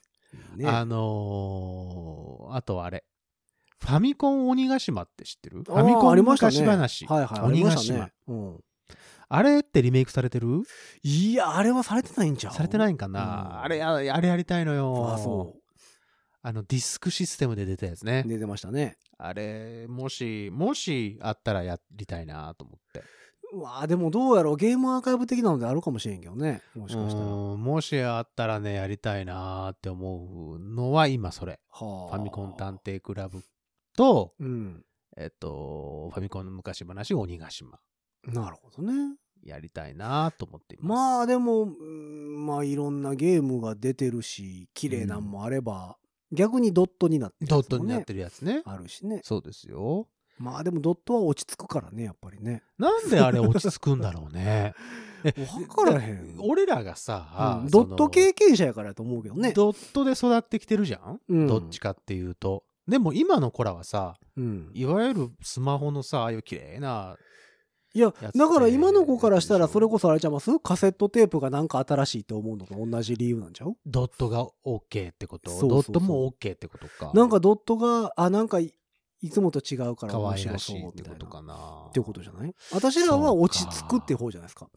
Speaker 2: ね
Speaker 3: あのーあとあれ。ファミコン鬼ヶ島って知ってるフ
Speaker 2: あー
Speaker 3: ァミコ
Speaker 2: あ
Speaker 3: ン
Speaker 2: りましたね
Speaker 3: 昔話。
Speaker 2: はいはいあり
Speaker 3: 鬼
Speaker 2: ま
Speaker 3: ヶ
Speaker 2: した
Speaker 3: 島、
Speaker 2: ねうん
Speaker 3: あれってリメイクされてる
Speaker 2: いやあれはされてないんちゃう
Speaker 3: されてないんかな、あれや、あれやりたいのよ。
Speaker 2: あそ
Speaker 3: あの、ディスクシステムで出たやつね
Speaker 2: う。出てましたね
Speaker 3: あれ、もし、もしあったらやりたいなと思って。
Speaker 2: うわあでもどうやろうゲームアーカイブ的なのであるかもしれんけどねもしかしたらは
Speaker 3: うんもしあったらね、やりたいなって思うのは今それ。フ
Speaker 2: あ
Speaker 3: ァミコン探偵クラブと、
Speaker 2: うん
Speaker 3: えっと、ファミコンの昔話鬼ヶ島。
Speaker 2: なるほどね
Speaker 3: やりたいなと思ってい
Speaker 2: ま
Speaker 3: ま
Speaker 2: あ
Speaker 3: す。
Speaker 2: でもうんまあいろんなゲームが出てるし綺麗なんもあれば、逆にドットになってる
Speaker 3: ド
Speaker 2: や
Speaker 3: ッ
Speaker 2: つもね
Speaker 3: トになってるやつね。
Speaker 2: あるしね
Speaker 3: そうですよ。
Speaker 2: まあでもドットは落ち着くからねやっぱりね
Speaker 3: なんであれ落ち着くんだろ うね。
Speaker 2: 分からへん
Speaker 3: 俺らがさ、
Speaker 2: うん
Speaker 3: そ
Speaker 2: ド
Speaker 3: の
Speaker 2: ット経験者やからやと思うけどね
Speaker 3: ドットで育ってきてるじゃん、
Speaker 2: うん
Speaker 3: どっちかっていうと。でも今の子らはさ、
Speaker 2: うん
Speaker 3: いわゆるスマホのさ、ああいう綺麗な、
Speaker 2: いや
Speaker 3: つって
Speaker 2: だから今の子からしたらそれこそあれちゃいますカセットテープがなんか新しいと思うのと同じ理由なんちゃう
Speaker 3: ドットが OK ってこと
Speaker 2: そうそうそう
Speaker 3: ドットも OK ってことか。
Speaker 2: なんかドットがあなんかいいつもと違うから
Speaker 3: 可
Speaker 2: 面
Speaker 3: 愛
Speaker 2: 白
Speaker 3: ら
Speaker 2: そ
Speaker 3: し
Speaker 2: うみ
Speaker 3: いっ
Speaker 2: い
Speaker 3: たて
Speaker 2: な
Speaker 3: ことかな。
Speaker 2: ってことじゃない私らは落ち着くって方じゃないですか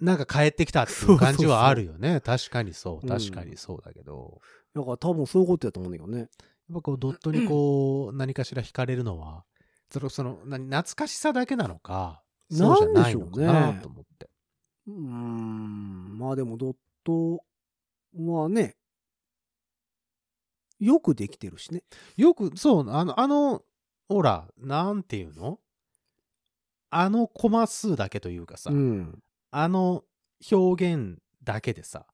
Speaker 3: なんか帰ってきたっていう感じはあるよね。確かにそう、確かにそうだけど。
Speaker 2: だから多分そういうことやと思うんだけどね
Speaker 3: やっぱこう、ドットにこう、何かしら惹かれるのは、その、その、何懐かしさだけなのか、そうじゃないの
Speaker 2: なん
Speaker 3: か
Speaker 2: でしょう
Speaker 3: な
Speaker 2: ね
Speaker 3: と思って。
Speaker 2: うーんまあでもドットはねよくできてるしね
Speaker 3: よく、そう、あの、あの、ほら、なんていうのあのコマ数だけというかさ、
Speaker 2: うん
Speaker 3: あの表現だけでさ、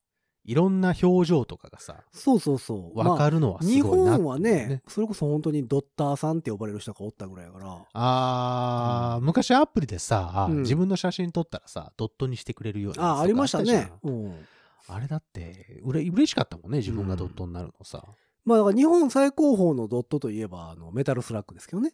Speaker 3: いろんな表情とかがさ、
Speaker 2: そうそうそう
Speaker 3: わ
Speaker 2: まあ
Speaker 3: かるのはすごい
Speaker 2: 日
Speaker 3: なって思う、
Speaker 2: 本はね、それこそ本当にドッターさんって呼ばれる人がおったぐらいやから、
Speaker 3: あー、
Speaker 2: う
Speaker 3: 昔アプリでさ、
Speaker 2: うん
Speaker 3: 自分の写真撮ったらさ、ドットにしてくれるようなやつと
Speaker 2: あ
Speaker 3: か
Speaker 2: あ、ありました
Speaker 3: あっ
Speaker 2: ね
Speaker 3: た。じ
Speaker 2: うん
Speaker 3: ゃん。あれだって、うれ嬉しかったもんね、自分がドットになるのさ。
Speaker 2: まあ、だから日本最高峰のドットといえば、あの、メタルスラックですけどね。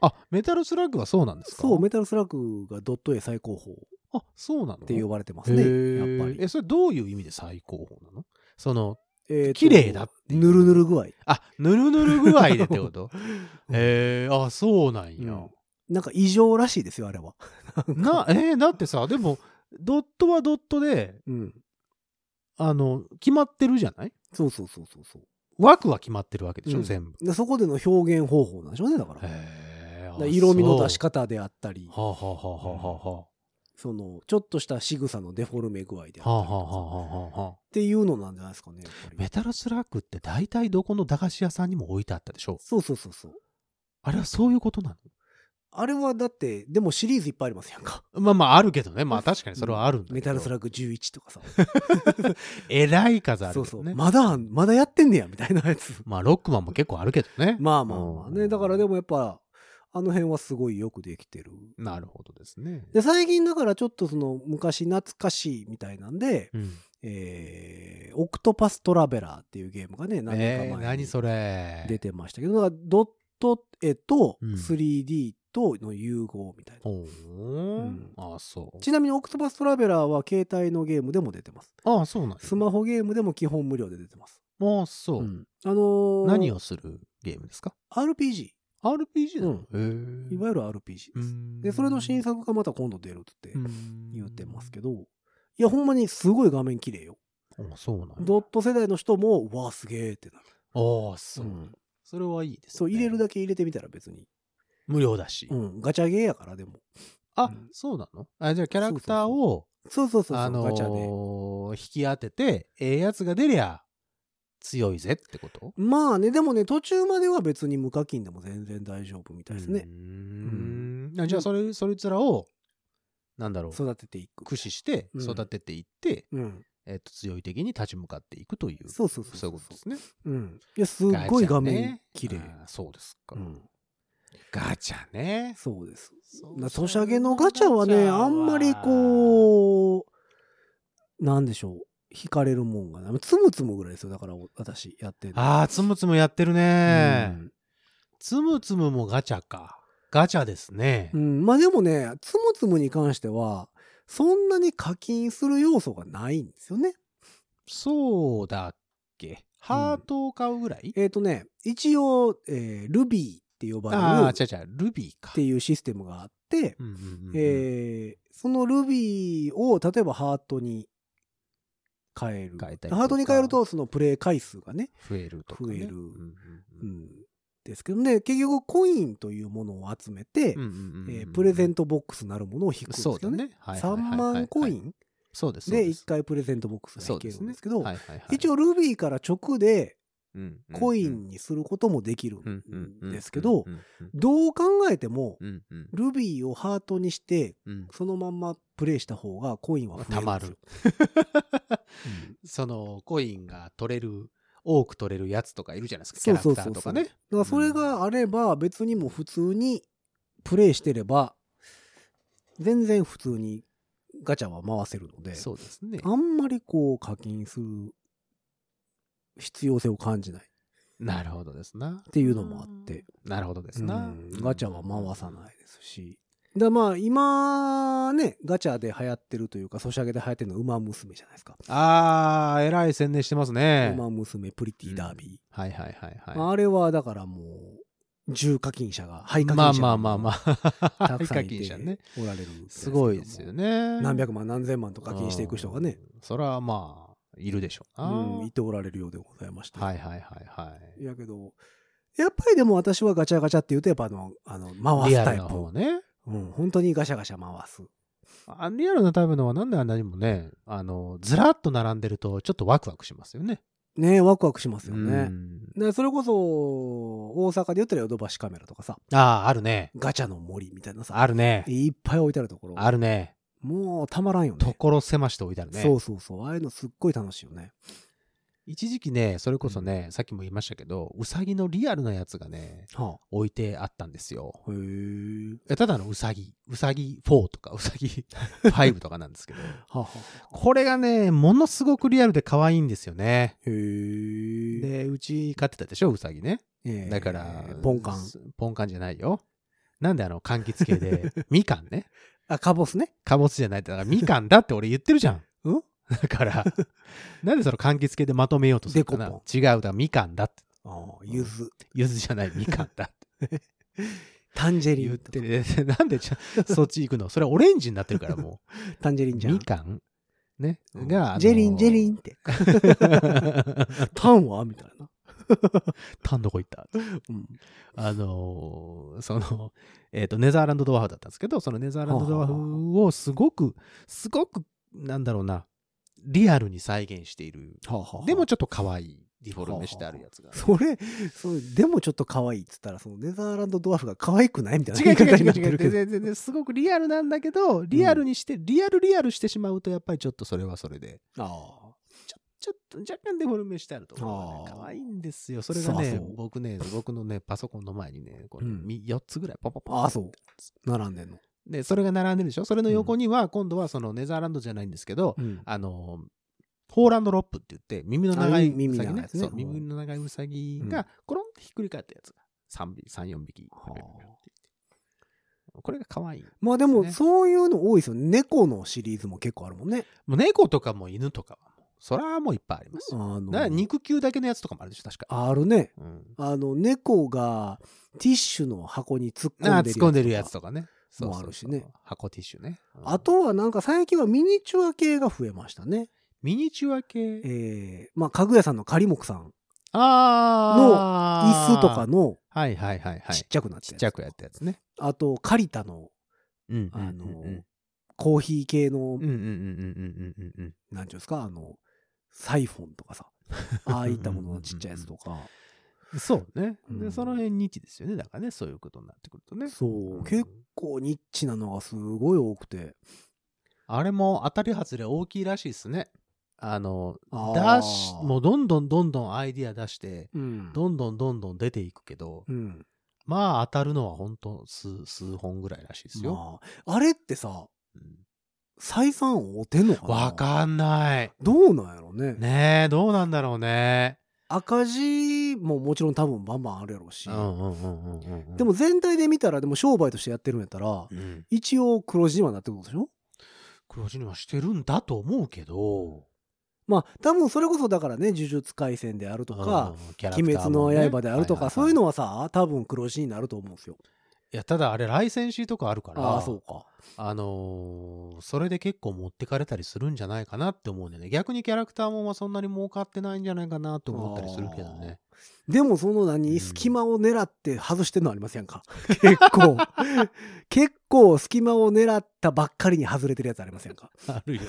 Speaker 3: あ、メタルスラッグはそうなんですか
Speaker 2: そう、メタルスラックがドット A 最高峰っ
Speaker 3: あ、そうなの
Speaker 2: て呼
Speaker 3: わ
Speaker 2: ばれてますね。やっぱ
Speaker 3: え、
Speaker 2: り。
Speaker 3: それどういう意味で最高峰なのその、
Speaker 2: えーと
Speaker 3: 綺麗だっていう
Speaker 2: ぬるぬる具合。
Speaker 3: あ、ぬるぬる具合でってこと えー、あ、そうなん
Speaker 2: う
Speaker 3: や。
Speaker 2: んなんか異常らしいですよ、あれは。
Speaker 3: な、えーだってさ、でも、ドットはドットで、
Speaker 2: うん。
Speaker 3: あの、決まってるじゃない
Speaker 2: そうそうそうそうそ
Speaker 3: 枠は決まってるわけでしょ、
Speaker 2: うん
Speaker 3: 全部。
Speaker 2: う。でそこでの表現方法なんでしょうね、だから。だか
Speaker 3: へー
Speaker 2: ら
Speaker 3: あ
Speaker 2: 色味の出し
Speaker 3: そう
Speaker 2: 方であったり、
Speaker 3: はあ、はあはあはあは
Speaker 2: その、ちょっとした仕草のデフォルメ具合で
Speaker 3: あ
Speaker 2: あ
Speaker 3: はあは
Speaker 2: ったりと
Speaker 3: あ
Speaker 2: か
Speaker 3: はあはあはあ
Speaker 2: っていうのなんじゃないですかね。やっぱり
Speaker 3: メタルスラックって大体どこの駄菓子屋さんにも置いてあったでしょ
Speaker 2: そうそうそうそう。
Speaker 3: あれはそういうことな
Speaker 2: あれはだって、でもシリーズいっぱいありますやんか。
Speaker 3: のまあまああるけどねまあ確かにそれはあるんだけど
Speaker 2: メタルス
Speaker 3: ッ
Speaker 2: ラッグ11とかさ。
Speaker 3: クえらい数あ
Speaker 2: そ
Speaker 3: る
Speaker 2: う
Speaker 3: け
Speaker 2: そ
Speaker 3: ど
Speaker 2: う。
Speaker 3: ね。
Speaker 2: まだあん、まだやってんねや、みたいなやつ
Speaker 3: まあロックマンも結構あるけどね
Speaker 2: まあまあまあ
Speaker 3: う
Speaker 2: ね。
Speaker 3: ん
Speaker 2: だからでもやっぱ、あの辺はすごいよくできてる。
Speaker 3: なるほどですね
Speaker 2: で、最近だからちょっとその昔懐かしいみたいなんで、
Speaker 3: うん
Speaker 2: えー、オクトパストラベラーっていうゲームがね、何年
Speaker 3: え
Speaker 2: か
Speaker 3: ー
Speaker 2: 前に
Speaker 3: 何それ
Speaker 2: 出てましたけど、だからドット絵と
Speaker 3: うん
Speaker 2: 3D との融合みたいな。
Speaker 3: ほ
Speaker 2: う
Speaker 3: うんあそう
Speaker 2: ちなみにオクトパストラベラーは携帯のゲームでも出てます。
Speaker 3: あそうなんや
Speaker 2: スマホゲームでも基本無料で出てます。
Speaker 3: あそう、
Speaker 2: うんあのー
Speaker 3: 何をするゲームですか
Speaker 2: ?RPG。
Speaker 3: RPG なの、へ
Speaker 2: い
Speaker 3: え
Speaker 2: わゆる RPG です。で、それの新作がまた今度出るっつって言ってますけ
Speaker 3: ど。
Speaker 2: ど、いや、ほんまにすごい画面綺麗よ。
Speaker 3: あそうなんや
Speaker 2: ドット世代の人も、わあ、すげえってなる。
Speaker 3: ああ、そう、
Speaker 2: ん
Speaker 3: それはいいです、ね。
Speaker 2: そう、入れるだけ入れてみたら別に。
Speaker 3: 無料だし。
Speaker 2: うん、ガチャゲーやから、でも。
Speaker 3: あ、
Speaker 2: うん
Speaker 3: そうなのあじゃあキャラクターを、
Speaker 2: そうそうそうそう、
Speaker 3: あのー
Speaker 2: ガチャで。
Speaker 3: 引き当てて、ええやつが出りゃ強いぜってこと
Speaker 2: まあね、でもね、途中までは別に無課金でも全然大丈夫みたいですね。
Speaker 3: うーんあじゃあそれ、そいつらを、なんだろう、
Speaker 2: 育てていく。
Speaker 3: 駆使して
Speaker 2: うん
Speaker 3: 育てていって、
Speaker 2: うん。
Speaker 3: えっと、強い敵に立ち向かっていくという、
Speaker 2: そうそうそう。
Speaker 3: そういうことですね。
Speaker 2: うん。いや、すっごい
Speaker 3: ガチャ
Speaker 2: 画
Speaker 3: ね
Speaker 2: 面綺麗。
Speaker 3: あーそうですか。
Speaker 2: うん。
Speaker 3: ガチャね。
Speaker 2: そうです。
Speaker 3: そう
Speaker 2: なソシャゲのガチャはね、あんまり
Speaker 3: う。
Speaker 2: こう、なんでしょう。惹かれるもんがない。つむつむぐらいですよ。だから、お私、やってんの
Speaker 3: ああ、つむつむやってる
Speaker 2: う
Speaker 3: ね。
Speaker 2: ん
Speaker 3: つむつむもガチャか。ガチャですね。
Speaker 2: うん、まあでもね、つむつむに関しては、そんなに課金する要素がないんですよね。
Speaker 3: そうだっけ。ハートを買うぐらい、
Speaker 2: えっ、とね、一応、えー、Ruby って呼
Speaker 3: ああ、
Speaker 2: ばれる
Speaker 3: 違う違う、ルビーか。
Speaker 2: っていうシステムがあって、
Speaker 3: うんうんうん
Speaker 2: えーその Ruby を例えばハートに変える。
Speaker 3: 変えたりとか
Speaker 2: ハートに変えると、そのプレイ回数がね、
Speaker 3: 増えるとか、ね。
Speaker 2: 増える
Speaker 3: うんうん
Speaker 2: う
Speaker 3: うん
Speaker 2: ん、ですけどね、結局コインというものを集めて、
Speaker 3: うんうんうんうん
Speaker 2: えープレゼントボックスなるものを引くんです
Speaker 3: そう
Speaker 2: よ
Speaker 3: だ
Speaker 2: ね。
Speaker 3: ね。はいはい
Speaker 2: 3
Speaker 3: はいはい
Speaker 2: 万コイン
Speaker 3: そうです。
Speaker 2: で1
Speaker 3: 回
Speaker 2: 回プレゼントボックスが
Speaker 3: そ
Speaker 2: いうけ
Speaker 3: で
Speaker 2: る
Speaker 3: す
Speaker 2: ん
Speaker 3: ね
Speaker 2: ですけど、
Speaker 3: はいはいはい
Speaker 2: 一応 Ruby から直で
Speaker 3: うんうん
Speaker 2: コインにすることもできる
Speaker 3: うんうんうん
Speaker 2: んですけど
Speaker 3: うん
Speaker 2: どう考えても
Speaker 3: うんうん
Speaker 2: Ruby をハートにして
Speaker 3: うんうん
Speaker 2: そのまんまプレイした方がコインは増えるんですよ
Speaker 3: たま る。そのコインが取れる多く取れるやつとかいるじゃないですかキ
Speaker 2: そ
Speaker 3: ャ
Speaker 2: う
Speaker 3: ラ
Speaker 2: そう
Speaker 3: ク
Speaker 2: そ
Speaker 3: タ
Speaker 2: うそ
Speaker 3: ー
Speaker 2: う
Speaker 3: とかね
Speaker 2: だからそれがあれば別にもう普通にプレイしてれば全然普通にガチャは回せるので
Speaker 3: そうですね
Speaker 2: あんまりこう課金する必要性を感じないっ
Speaker 3: なるほどですな
Speaker 2: ていうのもあって
Speaker 3: なるほどですな
Speaker 2: うんガチャは回さ
Speaker 3: い
Speaker 2: ないですし。だまあ今ね、ガチャで流行ってるというか、ソシャゲで流行ってるのはウマ娘じゃないですか。
Speaker 3: あーえらい宣伝してますね
Speaker 2: ウマ娘プリティダービ
Speaker 3: はいはいはい
Speaker 2: ー。
Speaker 3: は
Speaker 2: あれはだからもう、重課金者が、
Speaker 3: い
Speaker 2: 廃課
Speaker 3: まあ
Speaker 2: 金者
Speaker 3: まあまあまあ
Speaker 2: あ たくさんい
Speaker 3: 課金者
Speaker 2: て
Speaker 3: ね
Speaker 2: おられる。
Speaker 3: すごいですよ。ね
Speaker 2: 何百万何千万と課金していく人がね、
Speaker 3: うんそれはまあいるでしょう
Speaker 2: う、
Speaker 3: なん
Speaker 2: いておられるようでございました。。
Speaker 3: はいはいはいはい
Speaker 2: やけど、やっぱりでも私はガチャガチャって言うと、やっぱあの、あの、
Speaker 3: い
Speaker 2: 回
Speaker 3: リ
Speaker 2: す
Speaker 3: ア
Speaker 2: タ
Speaker 3: ル
Speaker 2: イ
Speaker 3: な方
Speaker 2: プ。
Speaker 3: ね
Speaker 2: うん、本当にガシャガシャ回す。
Speaker 3: あリアルなタイプのはなんであんなにもね、あの、ずらっと並んでるとちょっとワクワクしますよね。
Speaker 2: ねワクワクしますよね。
Speaker 3: うん
Speaker 2: でそれこそ大阪で言ったらヨドバシカメラとかさ
Speaker 3: ああ、あるね。
Speaker 2: ガチャの森みたいなさ
Speaker 3: あるね。
Speaker 2: いっぱい置いてあるところ
Speaker 3: あるね。
Speaker 2: もうたまらんよね
Speaker 3: ところ狭しと置いてあるね。
Speaker 2: そうそうそうああいうのすっごい楽しいよね
Speaker 3: 一時期ね、それこそね、さっきも言いましたけど、うさぎのリアルなやつがね、
Speaker 2: は
Speaker 3: 置いてあったんですよ。
Speaker 2: あへえ
Speaker 3: えただのうさぎ、うさぎ4とか、う さぎ5とかなんですけど、
Speaker 2: はあはあ
Speaker 3: これがね、ものすごくリアルで可愛いんですよね。
Speaker 2: へえ
Speaker 3: で、うち飼ってたでしょ、うさぎね。
Speaker 2: ええ
Speaker 3: だから、
Speaker 2: ポンカン。
Speaker 3: ポンカンじゃないよ。なんであの、柑橘系 で、みかんね。
Speaker 2: あカボスね
Speaker 3: かぼすじゃないって、だからみかんだって俺言ってるじゃん。
Speaker 2: うん
Speaker 3: だ から、なんでその柑橘系でまとめようとするかな
Speaker 2: デコ
Speaker 3: 違う、だからみかんだって。
Speaker 2: ああゆず
Speaker 3: ゆずじゃないみかんだって
Speaker 2: タンジェリ
Speaker 3: 言
Speaker 2: ン
Speaker 3: っ
Speaker 2: と
Speaker 3: てる。 なんでじゃそっち行くのそれオレンジになってるからも
Speaker 2: タンジェリ
Speaker 3: う。
Speaker 2: ンじゃん
Speaker 3: みかんね。
Speaker 2: うん
Speaker 3: が、あの
Speaker 2: ジェリンジェ リンっ。てタンはみたいな、
Speaker 3: タンどこ行った
Speaker 2: うん、
Speaker 3: あのーその、えっ、と、ネザーランドドワーフだったんですけど、そのネザーランドドワーフをすごく、すごく、なんだろうな、リアルに再現している。
Speaker 2: はあはあはあ
Speaker 3: でもちょっと可愛いディフォルメしてあるやつが。
Speaker 2: それそうでもちょっと可愛いっつったらそのネザーランドドワーフが可愛くないみたいな
Speaker 3: 違う違
Speaker 2: 言いう方に
Speaker 3: 違
Speaker 2: なっ
Speaker 3: う
Speaker 2: て
Speaker 3: 違う
Speaker 2: るけど
Speaker 3: 全然全然すごくリアルなんだけどリアルにして、リアルリアルしてしまうとやっぱりちょっとそれはそれで
Speaker 2: ああ
Speaker 3: ちょっと若干デフォルメしてあると思う、ね、
Speaker 2: あー
Speaker 3: 可愛いんですよそれがね
Speaker 2: そうそう
Speaker 3: 僕ね僕のねパソコンの前にねこれ、
Speaker 2: うん
Speaker 3: 4つぐらいパパパ
Speaker 2: ああそう並んでんの、
Speaker 3: でそれが並んでるでしょそれの横には、今度はそのネザーランドじゃないんですけど、あのホーランドロップって言って耳の長
Speaker 2: あ
Speaker 3: い
Speaker 2: 耳
Speaker 3: ウ
Speaker 2: 耳
Speaker 3: サギ
Speaker 2: 長い
Speaker 3: ね
Speaker 2: やつね
Speaker 3: そう
Speaker 2: うん
Speaker 3: 耳の長いウサギ
Speaker 2: うん
Speaker 3: がコロンってひっくり返ったやつが34匹
Speaker 2: はあ
Speaker 3: これが可愛い
Speaker 2: まあで
Speaker 3: で
Speaker 2: も
Speaker 3: す
Speaker 2: そういうの多いですよね猫のシリーズも結構あるもんね
Speaker 3: もう猫とかも犬とかはもうそらもういっぱいあります
Speaker 2: あ
Speaker 3: よ。
Speaker 2: の
Speaker 3: だから肉球だけのやつとかもあるでしょ、確か。
Speaker 2: あるね
Speaker 3: うん、
Speaker 2: あの猫がティッシュの箱に突っ
Speaker 3: あ突っ込
Speaker 2: 込
Speaker 3: ん
Speaker 2: んで
Speaker 3: でる
Speaker 2: る
Speaker 3: や
Speaker 2: や
Speaker 3: つ
Speaker 2: つ
Speaker 3: と
Speaker 2: とか
Speaker 3: かね。
Speaker 2: そうも
Speaker 3: そうそうそう
Speaker 2: あるしね。
Speaker 3: 箱ティッシュね。うん
Speaker 2: あ、とはなんか最近はミニチュア系が増えましたね
Speaker 3: ミニチュア系。
Speaker 2: えー、まあ家具屋さんのカリモクさん
Speaker 3: あ
Speaker 2: 椅子とか
Speaker 3: の。
Speaker 2: の
Speaker 3: はいはいはいは
Speaker 2: ちっ
Speaker 3: い。
Speaker 2: ちゃくなって
Speaker 3: ちっちゃくやったやつね。
Speaker 2: あとカリタの
Speaker 3: うんうんうんうん
Speaker 2: あのコーヒー系の、
Speaker 3: うんうんうんうんうんうんうん。
Speaker 2: なんていうんですかあのサイフォンとか さああいったもののちっちゃいやつとか
Speaker 3: そうね。
Speaker 2: う
Speaker 3: で、
Speaker 2: ん
Speaker 3: その辺ニッチですよね。だからね、そういうことになってくるとね。
Speaker 2: そう結構ニッチなのがすごい多くて
Speaker 3: あれも当たり外れ大きいらしいですね。あの、
Speaker 2: あー
Speaker 3: 出し、もうどんどんどんどんアイディア出して、
Speaker 2: うん
Speaker 3: どんどんどんどん出ていくけど、
Speaker 2: うん
Speaker 3: まあ当たるのは本当数、数本ぐらいらしいですよ。
Speaker 2: まあ、あれってさ
Speaker 3: うん
Speaker 2: 採算合うてんのかな
Speaker 3: わ、かんない。
Speaker 2: どうなんやろね
Speaker 3: ねえ、どうなんだろうね。
Speaker 2: 赤字ももちろん多分バンバンあるやろうし、
Speaker 3: うんうんうんうんうんうん。
Speaker 2: でも、全体で見たらでも商売としてやってるんやったら
Speaker 3: うん、
Speaker 2: 一応黒字にはなってくるでしょ
Speaker 3: 黒字にはしてるんだと思うけど、
Speaker 2: まあ多分それこそだからね「呪術廻戦」であるとか
Speaker 3: うん、
Speaker 2: 「
Speaker 3: キャラ
Speaker 2: 鬼
Speaker 3: クター
Speaker 2: 滅
Speaker 3: も
Speaker 2: の
Speaker 3: ね
Speaker 2: 刃」であるとか、
Speaker 3: ははは
Speaker 2: そういうのはさ多分黒字になると思うんですよ。
Speaker 3: いや、ただあれ、ライセンシーとかあるから、
Speaker 2: ああーそうか。
Speaker 3: あのーそれで結構持ってかれたりするんじゃないかなって思うんだよね。逆にキャラクターもまあそんなに儲かってないんじゃないかなと思ったりするけどね。
Speaker 2: でもその
Speaker 3: う
Speaker 2: 何
Speaker 3: ん
Speaker 2: 隙間を狙って外してんのありませんか結 構結構隙間を狙ったばっかりに外れてる やつありませんか
Speaker 3: あるよ。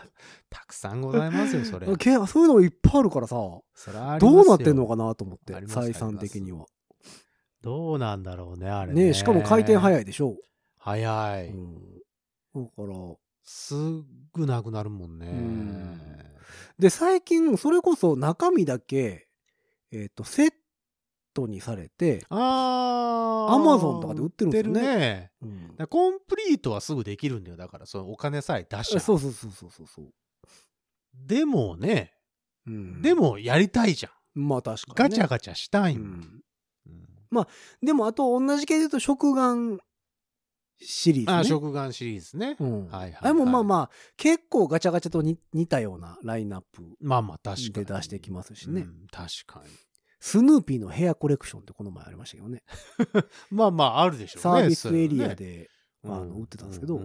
Speaker 3: たくさんございますよ、それ。
Speaker 2: けそういうのもいっぱいあるからさど
Speaker 3: それはありますよ
Speaker 2: うなってんのかなと思って
Speaker 3: ありますあ
Speaker 2: 採
Speaker 3: ります
Speaker 2: 算的には。
Speaker 3: どうなんだろうね、あれね。
Speaker 2: ねしかも回転
Speaker 3: い。
Speaker 2: 早いでしょ。
Speaker 3: 早い。
Speaker 2: うん、だから
Speaker 3: すぐなくなるもんね。
Speaker 2: んで最近それこそ中身だけ、えっとセットにされて、
Speaker 3: あー。
Speaker 2: Amazon とかで売ってるんですよね
Speaker 3: 売ってるね。
Speaker 2: うん
Speaker 3: だからコンプリートはすぐできるんだよ。だから、そのお金さえ出し
Speaker 2: そう
Speaker 3: ゃ。
Speaker 2: そうそうそうそうそう、
Speaker 3: でもね、
Speaker 2: うん
Speaker 3: でもやりたいじゃん。
Speaker 2: まあ確か
Speaker 3: ガ
Speaker 2: に、ね、
Speaker 3: チャガチャしたい
Speaker 2: うん
Speaker 3: だ
Speaker 2: ん
Speaker 3: うん
Speaker 2: でもあと同じ系で言うと食玩シリーズ、ね、
Speaker 3: あ、食玩シリーズね。
Speaker 2: うん
Speaker 3: はいはいはい
Speaker 2: あれもまあまあ結構ガチャガチャとに似たようなラインナップ
Speaker 3: まあまあ確
Speaker 2: で
Speaker 3: かに。
Speaker 2: 出してきますしね、
Speaker 3: うん確かに。
Speaker 2: スヌーピーのヘアコレクションってこの前ありましたけどね
Speaker 3: まあまああるでしょうね。
Speaker 2: サービスエリア
Speaker 3: それはね、
Speaker 2: で、まあ、あの売ってたんですけど、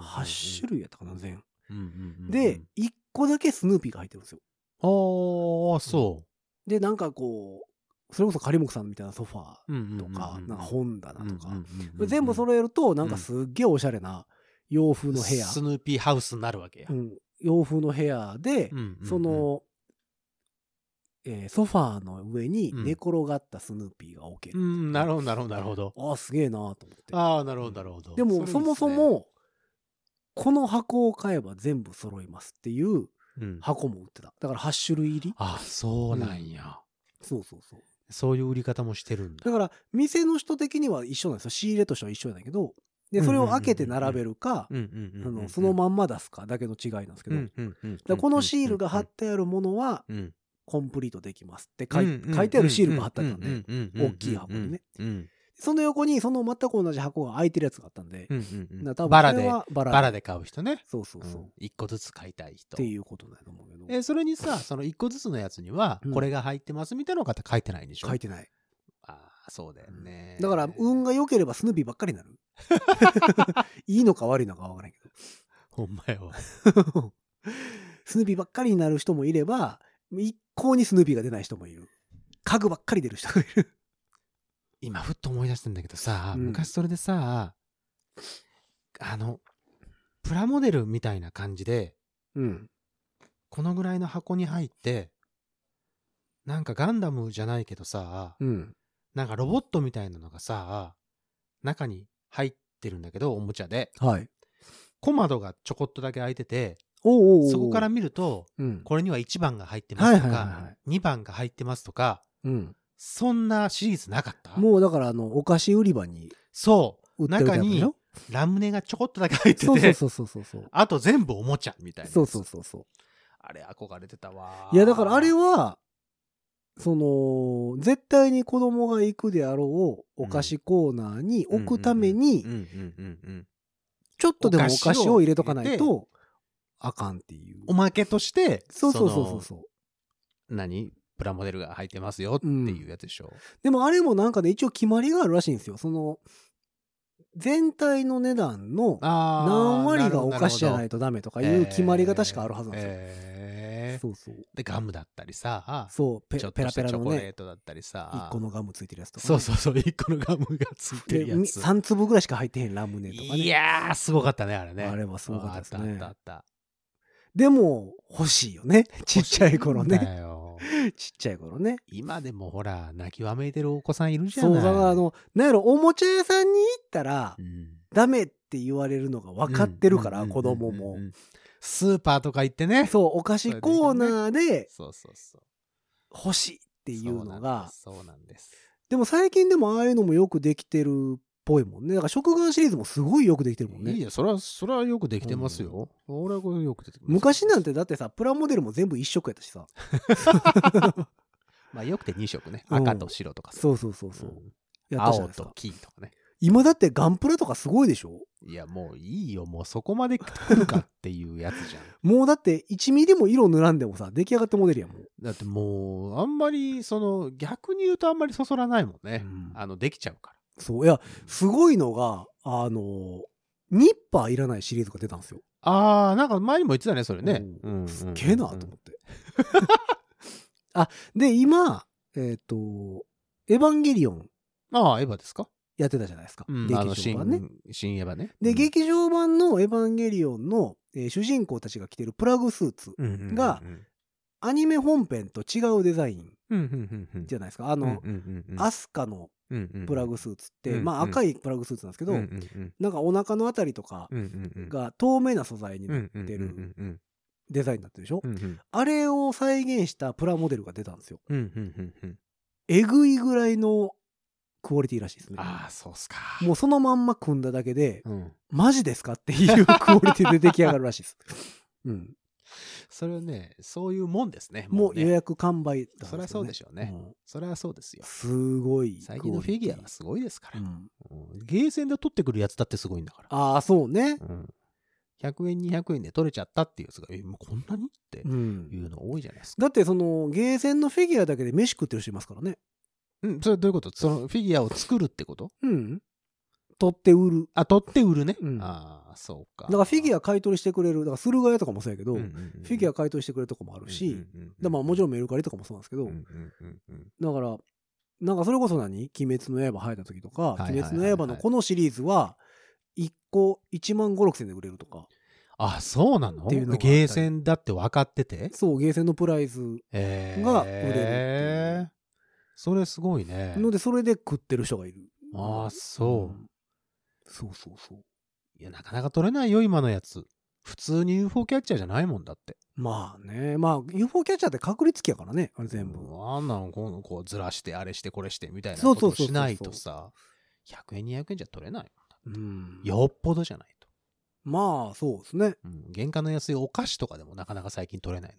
Speaker 2: 8種
Speaker 3: 類。
Speaker 2: 類やったかな全
Speaker 3: うんうんうんうん
Speaker 2: で、1個だけスヌーピーが入ってるんですよ
Speaker 3: あーそ
Speaker 2: でなんかこうそれこそカリモクさんみたいなソファ
Speaker 3: う。
Speaker 2: ーと
Speaker 3: と
Speaker 2: か,、なんか本棚とか、全
Speaker 3: 全
Speaker 2: 部
Speaker 3: 部それ
Speaker 2: 揃えるとなんかすっげえおしゃれな洋風の部屋、
Speaker 3: スヌーピーハウスになるわけや
Speaker 2: う。ん、洋風の部屋で、
Speaker 3: うんうんうん
Speaker 2: そ、の、えーソファーの上に
Speaker 3: うん
Speaker 2: 寝転がったスヌーピーが置け
Speaker 3: う
Speaker 2: る、
Speaker 3: ん、なるほど、なるほど、なるほど。
Speaker 2: ああすげえなと思って
Speaker 3: ああ、なるほど、なるほど。
Speaker 2: で
Speaker 3: れいい
Speaker 2: も
Speaker 3: っす
Speaker 2: そ
Speaker 3: ね
Speaker 2: もそ、もこの箱を買えば全部揃いますっていう
Speaker 3: うん
Speaker 2: 箱も売ってただから8種類入り
Speaker 3: あ、そうなんや。
Speaker 2: そうそうそう
Speaker 3: そういう売り方もしてるんだ
Speaker 2: だ。から店の人的には一緒なんですよ仕入れとしては一緒なんだけどでそれを開けて並べるか
Speaker 3: うんうんうんうん
Speaker 2: あのそのまんま出すかだけの違いなんですけど、だからこのシールが貼ってあるものは
Speaker 3: うん
Speaker 2: コンプリートできますって書い,、
Speaker 3: うんうんうん
Speaker 2: 書いてあるシールが貼ってあったんで、
Speaker 3: うんうん
Speaker 2: 大きい箱にね
Speaker 3: うんうん
Speaker 2: その横にその全く同じ箱が開いてるやつがあったんで、
Speaker 3: うんうんうん
Speaker 2: だから多分
Speaker 3: バラ
Speaker 2: それ
Speaker 3: で
Speaker 2: はバラ
Speaker 3: バラで買う人ね
Speaker 2: そうそうそう、
Speaker 3: う
Speaker 2: っ
Speaker 3: ん一個ずつ買いたい人
Speaker 2: ていうことだと思うけど、
Speaker 3: えそれにさその一個ずつのやつには
Speaker 2: うん
Speaker 3: これが入ってますみたいなのが書いてないんでしょ
Speaker 2: 書いてない
Speaker 3: ああそうだよね
Speaker 2: だから運が良ければスヌーピーばっか りになるいいのか悪いのかわからんけど
Speaker 3: ほんまやわ
Speaker 2: スヌーピーばっかりになる人もいれば一向にスヌーピーが出ない人もいる家具ばっかり出る人がいる
Speaker 3: 今ふっと思い出したんだけどさ
Speaker 2: うん
Speaker 3: 昔それでさあのプラモデルみたいな感じで
Speaker 2: うん
Speaker 3: このぐらいの箱に入ってなんかガンダムじゃないけどさ
Speaker 2: うん
Speaker 3: なんかロボットみたいなのがさ、中に入ってるんだけど、おもちゃで。
Speaker 2: はい
Speaker 3: 小窓がちょこっとだけ開いてて、
Speaker 2: おうおうおう
Speaker 3: そこから見ると、
Speaker 2: うん
Speaker 3: これには1番が入ってますと
Speaker 2: はいはいはいは
Speaker 3: か、2番が入ってますとか、
Speaker 2: うん
Speaker 3: そんなシリーズなかった
Speaker 2: もうだからあのお菓子売り場に
Speaker 3: そ
Speaker 2: 売
Speaker 3: う。
Speaker 2: ってるタイ
Speaker 3: 中
Speaker 2: プでし
Speaker 3: に
Speaker 2: ょ
Speaker 3: ラムネがちょこっとだけ入って
Speaker 2: そうそう
Speaker 3: て、
Speaker 2: そうそうそうそう
Speaker 3: あと全部おもちゃみたいな。
Speaker 2: そうそう。そうそう
Speaker 3: あれ憧れてたわ。
Speaker 2: いやだからあれはその絶対に子供が行くであろうお菓子コーナーに置くため
Speaker 3: うん
Speaker 2: に
Speaker 3: うんうんうん。
Speaker 2: ちょっとでもお
Speaker 3: お
Speaker 2: 菓
Speaker 3: 菓
Speaker 2: 子
Speaker 3: 子
Speaker 2: を
Speaker 3: を
Speaker 2: 入れとかないとあかんっていう
Speaker 3: おまけとして、
Speaker 2: そうそうそうそう
Speaker 3: そ
Speaker 2: そう
Speaker 3: の。何プラモデルが入ってますよっていうやつでしょ。
Speaker 2: でもあれもなんかね一応決まりがあるらしいんですよその全体の値段の
Speaker 3: あー
Speaker 2: 何割がお菓子じゃ
Speaker 3: なる
Speaker 2: な
Speaker 3: ほど
Speaker 2: いとダメとかいう決まりが確かあるはずなんですよ、
Speaker 3: えー
Speaker 2: そうそう
Speaker 3: でガムだったりさ
Speaker 2: そうペ
Speaker 3: ちょっ
Speaker 2: ペ
Speaker 3: と
Speaker 2: ラ
Speaker 3: した
Speaker 2: ペラ
Speaker 3: チ
Speaker 2: の
Speaker 3: ョコレー
Speaker 2: ね
Speaker 3: トだったりさ
Speaker 2: 1個のガムついてるやつとかね、
Speaker 3: そうそうそう1個のガムがついて
Speaker 2: で
Speaker 3: るやつ
Speaker 2: 3粒ぐらいしか入ってへんラムネとかね
Speaker 3: いやーすごかったねあれね
Speaker 2: あれはすごかったです
Speaker 3: あっ
Speaker 2: ね
Speaker 3: たあったあっ
Speaker 2: でも欲しいよねちったちゃい頃
Speaker 3: 欲
Speaker 2: ね
Speaker 3: しんだよ
Speaker 2: ちっちゃい頃ね
Speaker 3: 今でもほら泣きわめいてるお子さんいるじゃ
Speaker 2: そ
Speaker 3: な
Speaker 2: う
Speaker 3: い
Speaker 2: だからあのなんやろおもちゃ屋さんに行ったら
Speaker 3: うん
Speaker 2: ダメってって言われるのが分かってるか
Speaker 3: う
Speaker 2: ら
Speaker 3: ん
Speaker 2: 子供。
Speaker 3: うんうん
Speaker 2: も
Speaker 3: うんうんスーパーとか行ってね。
Speaker 2: そうお菓子コーナーで
Speaker 3: そうそうそう。っ
Speaker 2: 欲しいって
Speaker 3: て
Speaker 2: いうのが
Speaker 3: そうなんです。
Speaker 2: でも最近でもああいうのもよくできてるっぽいもんねだから食玩シリーズもすごいよくできてるもん
Speaker 3: いい
Speaker 2: ね
Speaker 3: よ。それは、それはよくできてますよ。俺はこれよくできてます
Speaker 2: 昔なんてだってさプラモデルも全部一色やったし さ
Speaker 3: まあ、よくて2色ね。
Speaker 2: うん
Speaker 3: 赤と白とかさ
Speaker 2: そうそうそうそう、
Speaker 3: ん
Speaker 2: やったじゃな
Speaker 3: 青
Speaker 2: いですか
Speaker 3: と黄とかね。
Speaker 2: 今だってガンプラとかすごいでしょ
Speaker 3: いや、もういいよ。もうそこまで来るかっていうやつじゃ ん。
Speaker 2: もうだって1ミリも色塗らんでもさ出来上がったモデルやもん、
Speaker 3: だってもう、あんまり、その、逆に言うとあんまりそそらないもんね。
Speaker 2: うん
Speaker 3: あの、できちゃうから。
Speaker 2: そういやすごいのがあのニッパーいらないシリーズが出たんですよ
Speaker 3: ああ、なんか前にも言ってたね、それね。
Speaker 2: う
Speaker 3: うんうんうん
Speaker 2: すっげえなと思って。 あ、で、今、えっ、と、エヴァンゲリオン
Speaker 3: ああ、エヴァですか
Speaker 2: やってたじゃないですか。
Speaker 3: うん、あの、
Speaker 2: 劇場版ね。
Speaker 3: 新、新エヴァね。
Speaker 2: で、
Speaker 3: うん、
Speaker 2: 劇場版のエヴァンゲリオンの、えー主人公たちが着てるプラグスーツ、がアニメ本編と違うデザイン
Speaker 3: うん、うん、うんうん。
Speaker 2: じゃないですか。あ
Speaker 3: あ
Speaker 2: の、、アスカのプラグスーツって、まあ赤いプラグスーツなんですけ
Speaker 3: け
Speaker 2: ど、なんかお腹のあたりとか
Speaker 3: り
Speaker 2: が透明な素材になる
Speaker 3: 出
Speaker 2: る
Speaker 3: うんうん
Speaker 2: デザインになってるでしょ、
Speaker 3: うんうん
Speaker 2: あれを再現したプラモデルが出たんですよ。
Speaker 3: うんうんうんうん
Speaker 2: えぐいぐらいのクオリティらしいですね。
Speaker 3: ああ、そうっすか。
Speaker 2: もうそのまんま組んだだけで、
Speaker 3: うん
Speaker 2: マジですかっていうクオリティで出来上がるらし いです。うん。
Speaker 3: それはね、そういうもんですね。
Speaker 2: もう
Speaker 3: ね
Speaker 2: 予約完売だ
Speaker 3: そりゃそうでしょうね。
Speaker 2: ん
Speaker 3: それはそうですよ。
Speaker 2: すごい。
Speaker 3: 最近のフィギュアが
Speaker 2: す
Speaker 3: すごいですから
Speaker 2: う。ん、
Speaker 3: うんゲーセンで取ってくるやつだってすごいんだから。
Speaker 2: ああ、そうね。
Speaker 3: うん100円、200円で取れちゃったっていうやつが、え、もうこんなにって
Speaker 2: うん。
Speaker 3: いうの多いじゃないですか。
Speaker 2: だってそのゲーセンのフィギュアだけで飯食ってる人いますからね。
Speaker 3: うん、それどういうことそのフィギュアを作るってこと
Speaker 2: うん。取って売る。
Speaker 3: あ、取って売るね。
Speaker 2: うん
Speaker 3: ああ、そうか。
Speaker 2: だからフィギュ
Speaker 3: ア
Speaker 2: ア買い取りしてくれる。だから駿河屋とかもそうやけど、
Speaker 3: と
Speaker 2: フィギュア買い取りしてくれるとこもあるし、だからまあもちろんメルカリとかもそうなんですけど、
Speaker 3: うんうんうんうん
Speaker 2: だから、なんかそれこそ何鬼滅の刃入った時とか、
Speaker 3: いはいはいはい
Speaker 2: 鬼滅の刃のこのシリーズは、1個1万5、6千で売れるとか、
Speaker 3: あ、そうなの
Speaker 2: っていうのがあったり
Speaker 3: ゲーセンだって分かってて
Speaker 2: そう、ゲーセンのプライズ。
Speaker 3: えー
Speaker 2: が売れるっていう
Speaker 3: それすごいね。
Speaker 2: ので、それで食ってる人がいる。
Speaker 3: ああ、そう。
Speaker 2: んそうそうそう。
Speaker 3: いや、なかなか取れないよ、今のやつ。普通に UFO キャッチャーじゃないもんだって。
Speaker 2: まあね、まあ UFO キャッチャーって確率機やからね、あれ全部。
Speaker 3: うんあんなのこうこうずらして、あれして、これして、みたいな
Speaker 2: そうそ
Speaker 3: こと
Speaker 2: う
Speaker 3: を
Speaker 2: そうそう
Speaker 3: しないとさ、100円、200円じゃ取れない
Speaker 2: うん
Speaker 3: もん。よっぽどじゃないと。
Speaker 2: まあそうですね。
Speaker 3: うん、原価の安いお菓子とかでもなかなか最近取れない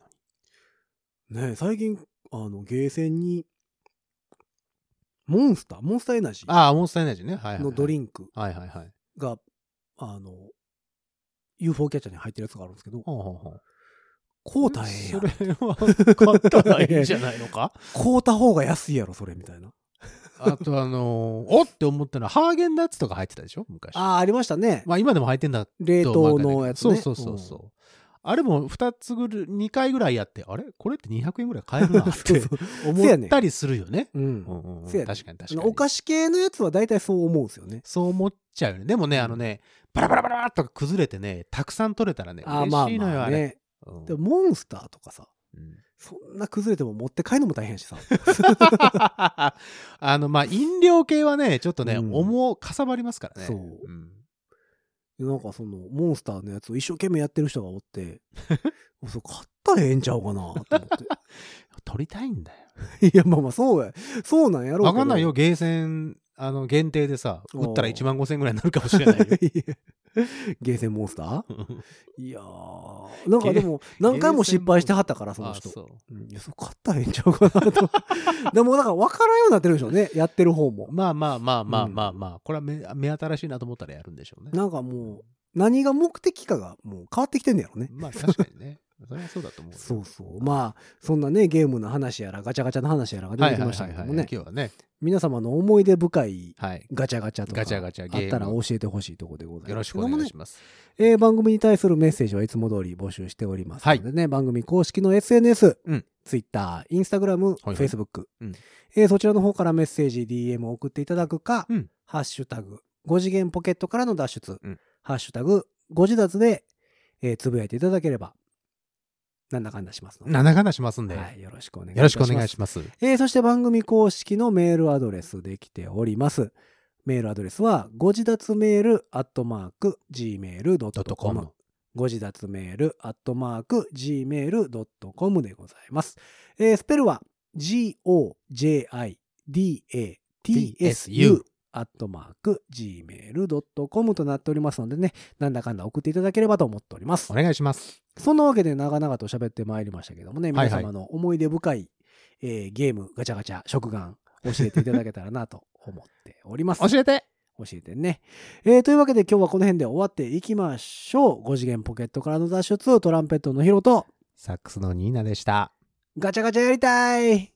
Speaker 3: のに。
Speaker 2: ね最近、あの、ゲーセンに、モンスター、モンスターエナジー
Speaker 3: ああ、モンスターエナジーね。はいはい、はい。
Speaker 2: のドリ
Speaker 3: ン
Speaker 2: ンク
Speaker 3: ク。はいはいはい。
Speaker 2: が、あの、UFO キャッチャーに入ってるやつがあるんですけど、
Speaker 3: ほうほうほう
Speaker 2: こうたええや
Speaker 3: そ
Speaker 2: ん
Speaker 3: れ。は買ったらいいんじゃないのか
Speaker 2: こうた方が安いやろ、それ、みたいな。
Speaker 3: あとあのーおって思ったのはハーゲンダッツとか入ってたでしょ昔。
Speaker 2: ああ、ありましたね。
Speaker 3: まあ今でも入ってんだ
Speaker 2: 冷凍のやつね。
Speaker 3: そうそうそうそう。あれも2つぐる、2回ぐらいやって、あれこれって200円ぐらい買えるな っ
Speaker 2: そう
Speaker 3: て
Speaker 2: そう
Speaker 3: 思ったりするよね。
Speaker 2: うん。うん
Speaker 3: うんうんうん
Speaker 2: せやね
Speaker 3: 確かに確
Speaker 2: あ
Speaker 3: か
Speaker 2: の
Speaker 3: に。
Speaker 2: お菓子系のやつは大体そう思うんですよね。
Speaker 3: そう思っちゃうよね。でもね、あのね、バラバラバラっと崩れてね、たくさん取れたらね、
Speaker 2: ああ、
Speaker 3: 嬉
Speaker 2: まあ
Speaker 3: しいのよ、
Speaker 2: まあ
Speaker 3: あれ。
Speaker 2: ね。
Speaker 3: うん
Speaker 2: でもモンスターとかさ、
Speaker 3: うん
Speaker 2: そんな崩れても持って帰るのも大変やしさ。
Speaker 3: あの、まあ、飲料系はね、ちょっとね、
Speaker 2: うん
Speaker 3: 重かさばりますからね。
Speaker 2: そうんなんかその、モンスターのやつを一生懸命やってる人がおって、 もうそう買ったらええんちゃうかなと思っ
Speaker 3: 取りたいんだよ。
Speaker 2: て。いや、まあまあ、そうや。そうなんやろうけど。
Speaker 3: わかんないよ、。ゲーセン、あの、限定でさ、
Speaker 2: おう
Speaker 3: 売ったら1万5千円ぐらいになるかもし れないよ。
Speaker 2: ゲーセンモンスターいやー、なんかでも、何回も失敗してはったから、その人
Speaker 3: あ。そう
Speaker 2: うんいや、そう、買ったらええんちゃうかなと。 でも、なんか分からんようになってるでしょうね。やってる方も。
Speaker 3: まあまあまあまあ
Speaker 2: うん
Speaker 3: まあまあ、これは目目新しいなと思ったらやるんでしょうね。
Speaker 2: なんかもう、何が目的かがもう変わってきてんねやろね。
Speaker 3: まあ確かにね。それはそうだと思うよ。
Speaker 2: そうそう。まあ、そんなね、ゲームの話やら、ガチャガチャの話やらが出
Speaker 3: は
Speaker 2: て
Speaker 3: い
Speaker 2: き
Speaker 3: はい
Speaker 2: まし
Speaker 3: は
Speaker 2: た
Speaker 3: い
Speaker 2: け
Speaker 3: は
Speaker 2: ど
Speaker 3: い。
Speaker 2: も
Speaker 3: 今
Speaker 2: ね
Speaker 3: 日。はね、
Speaker 2: 皆様の思い出深い
Speaker 3: はい。
Speaker 2: ガチャガチャとか。
Speaker 3: ガチャガチャゲ
Speaker 2: あ
Speaker 3: ーム
Speaker 2: ったら教えてほしいところでございます。
Speaker 3: よろしくお願いし
Speaker 2: ま
Speaker 3: ます。
Speaker 2: す。えー番組に対するメッセージはいつも通り募集しております
Speaker 3: はい
Speaker 2: のでね、番組公式の SNS、
Speaker 3: うん、
Speaker 2: Twitter、Instagram、
Speaker 3: はい
Speaker 2: Facebook、
Speaker 3: うん
Speaker 2: えーそちらの方からメッセージ、DM を送っていただくか、
Speaker 3: うん
Speaker 2: ハッシュタグ、5次元ポケットからの脱出、
Speaker 3: うん
Speaker 2: ハッシュタグ、5次脱で、えーつぶやいていただければ、なんだかんだしますので、
Speaker 3: ななかなしますんで、
Speaker 2: はい、よろしくお願いいたします。
Speaker 3: よろしくお願いします。
Speaker 2: えーそして番組公式のメールアドレスできております。メールアドレスは、ご自立メールアットマーク gmail.com。ご自立メールアットマーク gmail.com でございます。えースペルは、g-o-j-i-d-a-t-s-u アットマーク gmail.com となっておりますのでね、なんだかんだ送っていただければと思っております
Speaker 3: お。願いします。
Speaker 2: そんなわけで長々と喋ってまいりましたけどもね、
Speaker 3: はいは
Speaker 2: 皆
Speaker 3: い
Speaker 2: 様の思い出深い、えーゲーム、ガチャガチャ、食玩、教えていただけたらなと思っております。
Speaker 3: 教えて
Speaker 2: 教えてね、えーというわけで今日はこの辺で終わっていきましょう。5次元ポケットからの脱出、トランペットのヒロと、
Speaker 3: サックスのニーナでした。
Speaker 2: ガチャガチャやりたい